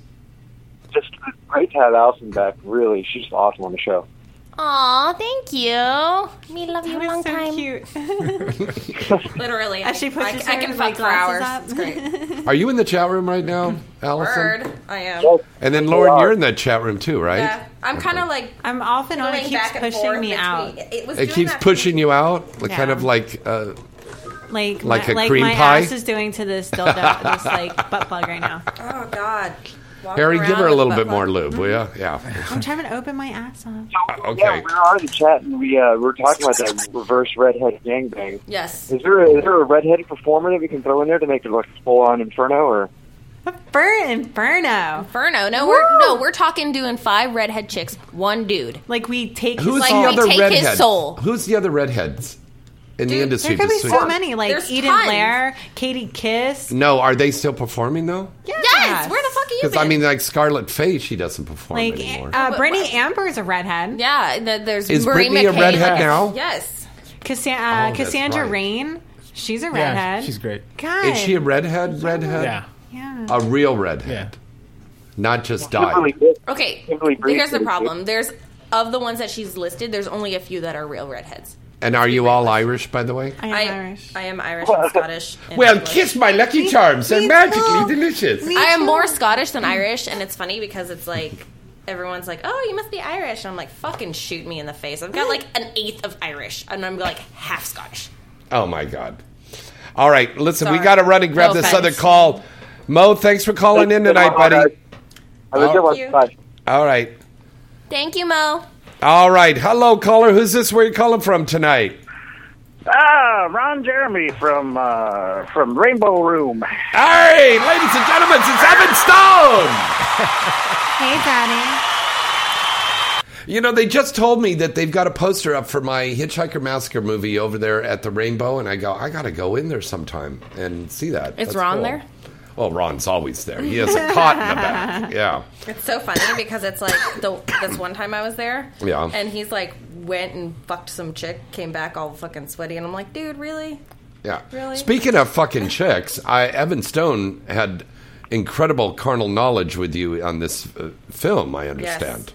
S13: Just great to have Allison back. Really, she's awesome on the show.
S5: Aw, thank you. Me love you a long time. Literally,
S4: As she
S5: I, I,
S4: pushes
S5: I
S4: her
S5: can fuck
S4: like
S5: for hours.
S4: glasses
S5: It's great.
S3: Are you in the chat room right now, Allison?
S5: Word, I am.
S3: And then Lauren, you're in the chat room too, right?
S5: Yeah, I'm kind of like
S4: I'm off and on. It
S5: going
S4: keeps
S5: back and
S4: pushing
S5: forth
S4: me
S5: between-
S4: out.
S5: It was
S3: It
S5: doing
S3: keeps
S5: that-
S3: pushing you out, like kind
S4: Yeah.
S3: of like uh,
S4: Like
S3: Like
S4: my,
S3: a
S4: like
S3: cream
S4: my
S3: pie?
S4: ass is doing to this dildo, this like butt plug right now.
S5: Oh God. Walking
S3: Harry. Give
S5: around
S3: her a
S5: with
S3: little
S5: butt
S3: bit more
S5: plug.
S3: lube, will ya? Yeah.
S4: I'm trying to open my ass up.
S13: Yeah, we
S3: Oh, Okay.
S13: were already chatting. We uh, we were talking about that reverse redhead gangbang.
S5: Yes.
S13: Is there a, is there a redheaded performer that we can throw in there to make it look full on inferno? Or
S4: Burn Inferno.
S5: Inferno. No, we're no, we're talking doing five redhead chicks, one dude.
S4: Like we take
S3: Who's
S5: Like,
S3: the
S5: we
S3: other
S5: take his
S3: redhead?
S5: soul.
S3: Who's the other redheads in the
S5: Dude,
S3: industry?
S4: There could be
S3: between-
S4: so many, like
S5: There's
S4: Eden
S5: tons.
S4: Blair, Katie Kiss.
S3: No, are they still performing though?
S5: Yes. Where the fuck are you?
S3: Because
S5: Been?
S3: I mean, like Scarlet Faye, she doesn't perform
S4: Like
S3: anymore.
S4: uh, Brittany Amber's a redhead.
S5: yeah. The, there's
S3: Is
S5: Marie
S3: Britney a
S5: McCabe.
S3: redhead now?
S5: Yes.
S4: Cassa-
S3: Oh,
S4: uh,
S3: that's
S4: Cassandra
S3: right.
S4: Rain. She's a
S6: Yeah,
S4: redhead.
S6: she's great.
S4: God.
S3: Is she a redhead? Redhead?
S6: Yeah,
S4: yeah.
S3: A real
S6: yeah.
S3: redhead, not just
S13: Kimberly
S3: dyed.
S13: Dick-
S5: Okay.
S13: Kimberly Breeze
S5: Here's the
S13: is a
S5: problem. There's of the ones that she's listed, there's only a few that are real redheads.
S3: And are you all Irish, by the way?
S4: I am
S5: I
S4: Irish.
S5: I am Irish and Scottish. and English.
S3: my lucky charms. They're
S4: me magically too.
S3: delicious.
S5: I am more Scottish than Irish, and it's funny because it's like everyone's like, "Oh, you must be Irish," and I'm like, "Fucking shoot me in the face!" I've got like an eighth of Irish, and I'm like half Scottish.
S3: Oh my god! All right, listen, we
S5: Sorry.
S3: got to run and grab
S5: No
S3: this
S5: offense.
S3: other call. Mo, thanks for calling in tonight, buddy.
S13: Have a good one.
S5: you.
S13: Bye.
S3: All right,
S5: Thank you, Mo.
S3: all right. Hello, caller. Who's this? Where you calling from tonight?
S13: Ah, Ron Jeremy from uh, from Rainbow Room.
S3: Hey, ladies and gentlemen, it's Evan Stone.
S4: Hey, Daddy.
S3: You know, they just told me that they've got a poster up for my Hitchhiker Massacre movie over there at the Rainbow, and I go, I got to go in there sometime and see that.
S5: Is
S3: That's
S5: Ron
S3: cool.
S5: there?
S3: Well, Ron's always there. He has a cot in the back. Yeah.
S5: It's so funny because it's like the this one time I was there,
S3: Yeah.
S5: and he's like went and fucked some chick, came back all fucking sweaty, and I'm like, dude, really?
S3: Yeah.
S5: Really?
S3: Speaking of fucking chicks, I, Evan Stone had incredible carnal knowledge with you on this uh, film. I understand.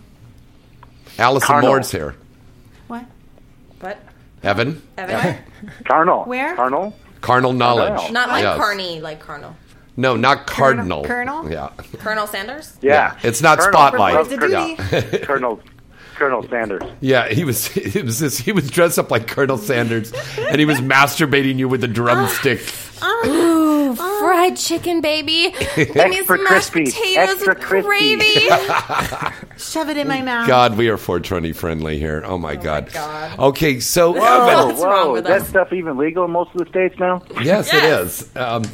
S3: Allison
S13: Carnal.
S3: Moore's here.
S4: What?
S5: But
S3: Evan,
S5: Evan,
S13: Carnal.
S4: Where?
S13: Carnal.
S3: carnal knowledge.
S13: Carnal.
S5: not like
S3: Oh, Yes.
S5: Carney, like Colonel,
S3: No, not cardinal.
S4: Colonel?
S3: Yeah.
S5: Colonel Sanders.
S13: Yeah.
S3: It's not
S13: Colonel.
S3: spotlight.
S4: Reports to duty.
S3: Yeah.
S13: Colonel. Colonel Sanders.
S3: yeah, he was he was this, he was dressed up like Colonel Sanders and he was masturbating you with a drumstick.
S13: Um,
S5: Ooh, fried chicken, baby. Give me
S13: Extra
S5: some mashed
S13: crispy.
S5: potatoes
S13: Extra
S5: with
S13: crispy.
S5: gravy.
S4: Shove it in my mouth.
S3: God, we are 420 friendly here. Oh my, god.
S5: God.
S3: Okay, so Evan,
S13: Whoa,
S5: What's wrong
S13: whoa. Is
S5: with
S13: that
S5: us?
S13: stuff even legal in most of the states now?
S3: Yes, it
S5: Yes.
S3: is. Um,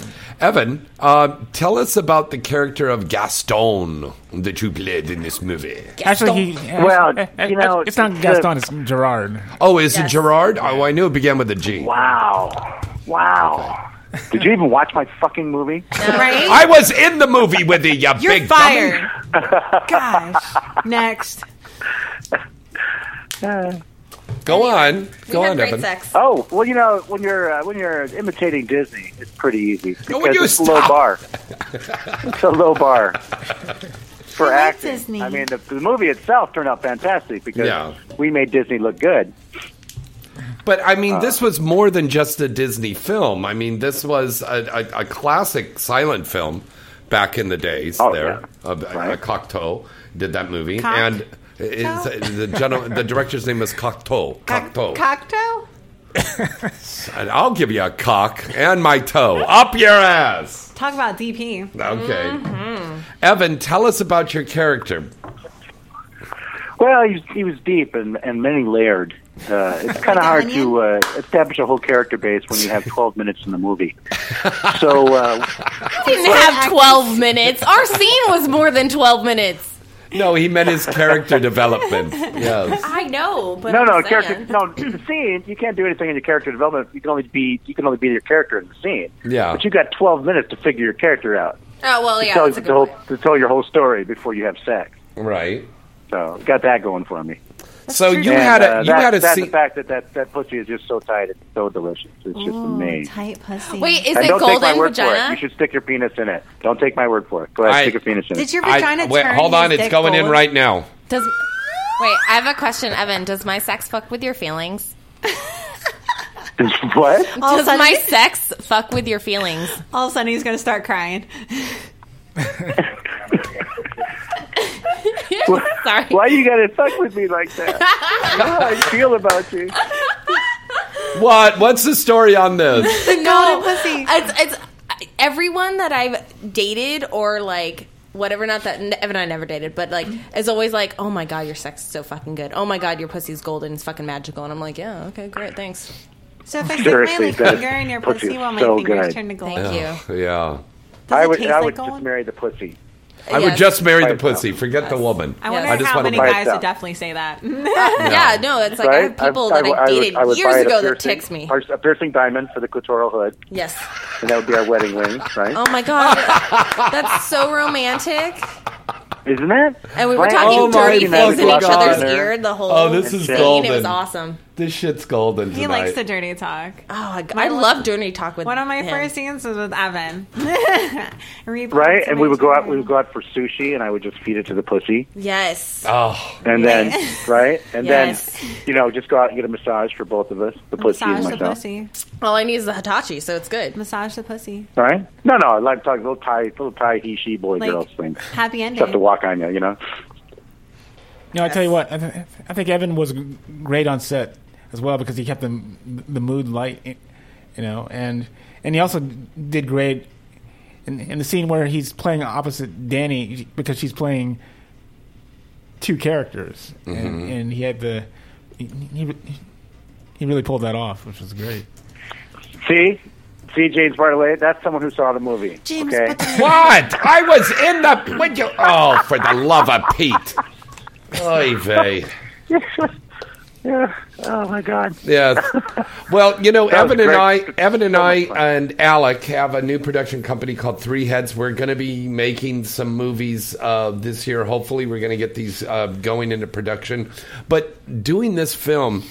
S3: Evan, uh, tell us about the character of Gaston that you played in this movie.
S6: Actually, he,
S13: Well,
S6: eh, eh,
S13: you know,
S6: it's not
S13: the-
S6: Gaston. It's Gerard.
S3: Oh, is it
S5: Yes.
S3: Gerard? Oh, I knew it began with a G.
S13: Wow. Wow. Did you even watch my fucking movie?
S4: Right?
S3: I was in the movie with you, you
S4: You're
S3: big dummy.
S4: fired. Gosh. Next.
S3: Go on,
S5: We
S3: go
S5: had
S3: on,
S5: great
S3: Evan.
S5: sex.
S13: Oh, well, you know, when you're uh, when you're imitating Disney, it's pretty easy because
S3: No, will you
S13: it's a low
S3: stop?
S13: bar. it's a low bar for
S4: I like
S13: acting.
S4: Disney.
S13: I mean, the, the movie itself turned out fantastic because
S3: Yeah.
S13: we made Disney look good.
S3: But I
S13: Uh.
S3: mean, this was more than just a Disney film. I mean, this was a, a, a classic silent film back in the days.
S13: Oh,
S3: there,
S13: yeah.
S3: of, uh,
S13: Right.
S3: Cocteau did that movie,
S4: Cock-
S3: and is, the general, the director's name is Cocteau. Cocteau.
S4: Cocktail?
S3: and I'll give you a cock and my toe up your ass.
S4: Talk about DP.
S3: Okay, Evan, tell us about your character.
S13: Well, he was, he was deep and, and many layered. Uh, it's kind of hard to uh, establish a whole character base when you have 12 minutes in the movie. So, uh,
S5: didn't have 12 minutes. Our scene was more than 12 minutes.
S3: No, he meant his character development. Yes.
S5: I know, but
S13: no,
S5: I'm
S13: no,
S5: saying.
S13: character, no, the scene. You can't do anything in your character development. You can only be you can only be your character in the scene.
S3: Yeah.
S13: But you got 12 minutes to figure your character out.
S5: Oh well, yeah,
S13: tell,
S5: that's a
S13: the
S5: good
S13: whole,
S5: point.
S13: to tell your whole story before you have sex.
S3: Right.
S13: So got that going for me.
S3: So you
S13: And,
S3: had a
S13: uh,
S3: you
S13: that,
S3: had a
S13: that,
S3: scene.
S13: the fact that, that that pussy is just so tight, it's so delicious. It's just amazing.
S4: Tight pussy.
S5: Wait, is
S13: and
S5: it
S13: don't take my
S5: golden
S13: word for it.
S5: vagina?
S13: You should stick your penis in it. Don't take my word for it. Go ahead,
S3: I-
S13: stick your penis in
S4: Did
S13: it.
S4: your vagina
S3: I- wait,
S4: turn
S3: hold on,
S4: his
S3: it's
S4: dick
S3: going in
S4: forward?
S3: right now.
S5: Does Wait, I have a question, Evan. Does my sex fuck with your feelings?
S13: What?
S4: All
S5: Does
S4: of a sudden-
S5: my sex fuck with your feelings?
S4: All of a sudden, he's going to start crying.
S5: Sorry.
S13: Why you gotta fuck with me like that? How I feel about you.
S3: What? What's the story on this?
S5: no, it's it's everyone that I've dated or like whatever. Not that Evan I never dated, but like is always like, oh my god, your sex is so fucking good. Oh my god, your pussy's golden. It's fucking magical. And I'm like, yeah, okay, great, thanks.
S4: So if I
S13: Seriously,
S4: stick my
S13: that
S4: finger in your
S13: pussy
S4: pussy,
S13: is
S4: will my
S13: so
S4: fingers
S13: good.
S4: turn to gold?
S5: Thank you.
S3: Oh, Yeah.
S13: I would,
S4: taste
S13: I
S4: like
S13: would
S4: gold?
S13: just marry the pussy.
S3: I would
S5: Yes.
S3: just marry the
S13: Right,
S3: pussy. Forget the woman.
S4: I wonder
S3: just
S4: how
S3: want
S4: many
S3: to buy
S4: guys
S13: it
S4: would
S13: out.
S4: definitely say that.
S5: Uh, Yeah, no, it's like I have
S13: right?
S5: people that I,
S13: would-
S5: dated
S13: I would
S5: years
S13: buy it a
S5: ago that
S13: piercing-
S5: text me.
S13: or A piercing diamond for the clitoral hood,
S5: Yes.
S13: and that would be our wedding ring, right?
S5: Oh my god, that's so romantic.
S13: Isn't that?
S5: And we were
S13: Right?
S5: talking
S3: Oh my
S5: dirty things in each
S3: fucking
S5: other's
S3: God.
S5: ear the whole
S3: Oh, this is
S5: scene. It
S3: golden.
S5: was awesome.
S3: This shit's golden tonight.
S4: he likes the dirty talk.
S5: Oh, I, I love dirty talk with
S4: One of my
S5: him.
S4: first scenes was with Evan. Replay
S13: Right,
S4: to
S13: and we
S4: my
S13: would go out.
S4: turn.
S13: We would go out for sushi, and I would just feed it to the pussy,
S5: Yes.
S3: Oh,
S13: and then right, and
S5: Yes.
S13: then you know, just go out and get a massage for both of us, the pussy
S4: Massage
S13: and
S4: the
S13: myself.
S4: pussy.
S5: All I need is the Hitachi, so it's good.
S4: Massage the pussy.
S13: All right? No, no, I like talking little Thai, little Thai he she boy
S4: Like,
S13: girls thing.
S4: Happy ending.
S13: Stuff to walk on you, you know.
S6: No, I tell you what, I, th- I think Evan was g- great on set as well because he kept the the mood light, you know, and and he also did great in, in the scene where he's playing opposite Danny because she's playing two characters, and, and he had the he, he he really pulled that off, which was great.
S13: See, see, James Bartolet, that's someone who saw the movie. okay,
S3: what? I was in the. Would you? Oh, for the love of Pete! Oy vey.
S13: yeah. Oh my God.
S3: Yes. Well, you know,
S13: That was
S3: Evan and I,
S13: great.
S3: Evan and
S13: So much
S3: I,
S13: fun.
S3: and Alec have a new production company called Three Heads. We're going to be making some movies uh, this year. Hopefully, we're going to get these uh, going into production. But doing this film.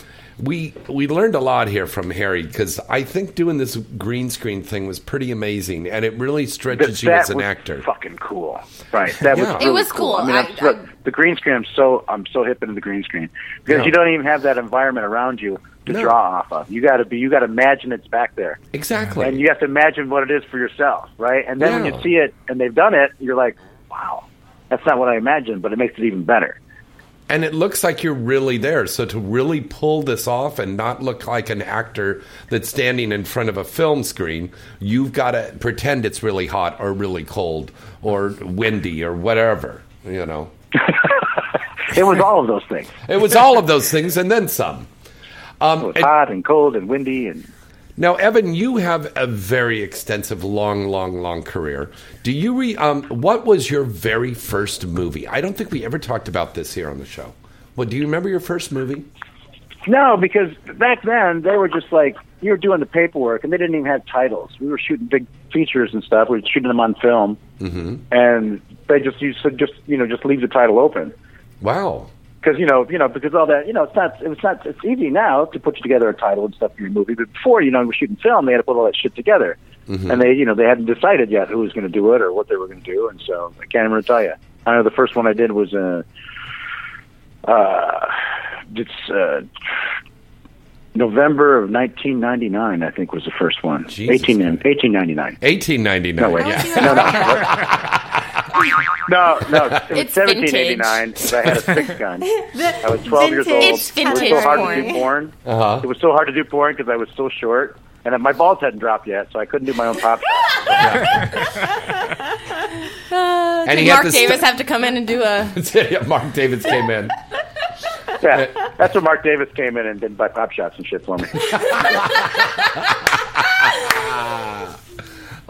S3: We we learned a lot here from Harry because I think doing this green screen thing was pretty amazing and it really stretches you as an
S13: was
S3: actor.
S13: Fucking cool, right? That was
S3: Yeah. It
S13: really
S5: was cool.
S13: I mean, I'm
S5: I-
S13: so-
S5: I-
S13: the green screen. I'm so I'm so hip into the green screen because
S3: Yeah.
S13: you don't even have that environment around you to
S3: No.
S13: draw off of. You got to be. You got to imagine it's back there,
S3: Exactly.
S13: and you have to imagine what it is for yourself, right? And then when
S3: Yeah.
S13: you see it and they've done it, you're like, wow, that's not what I imagined, but it makes it even better.
S3: And it looks like you're really there. So to really pull this off and not look like an actor that's standing in front of a film screen, you've got to pretend it's really hot or really cold or windy or whatever, you know.
S13: It was all of those things.
S3: It was all of those things and then some.
S13: It was
S3: Um, and-
S13: hot and cold and windy and
S3: now, Evan, you have a very extensive, long, long, long career. Do you re? Um, what was your very first movie? I don't think we ever talked about this here on the show. Well, do you remember your first movie?
S13: No, because back then they were just like you were doing the paperwork, and they didn't even have titles. We were shooting big features and stuff. We were shooting them on film, mm-hmm. and they just used to just you know just leave the title open
S3: Wow.
S13: because you know you know because all that you know it's not it's not it's easy now to put together a title and stuff for your movie, but before you know we were shooting film, they had to put all that shit together,
S2: Mm-hmm.
S13: and they you know they hadn't decided yet who was going to do it or what they were going to do, and so I can't even tell you. I know the first one I did was uh, uh, it's uh, November of 1999, I think was the first one.
S3: Jesus
S13: 18,
S3: Christ.
S13: 1899.
S3: 1899.
S13: No way.
S3: yeah.
S13: No, no. no, no. It was
S5: It's
S13: 1789 because I had a six gun. I was 12 years old.
S5: It's vintage
S13: It was so hard to
S5: porn.
S13: do porn.
S3: Uh-huh.
S13: It was so hard to do porn because I was so short. And my balls hadn't dropped yet, so I couldn't do my own pop shot.
S3: and
S5: Uh, Did
S3: he had
S5: Mark
S3: to
S5: Davis
S3: st-
S5: have to come in and do a?
S3: Yeah, Mark Davis came in.
S13: Yeah, that's when Mark Davis came in and did my pop shots and shit for me.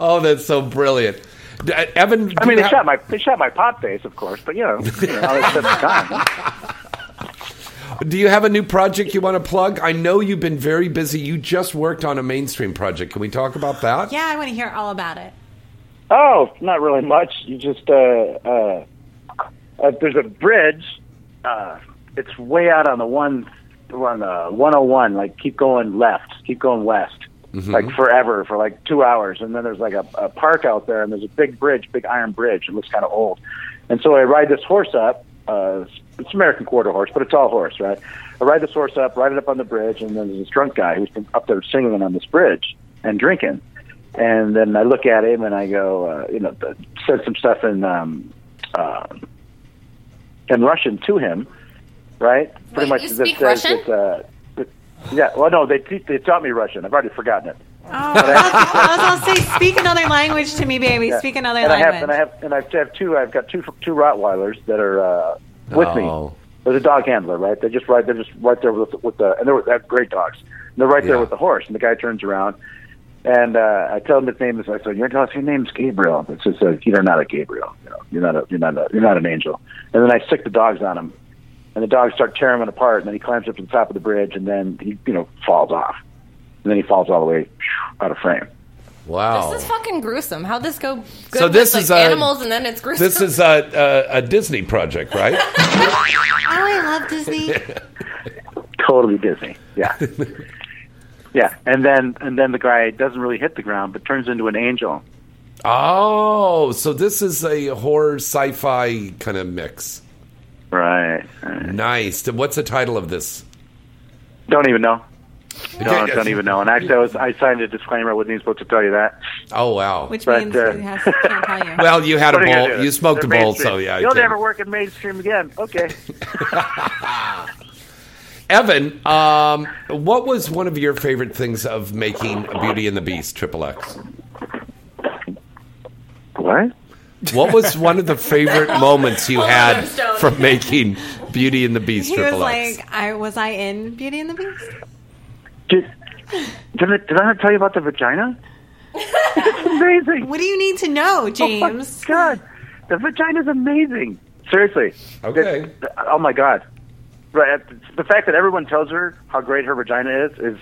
S3: Oh, that's so brilliant. D- uh, Evan,
S13: I mean, they shot my they shot my pop face, of course, but you know, you know all that stuff's gone.
S3: do you have a new project you want to plug? I know you've been very busy. You just worked on a mainstream project. Can we talk about that?
S4: Yeah, I want to hear all about it.
S13: Oh, not really much. You just uh, uh, uh, there's a bridge. Uh, it's way out on the one on the 101. Like keep going left, keep going west,
S3: Mm-hmm.
S13: like forever for like two hours, and then there's like a, a park out there, and there's a big bridge, big iron bridge. It looks kind of old, and so I ride this horse up. uh, it's American quarter horse, but a tall horse, right? I ride this horse up, ride it up on the bridge, and then there's this drunk guy who's been up there singing on this bridge and drinking. And then I look at him and I go, uh, you know, th- said some stuff in um, uh, in Russian to him, right?
S5: Wait, you
S13: that
S5: speak
S13: says
S5: Russian?
S13: that, uh, that- yeah. Well, no, they te- they taught me Russian. I've already forgotten it.
S4: Oh, I was gonna say, speak another language to me, baby.
S13: Yeah.
S4: Speak another
S13: and I have,
S4: language.
S13: and I have, and I have two. I've got two two Rottweilers that are uh, with
S3: Oh,
S13: me. They're the dog handler, right? They're just right. They're just right there with with the and they're, they're great dogs. And they're right there
S14: Yeah.
S13: with the horse. And the guy turns around, and uh, I tell him his name is. I said, "Your dog's your name's Gabriel." It's just a, you're not a Gabriel. You know, you're not a you're not a you're not an angel. And then I stick the dogs on him, and the dogs start tearing him apart. And then he climbs up to the top of the bridge, and then he you know falls off, and then he falls all the way out of frame.
S3: Wow.
S5: This is fucking gruesome. How'd this go? Good
S3: So this
S5: with,
S3: is
S5: like,
S3: a-
S5: animals, and then it's gruesome.
S3: This Oh, is a, a, a Disney project, right?
S4: I love Disney.
S13: totally Disney. Yeah. yeah, and then and then the guy doesn't really hit the ground, but turns into an angel.
S3: oh, so this is a horror sci-fi kind of mix.
S13: Right.
S3: Nice. What's the title of this?
S13: Don't even know.
S3: Okay.
S13: No, I don't even know. And actually, I, was, I signed a disclaimer. I wasn't even supposed to tell you that.
S3: Oh wow!
S4: Which
S13: But,
S4: means
S13: uh,
S4: you have, can't tell you.
S3: Well, you had
S13: What
S3: a
S13: are you gonna
S3: bowl.
S13: do?
S3: You smoked
S13: They're
S3: a bowl,
S13: mainstream.
S3: so yeah.
S13: You'll
S3: you
S13: never work in mainstream again. Okay.
S3: Evan, um, what was one of your favorite things of making Beauty and the Beast Triple X?
S13: What?
S3: What was one of the favorite moments you
S4: Hold on,
S3: had
S4: I'm stoned.
S3: from making Beauty and the Beast
S4: He was
S3: Triple X?
S4: like, "I was I in Beauty and the Beast?"
S13: Did, did, I, did I not tell you about the vagina? amazing.
S4: What do you need to know, James?
S13: Oh my God, the vagina's amazing. Seriously.
S3: Okay.
S13: oh my God. Right. uh, The fact that everyone tells her how great her vagina is is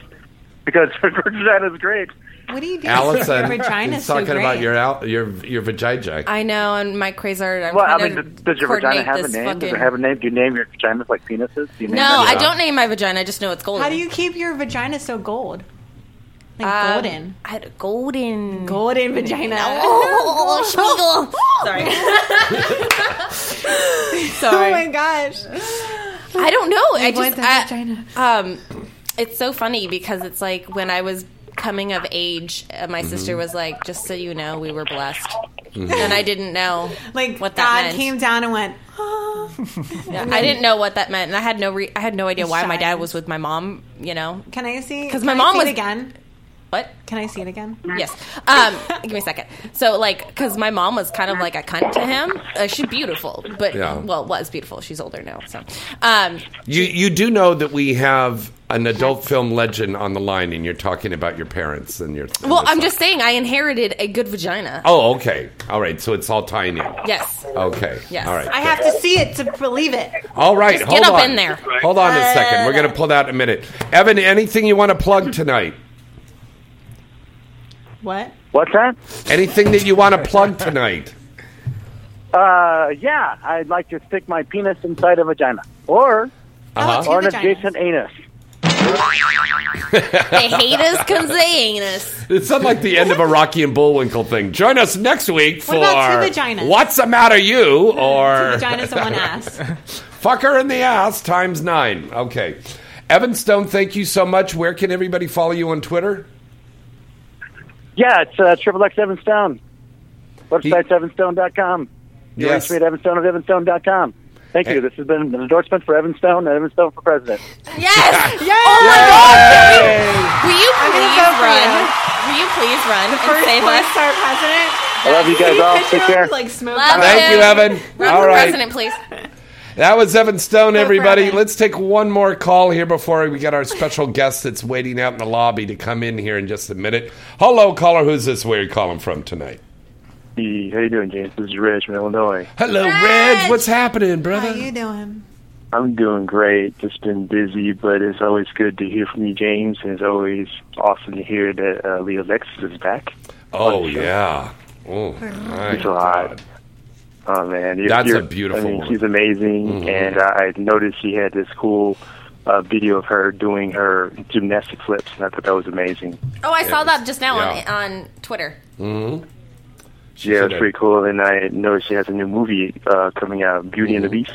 S13: because her vagina is great.
S4: What do you do?
S3: Allison,
S4: Your
S3: he's
S4: vagina's so
S3: talking about
S4: great.
S3: your al- your your vagina.
S5: I know, and my crazy. I'm
S13: well, I
S5: trying
S13: mean,
S5: to
S13: does, does your vagina
S5: coordinate
S13: have a
S5: this
S13: name? Does
S5: fucking-
S13: it have a name? Do you name your vaginas like penises? Do you name
S5: No,
S13: them?
S5: I don't name my vagina. I just know it's golden.
S4: How do you keep your vagina so gold? Like
S5: Um,
S4: golden.
S5: I had a golden,
S4: golden vagina.
S5: Oh, Spiegel. Sorry.
S4: Oh my gosh.
S5: I don't know. I
S4: You
S5: just
S4: want the
S5: I-
S4: vagina.
S5: um, it's so funny because it's like when I was coming of age, uh, my sister
S4: Mhm.
S5: was like, "Just so you know, we were blessed,"
S4: Mhm.
S5: and I didn't know
S4: Like
S5: what
S4: God
S5: that meant.
S4: came down and went. Oh.
S5: Yeah,
S4: And
S5: I
S4: then-
S5: didn't know what that meant, and I had no re- I had no idea why my dad
S4: Shine.
S5: was with my mom. You know,
S4: Can I see?
S5: 'Cause
S4: can
S5: my
S4: I
S5: mom
S4: see
S5: was-
S4: it again.
S5: What?
S4: Can I see it again?
S5: Yes. Um, give me a second. So, like, because my mom was kind of like a cunt to him. Uh, she's beautiful, but
S3: Yeah.
S5: well, was beautiful. She's older now. So, um,
S3: You you do know that we have an adult film legend on the line, and you're talking about your parents and your.
S5: well, I'm just saying, I inherited a good vagina.
S3: Oh, okay. All right. So it's all tying in.
S5: Yes.
S3: Okay.
S5: Yes.
S3: All right.
S4: I have to see it to believe it.
S3: All right.
S4: Just
S3: hold
S4: get up
S3: on.
S4: in there.
S3: Hold on a second. We're going to pull that in a minute. Evan, anything you want to plug tonight?
S4: What?
S13: What's that?
S3: Anything that you want to plug tonight?
S13: Uh, yeah, I'd like to stick my penis inside a vagina or
S4: Oh,
S3: Uh-huh.
S13: or an
S5: two vaginas.
S13: adjacent anus.
S5: they hate us because they ain't us.
S3: It sounded like the end of a Rocky and Bullwinkle thing. Join us next week for
S5: What about two vaginas?
S3: What's the Matter You or
S4: Two vaginas and one ass.
S3: Fuck her in the ass times nine. Okay. Evan Stone, thank you so much. Where can everybody follow you on Twitter?
S13: Yeah, it's uh, triple X Evan Stone. Website evanstone.com. You
S3: Yes.
S13: reach me at evanstone at evanstone.com. Thank you. This has been an endorsement for Evan Stone and Evan Stone for president.
S5: Yes.
S4: Yes.
S5: Oh my God. Will you
S4: I'm gonna
S5: please
S4: vote for
S5: run?
S4: you.
S5: Will you please run
S4: The
S5: and
S4: first
S5: save
S4: porn
S5: us?
S4: star president.
S13: I love you guys all. Take care.
S4: Like smoke.
S5: Love
S3: Thank you, Evan.
S5: Run
S3: All
S5: for
S3: right.
S5: president, please.
S3: That was Evan Stone, everybody. Let's take one more call here before we get our special guest that's waiting out in the lobby to come in here in just a minute. Hello, caller. Who's this? Where you calling from tonight?
S13: Hey, how you doing, James? This is Rich from Illinois.
S3: Hello, Reg. What's happening, brother?
S4: How you doing?
S13: I'm doing great. Just been busy, but it's always good to hear from you, James. And it's always awesome to hear that uh, Leo Lexus is back.
S3: Oh yeah. Oh, my
S13: It's a lot. Oh man, you're,
S3: That's a
S13: you're-
S3: beautiful Mm-hmm.
S13: I mean,
S3: woman.
S13: she's amazing, and I I noticed she had this cool uh, video of her doing her gymnastic flips, and I thought that was amazing.
S5: Oh, I saw that just now
S13: Yeah.
S5: on on Twitter.
S13: Mm-hmm. yeah,
S3: said
S13: it's pretty cool. And I noticed she has a new movie uh, coming out, Beauty and the Beast.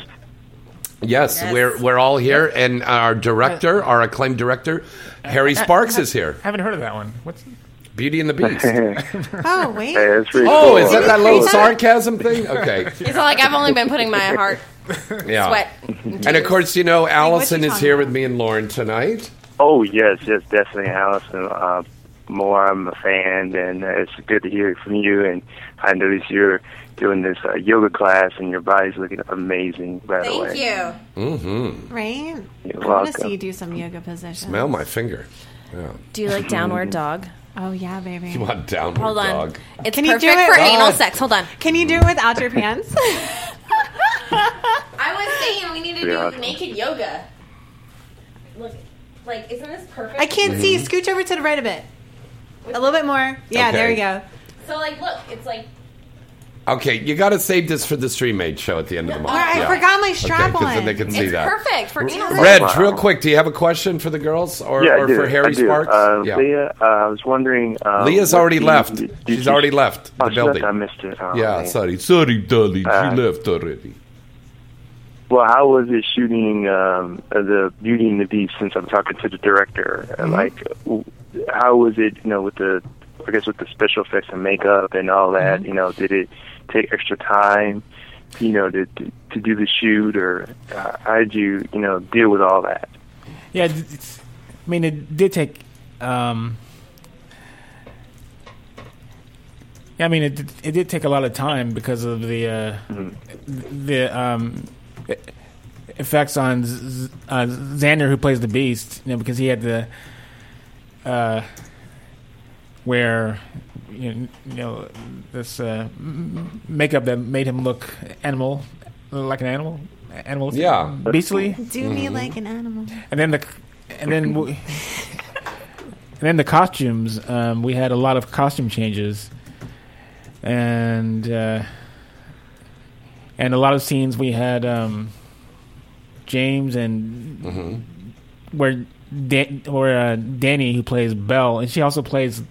S3: Yes, we're we're all here, and our director, our acclaimed director, Harry Sparks, is here.
S6: Haven't heard of that one. What's
S3: Beauty and the Beast.
S4: oh wait.
S3: oh, is that that little sarcasm thing? Okay,
S5: It's not like I've only been putting my heart,
S3: yeah.
S5: sweat,
S3: And of course, you know, Allison is here with me and Lauren tonight.
S14: Oh yes, yes, definitely, Allison. Uh, more, I'm a fan, and uh, it's good to hear from you. And I notice you're doing this uh, yoga class, and your body's looking amazing. By the way,
S5: Thank you.
S3: Mm-hmm.
S14: You're
S4: Right? I want to
S14: welcome.
S4: see you do some yoga positions.
S3: Smell my finger. Yeah.
S5: Do you like downward dog?
S4: Oh yeah, baby.
S3: You want downward
S5: Hold on.
S3: dog?
S5: It's
S4: Can you
S5: perfect
S4: do it?
S5: for
S4: God.
S5: anal sex. Hold on.
S4: Can you do it without your pants?
S5: I was saying we need to
S4: Yeah.
S5: do naked yoga. Look, like, isn't this perfect?
S4: I can't see.
S3: Mm-hmm.
S4: Scooch over to the right a bit. A little bit more. Yeah, there
S3: Okay.
S4: we go.
S5: So, like, look, it's like
S3: Okay, you got to save this for the stream aid show at the end of the month.
S4: All right, I forgot my strap
S3: okay, 'cause
S4: on.
S3: Then they can see
S5: it's
S3: that.
S5: perfect for anal sex.
S3: Reg, real quick, do you have a question for the girls or,
S14: yeah, I
S3: or
S14: do.
S3: for
S14: I
S3: Harry
S14: do.
S3: Sparks?
S14: Uh,
S3: yeah.
S14: Leah, uh, I was wondering. Uh,
S3: Leah's
S14: what
S3: already
S14: do you-
S3: left.
S14: do you
S3: She's
S14: think-
S3: already left
S14: Oh,
S3: the
S14: she
S3: building.
S14: left? I missed it. Oh,
S3: yeah,
S14: man.
S3: sorry, sorry, darling,
S14: Uh,
S3: she left already.
S14: Well, how was it shooting um, the Beauty and the Beast? Since I'm talking to the director, Uh,
S3: Mhm.
S14: like, w- how was it? You know, with the, I guess with the special effects and makeup and all that.
S3: Mm-hmm.
S14: You know, did it take extra time? You know, to to, to do the shoot, or uh, how did you you know deal with all that?
S6: Yeah, it- it's, I mean, it did take. Um, yeah, I mean, it did- it did take a lot of time because of the uh, the um, e- effects on Z- Z- uh, Xander, who plays the Beast, you know, because he had the uh, where you know, you know this uh, m- makeup that made him look animal, like an animal, animal,
S3: Yeah. Mm-hmm.
S6: beastly.
S4: Do me like an animal.
S6: And then the and then we, and then the costumes. Um, we had a lot of costume changes, and uh, and a lot of scenes we had um, James and
S3: Mm-hmm.
S6: where Dan, where uh, Danny who plays Belle, and she also plays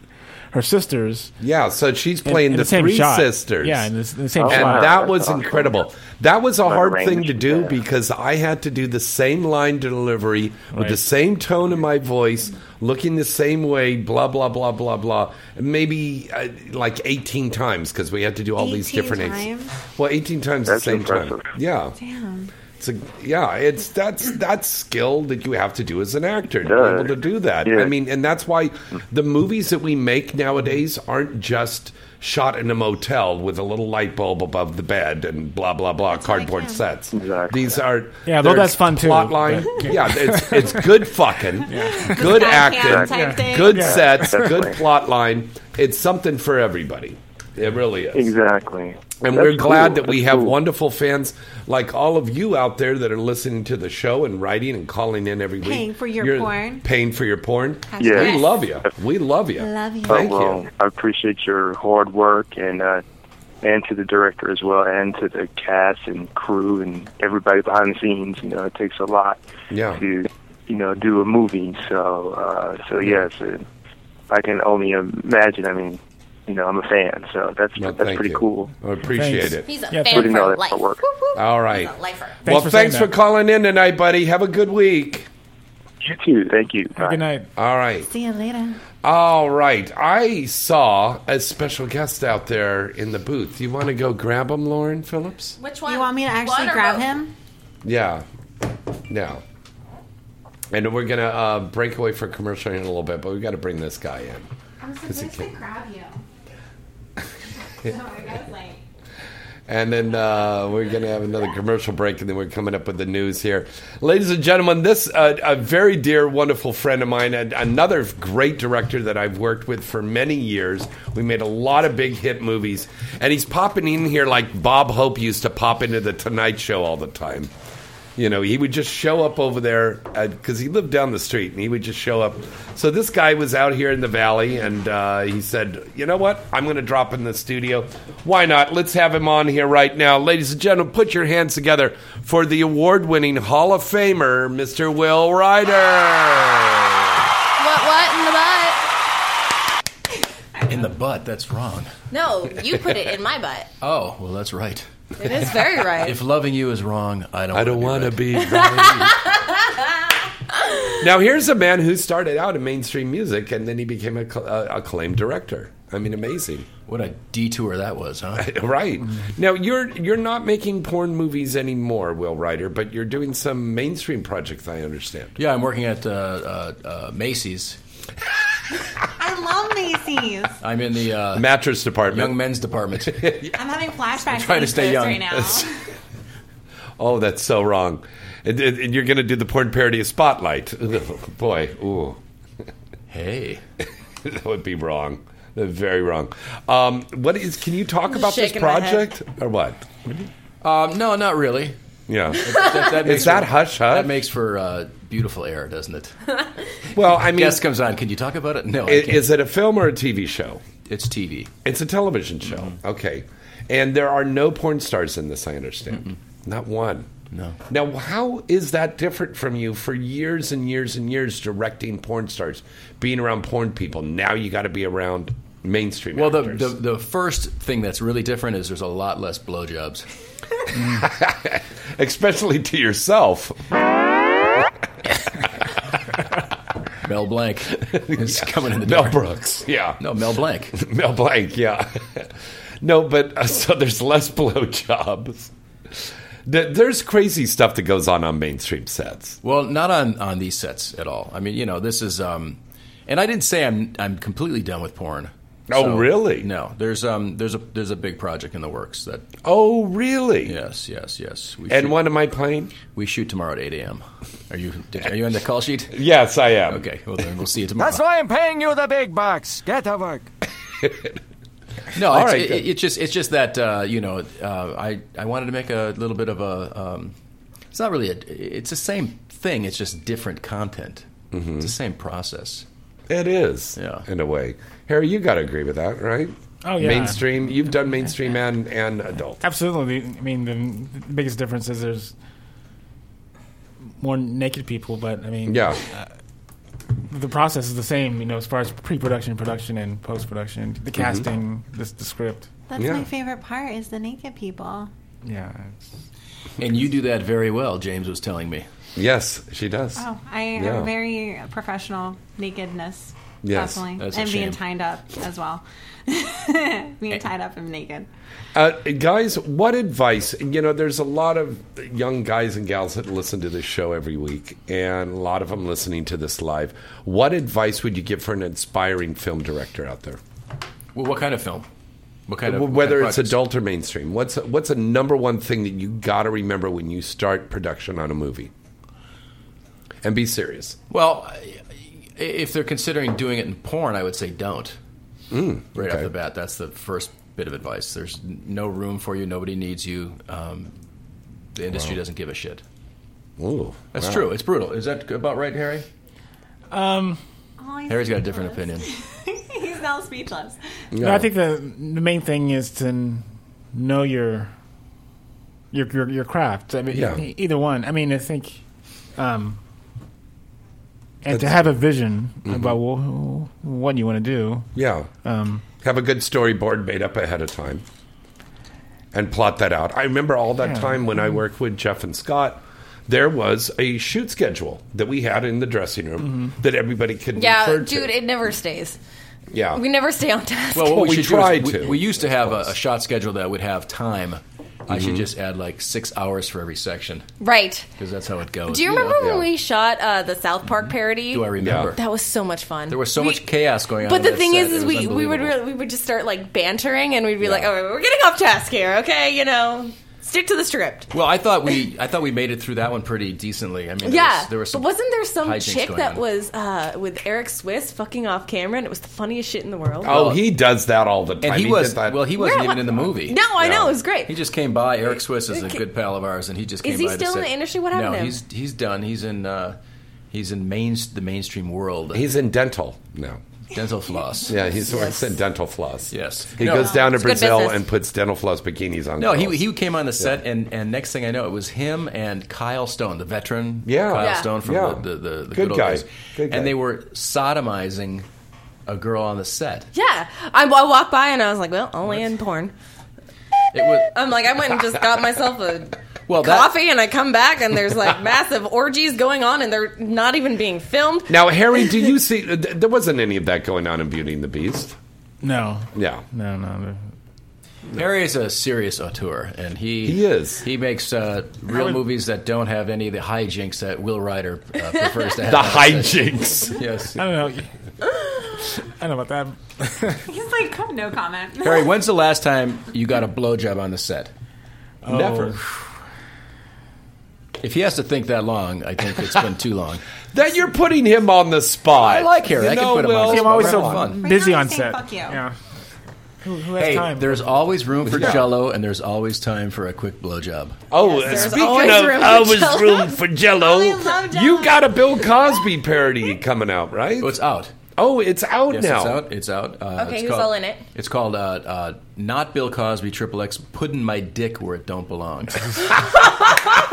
S6: her sisters.
S3: Yeah, so she's
S6: In-
S3: playing
S6: in
S3: the,
S6: the same
S3: three
S6: shot.
S3: sisters.
S6: Yeah, in the s- the same
S3: and
S6: shot.
S3: that
S6: That's
S3: was
S6: awesome.
S3: incredible. That was a
S6: What a
S3: hard
S6: range.
S3: thing to do because I had to do the same line delivery with
S6: Right.
S3: the same tone in my voice, looking the same way, blah blah blah blah blah. Maybe uh, like eighteen times because we had to do all these
S4: 18
S3: different
S4: times?
S3: Well, eighteen times
S14: That's
S3: the same
S14: impressive.
S3: time. Yeah.
S4: Damn.
S3: It's a, yeah, it's that's that's skill that you have to do as an actor to
S14: Yeah.
S3: be able to do that.
S14: Yeah.
S3: I mean, and that's why the movies that we make nowadays aren't just shot in a motel with a little light bulb above the bed and blah blah blah cardboard sets. These are
S6: Yeah, though
S3: there's
S6: that's fun too,
S3: Plot line,
S6: but-
S3: yeah, it's it's good fucking, good
S6: Just
S3: acting,
S6: hand cam type thing.
S3: good
S6: Yeah.
S3: sets,
S14: Definitely.
S3: good plot line. It's something for everybody. It really is.
S14: Exactly.
S3: And
S14: That's
S3: we're glad
S14: cool.
S3: that we
S14: That's
S3: have
S14: cool.
S3: wonderful fans like all of you out there that are listening to the show and writing and calling in every week.
S4: Paying for your
S3: You're
S4: porn.
S3: Paying for your porn.
S14: Yes.
S3: We love you. We love you.
S4: Love you.
S3: Thank
S14: oh, well,
S3: you.
S14: I appreciate your hard work and uh, and to the director as well, and to the cast and crew and everybody behind the scenes. You know, it takes a lot
S3: Yeah.
S14: to you know do a movie. So uh, so yes, uh, I can only imagine. I mean, you know, I'm a fan, so that's that's
S3: thank
S14: pretty
S3: you.
S14: cool.
S3: I appreciate
S6: Thanks.
S3: it.
S5: He's a
S6: Yeah,
S5: fan
S14: Putting all
S5: for
S14: that
S5: life.
S14: hard work.
S3: All right.
S5: Lifer.
S3: well,
S6: for saying
S3: thanks for
S6: that.
S3: calling in tonight, buddy. Have a good week.
S14: You too. Thank you. Bye.
S6: Good night.
S3: All right.
S4: See you later.
S3: All right. I saw a special guest out there in the booth. You want to go grab him, Lauren Phillips?
S5: Which one?
S4: You want me to actually
S5: One or
S4: grab
S5: both?
S4: him?
S3: Yeah. Now. And we're going to uh, break away for commercial here in a little bit, but we've got to bring this guy in.
S4: I was
S3: Is he supposed to cute?
S4: grab you.
S3: And then uh, we're going to have another commercial break, and then we're coming up with the news here. Ladies and gentlemen, this uh, a very dear, wonderful friend of mine, and another great director that I've worked with for many years. We made a lot of big hit movies, and he's popping in here like Bob Hope used to pop into the Tonight Show all the time. You know, he would just show up over there because he lived down the street, and he would just show up. So this guy was out here in the valley, and uh, he said, "You know what? I'm going to drop in the studio. Why not? Let's have him on here right now, ladies and gentlemen. Put your hands together for the award-winning Hall of Famer, Mr. Will Ryder."
S5: What, what in the butt?
S15: In the butt, that's wrong.
S5: No, you put it in my butt.
S15: Oh, well, that's right.
S5: It is very right.
S15: If loving you is wrong, I don't. I don't want to
S3: be.
S15: Mm,
S3: right. Now here's a man who started out in mainstream music and then he became a cl- uh, acclaimed director. I mean, amazing.
S15: What a detour that was, huh?
S3: right. Now you're you're not making porn movies anymore, Will Ryder, but you're doing some mainstream projects. I understand.
S15: Yeah, I'm working at uh, uh, uh, Macy's.
S4: I love Macy's.
S15: I'm in the uh,
S3: mattress department,
S15: young men's department.
S4: I'm having flashbacks.
S15: I'm trying to
S4: these
S15: stay
S4: clothes
S15: young.
S4: right now.
S15: That's-
S3: Oh, that's so wrong. And, and- and you're going to do the porn parody of Spotlight. Boy, ooh. Hey. that would be wrong. Very wrong. Um, what is? Can you talk
S15: Just
S3: about this
S15: shaking my head.
S3: project or what?
S15: Um, no, not really.
S3: Yeah.
S15: makes
S3: is that
S15: for-
S3: hush hush?
S15: That makes for uh, beautiful air, doesn't it?
S3: Well, I mean,
S15: guest comes on. Can you talk about it? No, I
S3: I-
S15: can't.
S3: is it a film or a TV show?
S15: It's Mm-hmm. TV.
S3: It's a television show. Okay. And there are no porn stars in this, I understand. Not one.
S15: No.
S3: Now, how is that different from you for years and years and years directing porn stars, being around porn people? Now you got to be around mainstream
S15: Well, the,
S3: actors.
S15: the the first thing that's really different is there's a lot less blowjobs.
S3: Especially to yourself.
S15: Mel Blanc is coming in the
S3: Mel
S15: door.
S3: Brooks. Yeah.
S15: No, Mel Blanc.
S3: Mel Blanc, yeah. no, but uh, so there's less blowjobs. Th- There's crazy stuff that goes on on mainstream sets.
S15: Well, not on on these sets at all. I mean, you know, this is um and I didn't say I'm I'm completely done with porn.
S3: Oh, really?
S15: No. There's um there's a there's a big project in the works that
S3: Oh, really?
S15: Yes, yes, yes. We
S3: And
S15: shoot-
S3: what am I playing?
S15: We shoot tomorrow at 8 a.m. Are you are you on the call sheet?
S3: Yes, I am.
S15: Okay, well then we'll see you tomorrow.
S16: why I'm paying you the big bucks. Get to work.
S15: No,
S16: All
S15: it's,
S16: right,
S15: it-
S16: good.
S15: it's just it's just that uh, you know uh, I I wanted to make a little bit of a um, it's not really a it's the same thing. It's just different content.
S3: Mm-hmm.
S15: It's the same process.
S3: It is, yeah. in a way. Harry, you got to agree with that, right?
S6: Oh, yeah.
S3: Mainstream. You've done mainstream and, and adult.
S6: Absolutely. I mean, the, the biggest difference is there's more naked people, but I mean,
S3: Yeah.
S6: uh, the process is the same, you know, as far as pre-production, production, and post-production, the
S3: Mhm.
S6: casting, this the script.
S4: That's my favorite part is the naked people.
S6: Yeah.
S15: And you do that very well. James was telling me.
S3: Yes, she does.
S4: Oh, I
S15: Yeah.
S4: am very professional nakedness.
S15: Yes,
S4: definitely.
S15: that's a
S4: and being
S15: shame.
S4: tied up as well. being tied up and naked.
S3: Uh, guys, what advice? You know, there's a lot of young guys and gals that listen to this show every week, and a lot of them listening to this live. What advice would you give for an inspiring film director out there?
S15: Well, what kind of film? What kind of what
S3: whether
S15: kind of
S3: it's
S15: projects?
S3: adult or mainstream? What's what's a number one thing that you got to remember when you start production on a movie? And be serious.
S15: Well, I- if they're considering doing it in porn, I would say don't.
S3: Mm,
S15: right
S3: okay.
S15: off the bat. That's the first bit of advice. There's n- no room for you. Nobody needs you. Um, the industry
S6: Wow.
S15: doesn't give a shit.
S3: Ooh,
S15: that's
S6: wow.
S15: true. It's brutal. Is that about right, Harry?
S6: Um,
S15: Harry's got a different opinion.
S4: He's now speechless.
S6: No, I think the the main thing is to n- know your your your, your craft. I mean,
S3: Yeah.
S6: e- either one. I mean, I think, um, and to
S3: That's-
S6: have a vision
S3: Mhm.
S6: about wh- wh- what you want to do.
S3: Yeah.
S6: Um,
S3: Have a good storyboard made up ahead of time and plot that out. I remember all that
S6: Yeah. Mm.
S3: time when I worked with Jeff and Scott, there was a shoot schedule that we had in the dressing room
S6: Mm-hmm.
S3: that everybody could
S5: yeah,
S3: refer
S5: dude,
S3: to.
S5: it never stays.
S3: yeah.
S5: We never stay on task.
S15: Oh. Well, what
S3: Well,
S15: we,
S3: we
S15: should do is
S3: tried
S15: we-
S3: to,
S15: We, used to have a, a shot schedule that would have time. I should
S3: Mhm.
S15: just add like six hours for every section
S5: right.
S15: because that's how it goes.
S5: Do you remember when we shot uh, the South Park parody?
S15: Do I remember?
S5: That was so much fun.
S15: There was so
S5: We-
S15: much chaos going on.
S5: But
S15: in
S5: the
S15: that
S5: thing
S15: set.
S5: is, is
S15: It was
S5: we, we would
S15: unbelievable.
S5: re- we would just start like bantering, and we'd be like, "Oh, we're getting off task here, okay? You know, stick to the script."
S15: Well, I thought we I thought we made it through that one pretty decently. I mean,
S5: yeah,
S15: there was, there was some
S5: but wasn't there some
S15: hijinks
S5: chick
S15: going
S5: that
S15: on.
S5: was uh, with Eric Swiss fucking off camera, and it was the funniest shit in the world?
S3: Oh, he does that all the time.
S15: And he,
S3: He
S15: was
S3: did that-
S15: well. He wasn't even in the movie.
S5: No, I know, it was great.
S15: He just came by. Eric Swiss is a
S5: Okay.
S15: good pal of ours, and he just came
S5: Is he
S15: by to
S5: still in
S15: say-
S5: the industry? What happened
S15: No,
S5: to him?
S15: he's he's done. He's in uh, he's in main the mainstream world.
S3: He's in dental now.
S15: Dental floss.
S3: Yeah, he's works in dental floss.
S15: Yes.
S3: He
S15: No.
S3: goes down to
S15: It's good
S3: Brazil
S15: business.
S3: and puts dental floss bikinis on.
S15: No, he
S3: girls.
S15: he came on the set, and, and next thing I know, it was him and Kyle Stone, the veteran.
S3: Yeah.
S15: Kyle
S3: Yeah.
S15: Stone from
S3: Yeah.
S15: the, the, the, the good,
S3: Good
S15: old
S3: guy.
S15: days.
S3: Good guy.
S15: And they were sodomizing a girl on the set.
S5: Yeah, I, I walked by and I was like, "Well, only in porn."
S15: It was
S5: I'm like, I went and just got myself a
S15: well. That,
S5: coffee, and I come back, and there's like massive orgies going on, and they're not even being filmed.
S3: Now, Harry, do you see? th- There wasn't any of that going on in Beauty and the Beast.
S6: No.
S3: Yeah.
S6: No, no.
S15: Harry is a serious auteur, and he
S3: He is.
S15: He makes uh, real movies that don't have any of the hijinks that Will Ryder uh, prefers to have.
S3: The hijinks.
S15: yes.
S6: I don't know. I don't know about that.
S4: He's like, "Come, no comment.
S15: Harry, when's the last time you got a blowjob on the set?
S6: Oh.
S15: Never. If he has to think that long, I think it's been too long.
S3: That you're putting him on the spot.
S15: I like Harry. I can put him on the
S6: See, I'm
S15: spot.
S6: always so
S15: We're having fun.
S6: busy
S4: Right now
S6: on
S4: he's saying
S6: set.
S4: fuck you.
S6: Yeah. Who, who has
S15: Hey,
S6: time?
S15: there's always room for
S6: Yeah.
S15: jello, and there's always time for a quick blowjob.
S3: Oh,
S5: Yes, there's
S3: speaking
S5: always
S3: of
S5: room for
S3: always
S5: Jell-O.
S3: room for Jello,
S4: I love Jell-O.
S3: you got a Bill Cosby parody coming out, right?
S15: Oh, it's out.
S3: Oh, it's out
S15: Yes,
S3: now.
S15: it's out. It's out. Uh,
S5: Okay,
S15: it's
S5: who's
S15: called-
S5: all in it?
S15: It's called uh, uh, Not Bill Cosby Triple X Putting My Dick Where It Don't Belong.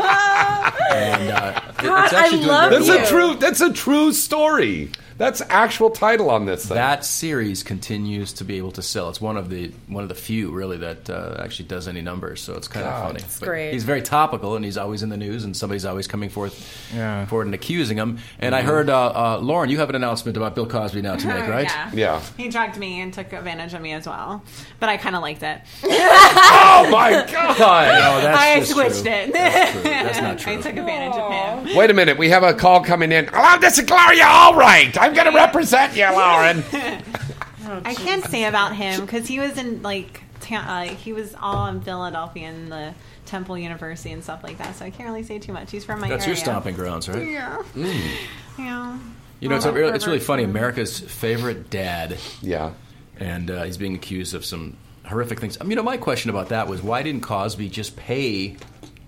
S15: and uh, it-
S5: God,
S15: it's
S5: I
S15: actually doing
S5: love
S15: very
S3: That's
S5: you.
S15: well.
S3: a true. That's a true story. That's actual title on this thing.
S15: That series continues to be able to sell. It's one of the one of the few really that uh, actually does any numbers. So it's kind of funny. But
S5: great.
S15: He's very topical, and he's always in the news, and somebody's always coming forth
S6: Yeah.
S15: forward and accusing him. And I
S3: Mm-hmm.
S15: heard uh, uh, Lauren, you have an announcement about Bill Cosby now to make, right?
S4: Yeah.
S3: yeah.
S4: He drugged me and took advantage of me as well, but I kind of liked it.
S3: Oh my god!
S15: Oh, that's
S4: I
S15: just
S4: switched
S15: true.
S4: it.
S15: That's, true. That's not
S4: I
S15: true.
S4: took advantage of him.
S3: Wait a minute. We have a call coming in. Hello, this is Gloria. All right, I'm going to represent you, Lauren.
S4: I can say about him because he was in like ta- uh, he was all in Philadelphia and the Temple University and stuff like that. So I can't really say too much. He's from my
S15: That's your
S4: area.
S15: stomping grounds, right? Hmm.
S4: Yeah. Yeah.
S15: You know, it's, a
S4: Well,
S15: real, it's really
S4: pervert.
S15: funny. America's favorite dad,
S3: Yeah.
S15: and uh, he's being accused of some horrific things. I mean, you know, my question about that was why didn't Cosby just pay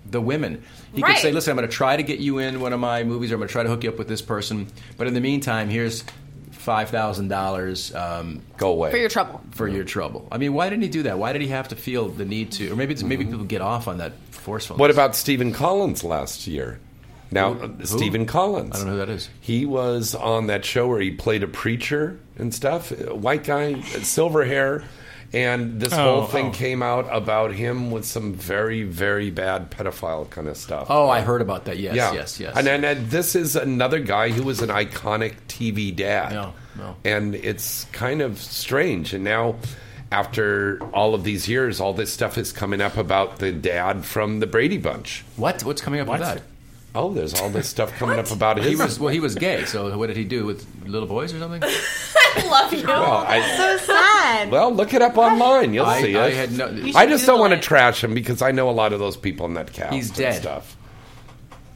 S15: the women? He
S5: Right.
S15: could say, "Listen, I'm going to try to get you in one of my movies, or I'm going to try to hook you up with this person, but in the meantime, here's five thousand dollars um,
S3: Go away.
S5: for your trouble.
S15: for your trouble." I mean, why didn't he do that? Why did he have to feel the need to? Or maybe it's, maybe people get off on that forcefulness.
S3: Mm-hmm. What about Stephen Collins last year? Now, uh,
S15: Who?
S3: Stephen Collins.
S15: I don't know who that is.
S3: He was on that show where he played a preacher and stuff. A White guy, silver hair. And this
S6: Oh,
S3: whole thing
S6: oh.
S3: came out about him with some very, very bad pedophile kind of stuff.
S15: Oh, I heard about that. Yes, yes, yes.
S3: And, and, and this is another guy who was an iconic TV dad.
S15: No, no.
S3: And it's kind of strange. And now, after all of these years, all this stuff is coming up about the dad from the Brady Bunch.
S15: what? What's coming up with
S6: What?
S15: that?
S3: Oh, there's all this stuff coming up about
S15: He
S3: his.
S15: was well. He was gay. So what did he do with little boys or something?
S5: Love you.
S3: well, I,
S4: So sad.
S3: well, look it up online. You'll
S15: I,
S3: see
S15: I
S3: it.
S15: had no.
S4: You
S3: I
S4: should
S3: just don't
S4: Google
S3: want to
S4: it.
S3: trash him because I know a lot of those people in that cast.
S15: He's
S3: and
S15: dead.
S3: Stuff.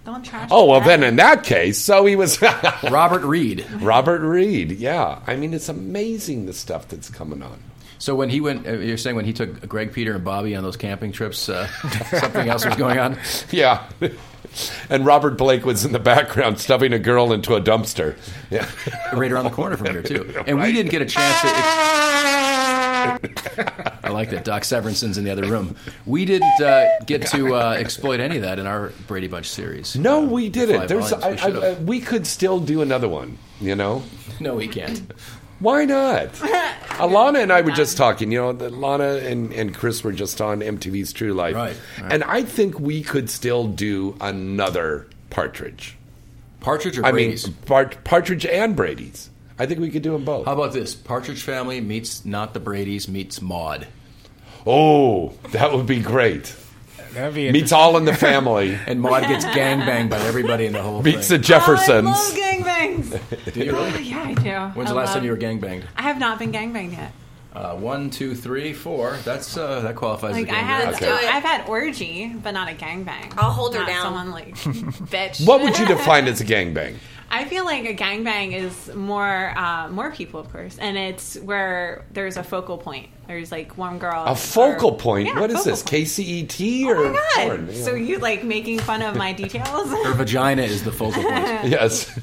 S4: Don't trash.
S3: Oh well,
S4: the
S3: then
S4: dad.
S3: in that case, so he was
S15: Robert Reed.
S3: Robert Reed. Yeah, I mean it's amazing the stuff that's coming on.
S15: So when he went, uh, you're saying when he took Greg, Peter, and Bobby on those camping trips, uh, something else was going on.
S3: Yeah. And Robert Blake was in the background stuffing a girl into a dumpster. Yeah.
S15: Right around the corner from here too, and we didn't get a chance. to... I like that Doc Severinson's in the other room. We didn't uh, get to uh, exploit any of that in our Brady Bunch series.
S3: No,
S15: Uh,
S3: we did
S15: five
S3: it. There's,
S15: volumes.
S3: I,
S15: We
S3: I,
S15: should've.
S3: I, we could still do another one, you know?
S15: no, we can't.
S3: Why not? Alana and I were just
S4: Um,
S3: talking. You know, that Lana and, and Chris were just on MTV's True Life.
S15: Right, right.
S3: And I think we could still do another Partridge.
S15: Partridge or
S3: I
S15: Brady's?
S3: mean, Part, Partridge and Brady's. I think we could do them both.
S15: How about this? Partridge Family meets not the Brady's meets Maud.
S3: oh, that would be great.
S6: That'd be
S3: Meets all in the family.
S15: And Maud gets gangbanged by everybody in the whole
S3: Meets the
S15: thing.
S3: Jeffersons.
S4: Oh, I love gangbangs.
S15: Do you
S4: Oh,
S15: really?
S4: yeah, I do.
S15: When's
S4: I
S15: the last
S4: love-
S15: time you were gangbanged?
S4: I have not been gangbanged yet.
S15: Uh, one, two, three, four. That's uh, that qualifies
S4: Like
S15: as
S4: I
S15: a gangbang.
S4: had,
S3: Okay.
S4: I've had orgy, but not a gangbang.
S5: I'll hold her
S4: Not
S5: down.
S4: Someone like
S5: Bitch.
S3: What would you define as a gangbang?
S4: I feel like a gangbang is more uh, more people, of course, and it's where there's a focal point. There's like one girl.
S3: A focal
S4: or-
S3: point?
S4: Uh, Yeah,
S3: what is
S4: focal
S3: this?
S4: point.
S3: KCET or?
S4: Oh my god!
S3: porn? Yeah.
S4: So you like making fun of my details?
S15: Her vagina is the focal point.
S3: yes.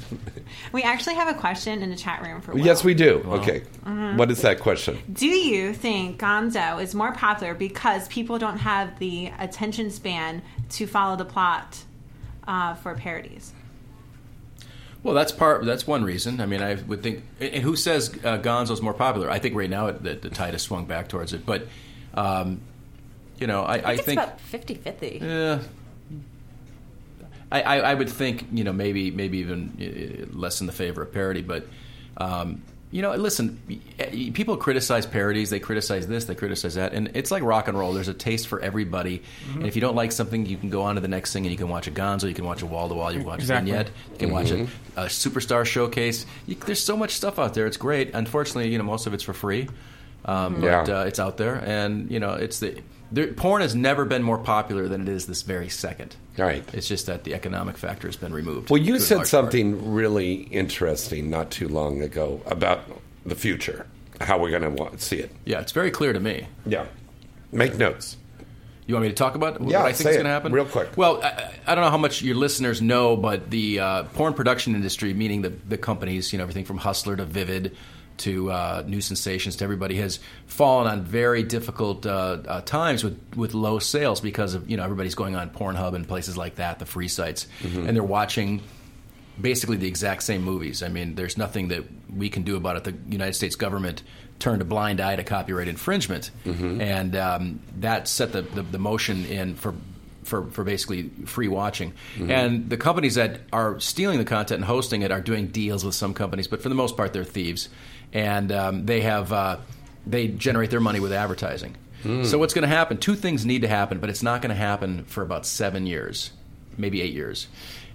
S4: we actually have a question in the chat room for. Will.
S3: yes, we do. Okay.
S4: Mm-hmm.
S3: What is that question?
S4: Do you think Gonzo is more popular because people don't have the attention span to follow the plot uh, for parodies?
S15: Well, that's part. That's one reason. I mean, I would think. And who says uh, Gonzo's more popular? I think right now it, the, the tide has swung back towards it, but. Um, you know, I, I
S5: it's
S15: think
S5: about 50 50.
S15: Yeah. I, I, I would think you know maybe maybe even uh, less in the favor of parody, but um, you know, listen, y- people criticize parodies, they criticize this, they criticize that, and it's like rock and roll. There's a taste for everybody,
S17: Mhm.
S15: and if you don't like something, you can go on to the next thing, and you can watch a Gonzo, you can watch a Wall to Wall, you can watch
S17: Exactly.
S15: a Vignette, you can
S17: Mhm.
S15: watch a, a Superstar Showcase. You, there's so much stuff out there. It's great. Unfortunately, you know, most of it's for free.
S2: Mm-hmm.
S15: Um,
S3: Mhm.
S15: But
S3: Yeah.
S15: uh, it's out there, and you know, it's the there, porn has never been more popular than it is this very second.
S3: Right.
S15: It's just that the economic factor has been removed.
S2: Well, you
S15: to a
S2: said
S15: large part.
S2: something really interesting not too long ago about the future, how we're going to see it.
S15: Yeah, it's very clear to me.
S2: Yeah. Make notes.
S15: You want me to talk about what
S2: Yeah,
S15: I think
S2: say
S15: is
S2: it
S15: going to happen
S2: real quick.
S15: Well, I- I, I don't know how much your listeners know, but the uh, porn production industry, meaning the the companies, you know, everything from Hustler to Vivid to uh, New Sensations to everybody, has fallen on very difficult uh, uh, times with with low sales because of you know everybody's going on Pornhub and places like that, the free sites, and they're watching basically the exact same movies. I mean, there's nothing that we can do about it. The United States government turned a blind eye to copyright infringement, and um, that set the, the, the motion in for. For, for basically free watching.
S17: Mhm.
S15: And the companies that are stealing the content and hosting it are doing deals with some companies, but for the most part, they're thieves. And um, they have, uh, they generate their money with advertising.
S17: Mm.
S15: So what's going to happen? Two things need to happen, but it's not going to happen for about seven years, maybe eight years.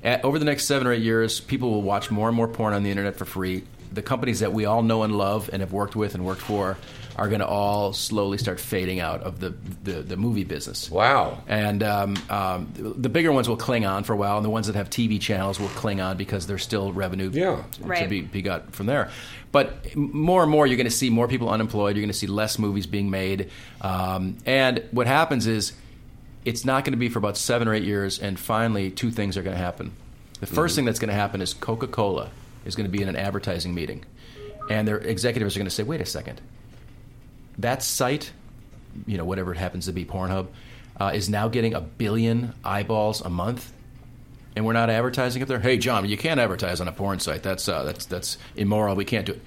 S15: At, over the next seven or eight years, people will watch more and more porn on the internet for free. The companies that we all know and love and have worked with and worked for are going to all slowly start fading out of the the, the movie business.
S2: Wow!
S15: And um, um, the bigger ones will cling on for a while, and the ones that have TV channels will cling on because there's still revenue to
S17: Right.
S15: be be got from there. But m- more and more, you're going to see more people unemployed. You're going to see less movies being made. Um, and what happens is, it's not going to be for about seven or eight years. And finally, two things are going to happen. The 1st thing that's going to happen is Coca Cola is going to be in an advertising meeting, and their executives are going to say, "Wait a second, that site, you know, whatever it happens to be, Pornhub, uh, is now getting a billion eyeballs a month." and we're not advertising up there. Hey, John, you can't advertise on a porn site. That's uh, that's that's immoral. We can't do it.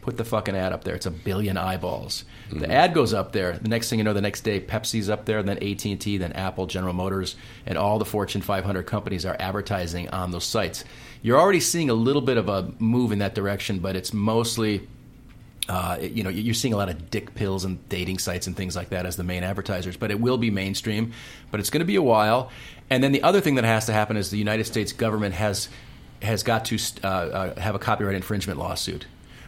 S15: Put the fucking ad up there. It's a billion eyeballs. The ad goes up there. The next thing you know, the next day, Pepsi's up there, then AT and T, then Apple, General Motors, and all the Fortune 500 companies are advertising on those sites. You're already seeing a little bit of a move in that direction, but it's mostly uh, it- you know, you're seeing a lot of dick pills and dating sites and things like that as the main advertisers, but it will be mainstream. But it's going to be a while. And then the other thing that has to happen is the United States government has has got to uh, uh, have a copyright infringement lawsuit,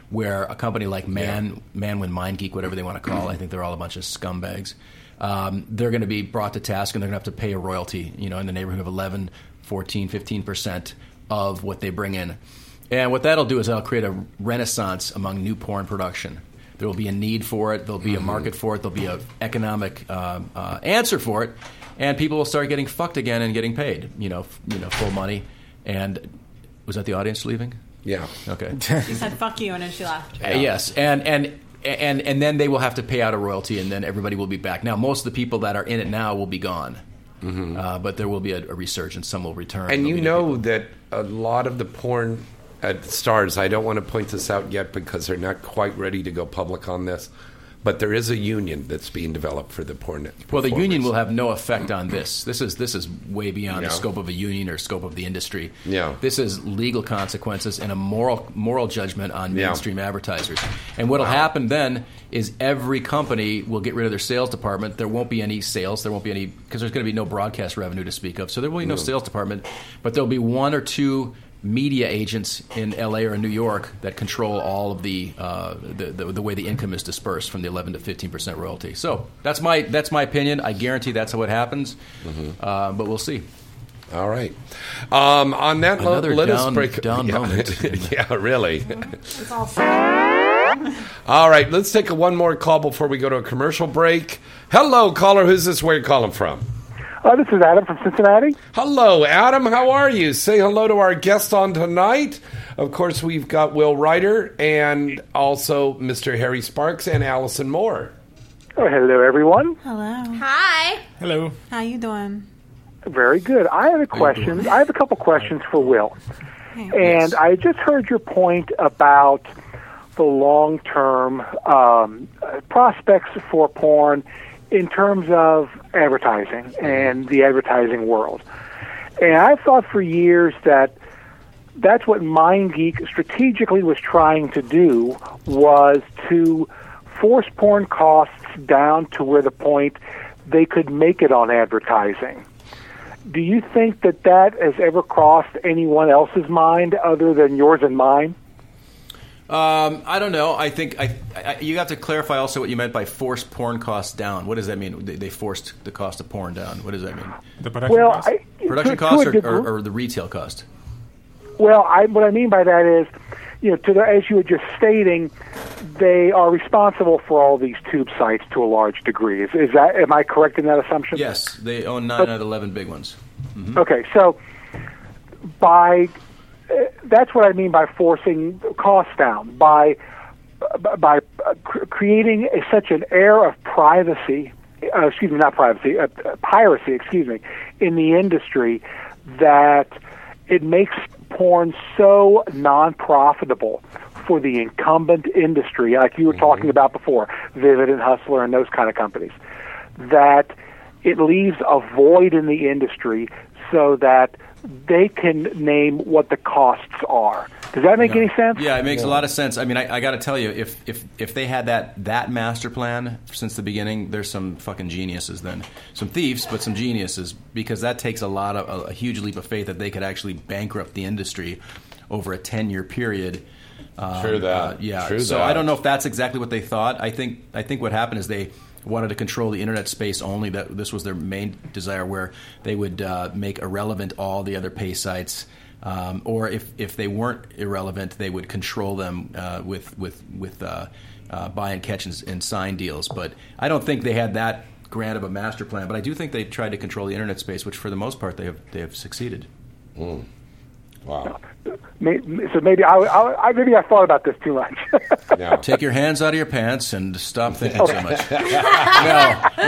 S15: where a company like Man Manwin Mind Geek, whatever they want to call, it, I think they're all a bunch of scumbags. Um, they're going to be brought to task, and they're going to have to pay a royalty, you know, in the neighborhood of 11, 14, 15 percent of what they bring in. And what that'll do is that'll create a renaissance among new porn production. There will be a need for it. There'll be a market for it. There'll be an economic uh, uh, answer for it, and people will start getting fucked again and getting paid. You know, f- you know, full money. And was that the audience leaving?
S2: Yeah.
S15: Okay.
S4: She said "fuck you" and then she left.
S15: Uh, Yes, and and and and then they will have to pay out a royalty, and then everybody will be back. Now, most of the people that are in it now will be gone, uh, but there will be a, a resurgence. Some will return.
S2: Mm-hmm. And
S15: There'll
S2: you
S15: be-
S2: know that a lot of the porn uh, stars, I don't want to point this out yet because they're not quite ready to go public on this, but there is a union that's being developed for the porn.
S15: well, the union will have no effect on this. This is this is way beyond the
S2: Yeah.
S15: scope of a union or scope of the industry.
S2: Yeah.
S15: This is legal consequences and a moral moral judgment on
S2: Yeah.
S15: mainstream advertisers. And what'll happen then is every company will get rid of their sales department. There won't be any sales. There won't be any because there's going to be no broadcast revenue to speak of. So there will be no
S2: Hmm.
S17: No.
S15: sales department, but there'll be one or two media agents in LA or in New York that control all of the, uh, the, the the way the income is dispersed from the 11 to 15 percent royalty. So that's my that's my opinion. I guarantee that's how it happens, uh, but we'll see.
S2: Mm-hmm. All right. Um, on that note,
S15: Another
S2: let us
S15: down-
S2: break.
S15: down
S2: yeah,
S15: moment.
S2: yeah, really.
S4: It's all sad.
S2: All right, let's take a one more call before we go to a commercial break. Hello, caller. Who's this? Where you calling from?
S18: Oh, this is Adam from Cincinnati.
S2: Hello, Adam. How are you? Say hello to our guest on tonight. Of course, we've got Will Ryder and also Mr. Harry Sparks and Allison Moore.
S18: Oh, hello, everyone.
S4: Hello. Hi.
S6: Hello.
S4: How you doing?
S18: Very good. I have a question. I have a couple questions for Will. And I just heard your point about the long term um, uh, prospects for porn in terms of advertising and the advertising world. And I've thought for years that that's what MindGeek strategically was trying to do was to force porn costs down to where the point they could make it on advertising. Do you think that that has ever crossed anyone else's mind other than yours and mine?
S15: Um, I don't know. I think I, I, you have to clarify also what you meant by forced porn costs down. What does that mean? They, they forced the cost of porn down. What does that mean?
S6: The
S18: production Well, cost? I-
S15: production
S18: to- to
S15: cost
S18: a
S15: or,
S18: degree-
S15: or, or the retail cost?
S18: Well, I, what I mean by that is, you know, to the, as you were just stating, they are responsible for all these tube sites to a large degree. Is, is that am I correct in that assumption?
S15: Yes, they own nine
S18: But-
S15: out of eleven big ones. Mhm.
S18: Okay, so by uh, that's what I mean by forcing costs down by b- by uh, cr- creating a, such an air of privacy, uh, excuse me, not privacy, uh, uh, piracy, excuse me, in the industry that it makes porn so non-profitable for the incumbent industry, like you were talking about before, Vivid and Hustler and those kind of companies, that it leaves a void in the industry so that they can name what the costs are. Does that make any sense?
S15: Yeah, it makes a lot of sense. I mean, I, I got to tell you, if, if if they had that that master plan since the beginning, there's some fucking geniuses. Then some thieves, but some geniuses because that takes a lot of a, a huge leap of faith that they could actually bankrupt the industry over a ten year period. Um,
S3: True that.
S15: uh, yeah.
S3: True
S15: so
S3: that.
S15: I don't know if that's exactly what they thought. I think I think what happened is they wanted to control the internet space only. That this was their main desire, where they would uh, make irrelevant all the other pay sites. Um, or if, if they weren't irrelevant, they would control them uh, with with with uh, uh, buy and catch and, and sign deals. But I don't think they had that grand of a master plan. But I do think they tried to control the internet space, which for the most part they have they have succeeded.
S3: Hmm. Wow!
S18: May- So maybe I, I I- maybe I thought about this too much.
S15: Take your hands out of your pants and stop thinking so
S18: Okay.
S15: much. no, no,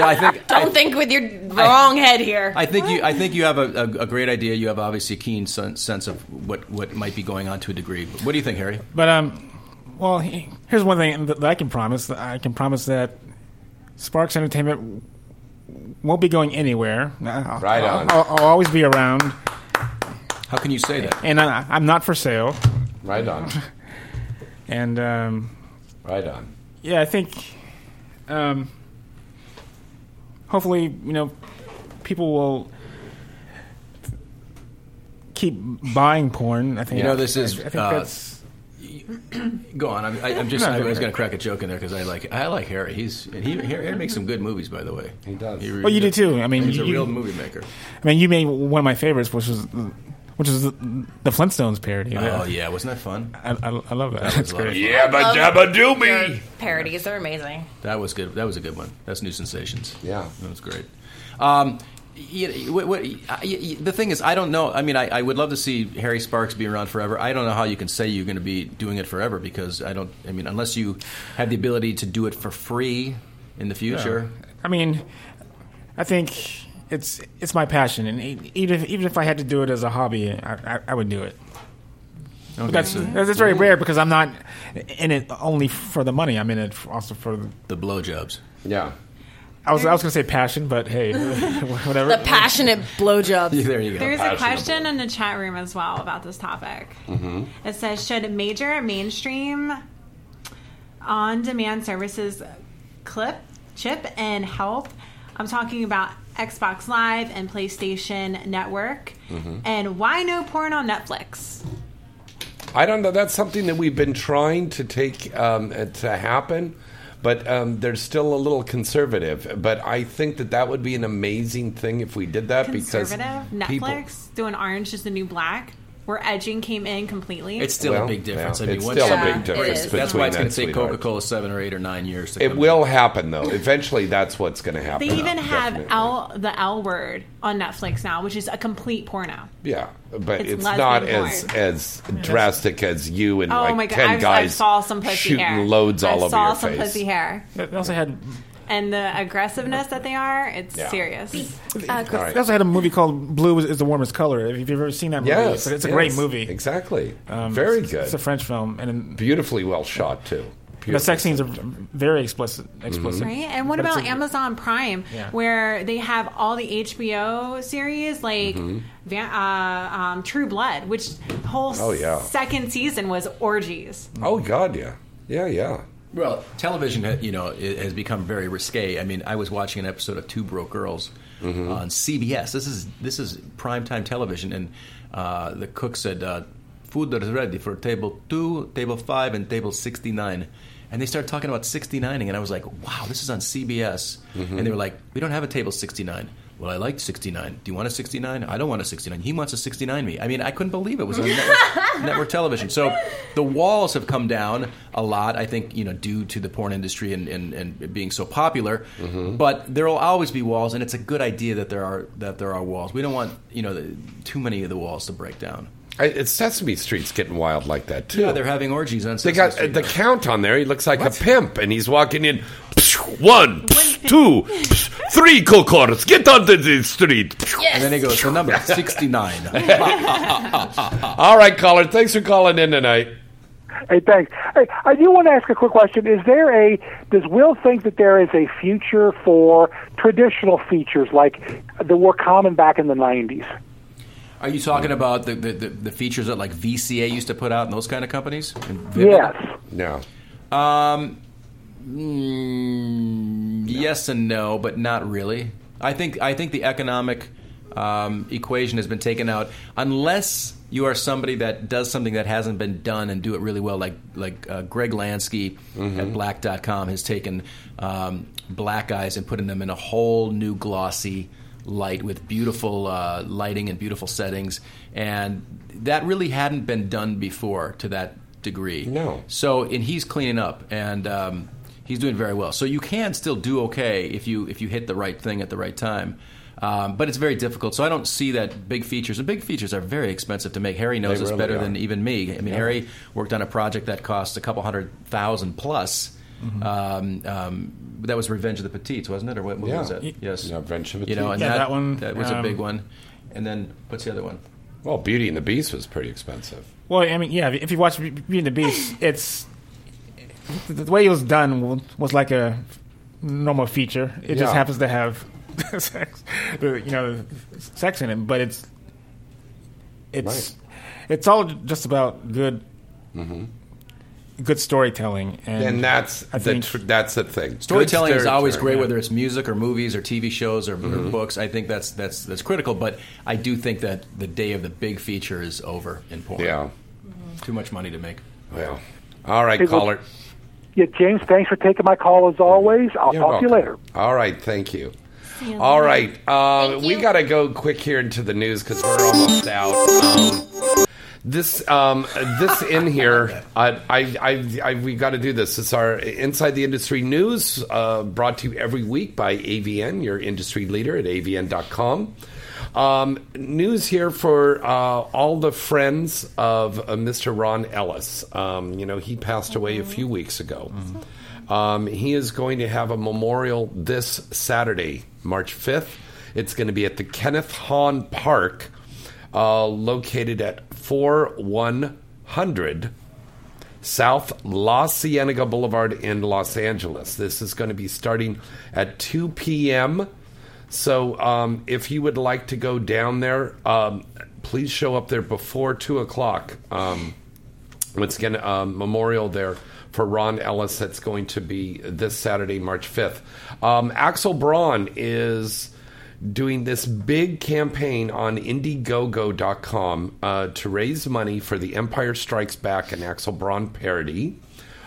S15: I think
S5: Don't think with your wrong head here.
S15: I think you. I think you have a, a, a great idea. You have obviously a keen sen- sense of what, what might be going on to a degree. What do you think, Harry?
S6: But um, well, he- here's one thing that I can promise. I can promise that Sparks Entertainment won't be going anywhere. I'll,
S3: Right on.
S6: I'll, I'll always be around,
S15: How can you say that?
S6: and I, I'm not for sale.
S3: Right on.
S6: And um,
S3: Right on.
S6: yeah, I think um, hopefully you know people will keep buying porn. I think
S15: You know, this is,
S6: I, I think
S15: uh,
S6: that's
S15: Go on. I'm, I, I'm just.
S6: No,
S15: I
S6: go
S15: was
S6: ahead.
S15: going to crack a joke in there because I like. I like Harry. He's he, Harry, Harry makes some good movies, by the way. He does.
S6: Well, Oh, you do too. I mean,
S15: he's a
S6: you-
S15: real movie maker.
S6: I mean, you made one of my favorites, which was which was the, the Flintstones parody.
S15: Oh yeah, wasn't that fun?
S6: I, I, I love that.
S15: That was
S6: That's
S15: a lot of
S6: great.
S15: fun. Yeah, but-
S5: Love
S15: Dabba do me.
S5: your Parodies they are amazing.
S15: That was good. That was a good one. That's new sensations.
S3: Yeah,
S15: that was great. Um, you, what, what, I- y- the thing is, I don't know. I mean, I, I would love to see Harry Sparks be around forever. I don't know how you can say you're going to be doing it forever because I don't. I mean, unless you have the ability to do it for free in the future.
S6: Yeah. I mean, I think it's it's my passion, and e- even if, even if I had to do it as a hobby, I, I, I would do it.
S15: Okay,
S6: That's,
S15: so-
S6: that's very rare because I'm not in it only for the money. I'm in it for- also for the,
S15: the blowjobs.
S3: Yeah.
S6: I was I was gonna say passion, but hey, whatever.
S5: The passionate blowjobs.
S15: there you
S4: There's a question in the chat room as well about this topic.
S6: Mm-hmm.
S4: It says, should major mainstream on demand services clip, chip, and help? I'm talking about Xbox Live and PlayStation Network.
S3: Mm-hmm.
S4: And why no porn on Netflix?
S3: I don't know. That's something that we've been trying to take um, uh, to happen, but um, they're still a little conservative. But I think that that would be an amazing thing if we did that because
S4: Conservative?
S3: people-
S4: Netflix doing Orange is the New Black, where edging came in completely.
S15: It's still
S3: Well,
S15: a big difference.
S3: yeah,
S15: I mean,
S3: it's
S15: once-
S3: still a big Yeah, it difference is.
S15: That's why
S3: between
S15: it's going
S3: that,
S15: to take
S3: sweetheart.
S15: Coca Cola seven or eight or nine years. To
S3: It
S15: come
S3: will happen though. Eventually, that's what's going to happen.
S4: They even have
S3: Definitely.
S4: L, the L word on Netflix now, which is a complete porno.
S3: Yeah, but
S4: It's
S3: it's,
S4: lesbian
S3: not
S4: porn.
S3: as as
S4: Yeah.
S3: drastic as you and
S4: Oh
S3: like
S4: my God,
S3: ten
S4: I've- I
S3: guys
S4: saw some pussy
S3: shooting
S4: hair.
S3: loads all
S4: I
S3: over
S4: saw
S3: your
S4: some
S3: face.
S4: pussy hair.
S6: They also had
S4: And the aggressiveness that they are, it's
S3: Yeah.
S4: serious. Uh,
S6: they also had a movie called Blue is the Warmest Color. If you've ever seen that movie, it's,
S3: Yes,
S6: it's a
S3: yes,
S6: great movie.
S3: Exactly,
S6: Um,
S3: very
S6: it's-
S3: good.
S6: It's a French film, and
S3: Beautifully well shot too.
S6: The sex scenes are very explicit. explicit.
S3: Mm-hmm.
S4: Right? And what
S6: But it's
S4: about
S6: a-
S4: Amazon Prime,
S6: Yeah.
S4: where they have all the HBO series like
S3: Mm-hmm.
S6: Mhm.
S4: Va- uh, um, True Blood, which whole
S2: Oh, yeah.
S4: second season was orgies.
S2: Oh God, yeah, yeah, yeah.
S15: Well, television, ha- you know, it has become very risque. I mean, I was watching an episode of Two Broke Girls
S2: Mm-hmm.
S15: on CBS. This is this is primetime television, and uh, the cook said, uh, "Food is ready for table two, table five, and table sixty-nine. And they started talking about 69ing, and I was like, "Wow, this is on CBS."
S2: Mm-hmm.
S15: And they were like, "We don't have a table 69." Well, I liked 69. Do you want a 69? I don't want a 69. He wants a 69 me. I mean, I couldn't believe it was on network network television. So the walls have come down a lot, I think, you know, due to the porn industry and, and, and it being so popular. But there will always be walls, and it's a good idea that there are that there are walls. We don't want you know the, too many of the walls to break down.
S3: I, it's Sesame Street's getting wild like that too.
S15: Yeah, they're having orgies on.
S3: They got
S15: Sesame
S3: uh, the count on there. He looks like a pimp, and he's walking in. One, two, three coconuts. Get onto the street.
S15: And then uh, he goes, the number 69.
S3: All right, caller. Thanks for calling in tonight.
S18: Hey, thanks. Hey, I do want to ask a quick question. Is there a does Will think that there is a future for traditional features like that were common back in the nineties?
S15: Are you talking about the, the, the, the features that like VCA used to put out and those kind of companies? And Vivid?
S18: Yes.
S3: No.
S15: Um, mm, Yes and no, but not really. I think I think the economic um, equation has been taken out, unless you are somebody that does something that hasn't been done and do it really well, like like uh, Greg Lansky at Black.com has taken um, black eyes and putting them in a whole new glossy light with beautiful uh, lighting and beautiful settings, and that really hadn't been done before to that degree. No. So and he's cleaning up and um, he's doing very well. So you can still do okay if you if you hit the right thing at the right time. Um, but it's very difficult. So I don't see that big features. And big features are very expensive to make. Harry knows
S3: They
S15: this
S3: really
S15: better
S3: are.
S15: than even me. I mean,
S3: Yeah.
S15: Harry worked on a project that cost a couple hundred thousand plus.
S3: Mm-hmm.
S15: Um, um, that was Revenge of the Petites, wasn't it? Or what movie
S3: Yeah.
S15: was that? Yes,
S3: Revenge of the
S15: You know, and
S3: Petites. Yeah,
S15: that,
S3: that one,
S15: That was a
S3: um,
S15: big one. And then what's the other one?
S3: Well, Beauty and the Beast was pretty expensive.
S6: Well, I mean, yeah. If you watch Beauty and the Beast, it's the the way it was done wa- was like a normal feature. It
S3: Yeah.
S6: just happens to have sex, the- you know, sex in it. But it's it's it's all just about good good storytelling, and,
S3: Mm-hmm. And, that's
S6: I
S3: the
S6: think
S3: tr- that's the thing.
S15: Storytelling
S3: Good
S15: is always great,
S3: storytelling.
S15: whether it's music or movies or TV shows or, or
S3: Mhm.
S15: books. I think that's that's that's critical. But I do think that the day of the big feature is over in porn.
S3: Yeah,
S5: Mm-hmm.
S15: too much money to make.
S3: Well, all right,
S18: Hey, well-
S3: caller.
S18: Yeah, James, thanks for taking my call as always. I'll
S3: You're
S18: talk to you
S3: welcome.
S18: later.
S3: All right, thank you.
S18: See you
S3: All
S18: later.
S3: right, uh, we got to go quick here into the news because we're almost out. Um, this um, this in here, I, I, I, I we got to do this. It's our inside the industry news uh, brought to you every week by AVN, your industry leader at avn.com. Um, news here for uh, all the friends of uh, Mr. Ron Ellis. Um, you know, he passed away a few weeks ago. Um, he is going to have a memorial this Saturday, March 5th. It's going to be at the Kenneth Hahn Park, uh, located at 4100 South La Cienega Boulevard in Los Angeles. This is going to be starting at 2 p.m. So um, if you would like to go down there, um, please show up there before 2 o'clock. Um, it's going to um, memorial there for Ron Ellis. That's going to be this Saturday, March fifth. Um, Axel Braun is doing this big campaign on Indiegogo.com uh, to raise money for the Empire Strikes Back and Axel Braun parody.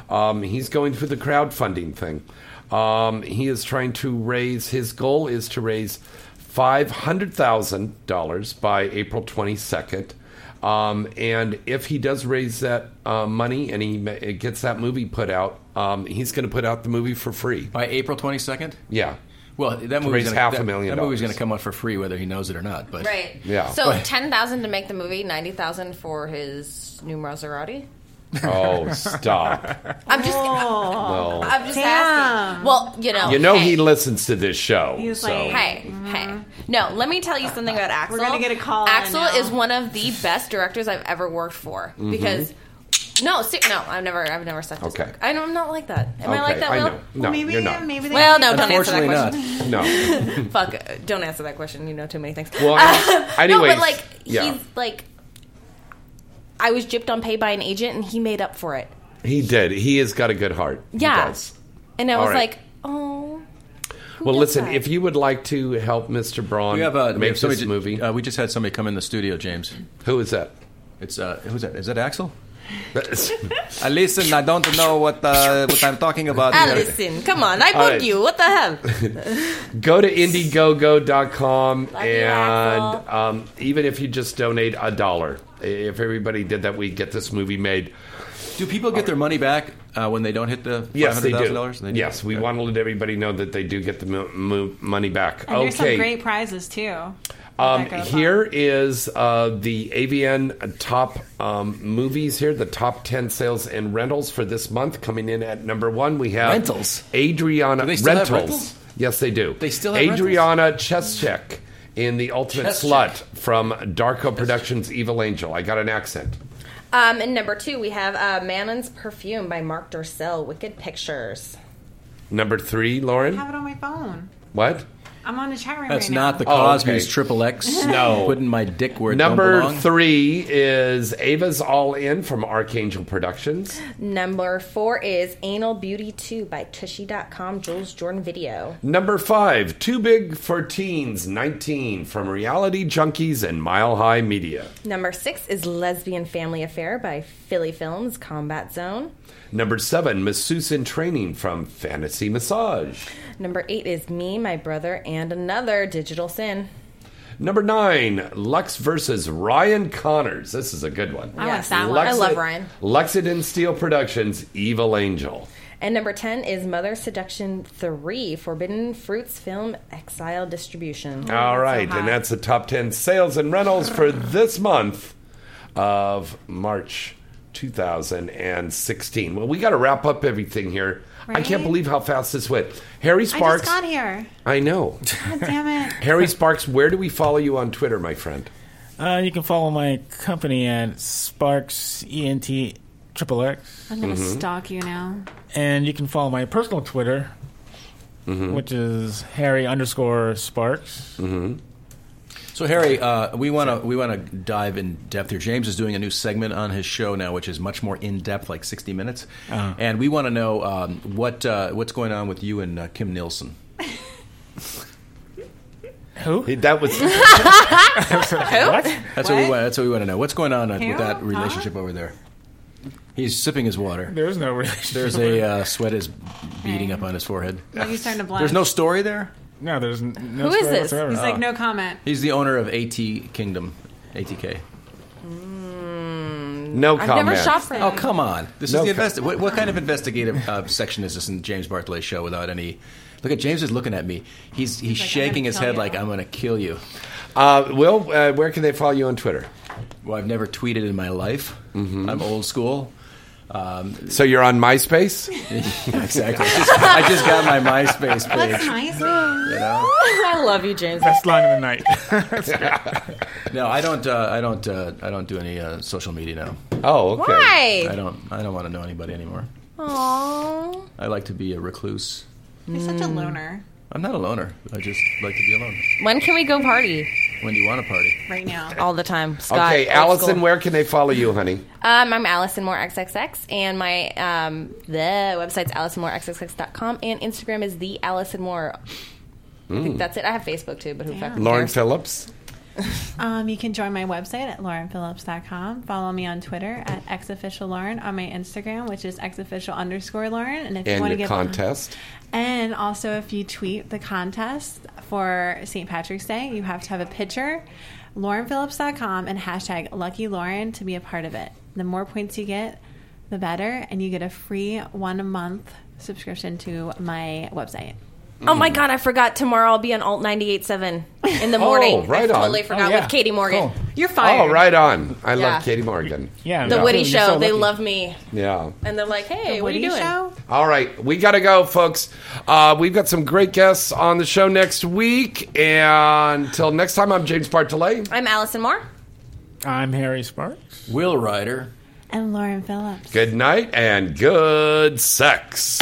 S3: Um, he's going through the crowdfunding thing. Um, he is trying to raise. His goal is to raise five hundred thousand dollars by April twenty second. Um, and if he does raise that uh, money and he ma- gets that movie put out, um, he's going to put out the movie for free
S15: by April twenty second.
S3: Yeah.
S15: Well, that
S3: To
S15: movie's
S3: raise
S15: gonna,
S3: half
S15: that,
S3: a million
S15: That movie's going
S3: dollars.
S15: to come out for free, whether he knows it or not. But
S5: Right.
S3: Yeah.
S5: So
S15: But-
S5: ten thousand to make the movie, ninety thousand for his new Maserati.
S3: Oh, stop!
S5: I'm just.
S3: No.
S5: I'm just
S4: Damn.
S5: asking. Well, you know.
S3: you know
S5: Oh, hey.
S3: he listens to this show.
S5: He's
S3: so.
S5: like, hey,
S3: "Mm,
S5: hey. No, let me tell
S3: Uh,
S5: you something about Axel.
S4: We're gonna get a call in
S5: Axel
S4: now.
S5: is one of the best directors I've ever worked for
S3: Mhm.
S5: because No, ser- no, I've never, I've never sucked.
S3: Okay.
S5: I know I'm not like that. Am
S3: Okay,
S5: I like that?
S3: I
S5: Will?
S3: know. No, Well, maybe- you're not. maybe they-
S5: well, no, don't answer that
S3: Unfortunately not.
S5: question. fuck. uh, Don't answer that question. You know too many things. Uh,
S3: Well, I-
S5: no,
S3: anyways,
S5: but like
S3: yeah.
S5: he's like, I was gypped on pay by an agent, and he made up for it.
S3: He did. He has got a good heart. He
S5: Yeah.
S3: does.
S5: And I
S3: All
S5: was
S3: right.
S5: like, oh.
S3: Well, listen,
S5: that?
S3: if you would like to help Mr. Braun
S15: We have uh, we
S3: make
S15: have
S3: this
S15: somebody,
S3: movie,
S15: Uh, we just had somebody come in the studio, James.
S3: Who is that?
S15: It's uh, who's that? Is that Axel?
S3: uh,
S15: listen, I don't know what uh, what I'm talking about.
S5: Allison, come on! I
S15: All
S5: booked
S15: right.
S5: you. What the hell?
S3: go to indiegogo.com and um, even if you just donate a dollar, if everybody did that, we get this movie made.
S15: Do people get their money back uh, when they don't hit the
S3: Yes, they do.
S15: $500,000? They do.
S3: Yes, we want to let everybody know that they do get the mo- mo- money back.
S4: And there's
S3: okay.
S4: some great prizes too. Oh
S3: Um,
S4: That goes
S3: here is uh, the AVN top um, movies here, the top 10 sales and rentals for this month. Coming in at number one, we have
S15: Rentals?
S3: Adriana
S15: Do they still have
S3: rentals.
S15: rentals?
S3: Yes, they do. They
S15: still have
S3: Adriana Cheschek in The Ultimate
S5: Cheschek.
S3: Slut from Darko Productions Evil Angel. I got an accent.
S5: Um, and number two, we have uh, Manon's Perfume by Mark Dorcel, Wicked Pictures.
S3: Number three,
S4: I
S3: Lauren.
S4: have it on my phone.
S3: What?
S4: I'm on the chat room.
S15: That's
S4: right
S15: not
S4: now.
S15: the
S3: Oh,
S15: Cosby's
S3: okay.
S15: Triple X.
S3: No.
S15: putting my dick where it
S3: Number
S15: don't belong.
S3: three is Ava's All In from Archangel Productions.
S5: Number four is Anal Beauty 2 by Tushy.com, Jules Jordan Video.
S3: Number five, Too Big for Teens 19 from Reality Junkies and Mile High Media.
S5: Number six is Lesbian Family Affair by Philly Films, Combat Zone.
S3: Number seven, Masseuse in Training from Fantasy Massage.
S5: Number eight is Me, My Brother, and Another Digital Sin.
S3: Number nine, Lux versus Ryan Connors. This is a good one.
S5: I want that one. I love Ryan.
S3: Lexington Steel Productions, Evil Angel.
S5: And number 10 is Mother Seduction 3, Forbidden Fruits Film Exile Distribution.
S3: All right, and that's the top 10 sales and rentals for this month of March 2016. Well, we got to wrap up everything here. I can't
S4: Right?
S3: believe how fast this went. Harry
S4: I just
S3: Sparks.
S4: got here.
S3: I know.
S4: God damn it.
S3: Harry Sparks, where do we follow you on Twitter, my friend?
S6: Uh, you can follow my company at Sparks ENT Triple X,
S4: I'm gonna
S3: Mm-hmm.
S4: stalk you now.
S6: and you can follow my personal Twitter, which is Harry underscore Sparks.
S3: Mm-hmm.
S15: So Harry, uh, we want to we want to dive in depth here. James is doing a new segment on his show now, which is much more in depth, like sixty minutes,
S6: Uh-huh.
S15: and we want to know um, what uh, what's going on with you and uh, Kim Nielsen.
S6: Who?
S3: That was
S15: what? That's what, we want. That's what we want to know. What's going on
S6: Who?
S15: with that relationship over there? He's sipping his water.
S6: There's no relationship.
S15: There's a uh, sweat is beading up on his forehead.
S4: Maybe he's starting to blush.
S15: There's no story there.
S6: No, there's n- no.
S4: Who is
S6: story
S4: this?
S6: whatsoever.
S4: He's like, no comment.
S15: He's the owner of AT Kingdom, ATK.
S3: No
S5: I've never comment. shopped for
S15: Oh
S5: him.
S15: come on! This
S5: No
S15: is the
S5: co-
S15: investi- what, what kind of investigative uh, section is this in James Bartlett's show? Without any, look at James is looking at me. He's he's,
S3: like, I'm
S15: shaking
S3: gonna
S15: his
S3: kill
S15: head
S3: you.
S15: like I'm going to kill you.
S3: Uh, Will, uh, where can they follow you on Twitter? Mm-hmm.
S15: Well, I've never tweeted in my life. I'm old school. Um,
S3: so you're on MySpace?
S15: exactly. I just, I just got my MySpace
S4: That's
S15: page.
S4: nice.
S15: know?
S5: I love you, James.
S6: Best line of the night.
S15: No, I don't. Uh, I don't. Uh, I don't do any uh, social media now.
S3: Oh,
S5: okay. Why?
S15: I don't. I don't want to know anybody anymore.
S5: Aww.
S15: I like to be a recluse.
S4: You're such a
S5: Mm.
S4: loner.
S15: I'm not a loner. I just like to be alone.
S5: When can we go party?
S15: When do you want to party?
S4: Right now.
S5: All the time. Scott.
S3: Okay,
S5: old
S3: Allison,
S5: school.
S3: where can they follow you, honey?
S5: Um, I'm Allison Moore XXX, and my um, the website's AllisonMoreXXX.com, and Instagram is the Allison Moore. I think
S3: Mm.
S5: that's it. I have Facebook too, but who fucking
S3: Lauren
S5: cares?
S3: Phillips.
S4: Um, you can join my website at laurenphillips.com. Follow me on Twitter at xofficiallauren. On my Instagram, which is xofficial underscore lauren. And if you
S3: and
S4: want to
S3: your
S4: get
S3: contest.
S4: and also if you tweet the contest for St. Patrick's Day, you have to have a picture, laurenphillips.com, and hashtag lucky lauren to be a part of it. The more points you get, the better, and you get a free one month subscription to my website.
S5: Oh my god, I forgot. Tomorrow I'll be on Alt 98.7 in the
S4: Mm. Oh,
S5: morning.
S3: right
S5: I
S3: on.
S5: totally
S3: Oh,
S5: forgot
S3: yeah.
S5: with Katie Morgan.
S4: You're
S3: Oh, right on. I
S5: Yeah.
S3: love Katie Morgan.
S6: Yeah,
S5: The Woody Show.
S6: lucky.
S5: they love me.
S3: Yeah.
S5: And they're like, hey, what are you
S4: Woody
S5: doing?
S4: Show?
S3: All right, we got to go, folks. Uh, we've got some great guests on the show next week. And until next time, I'm James Bartolet.
S5: I'm Allison Moore.
S6: I'm Harry Sparks.
S15: Will Ryder.
S4: And Lauren Phillips.
S3: Good night and good sex.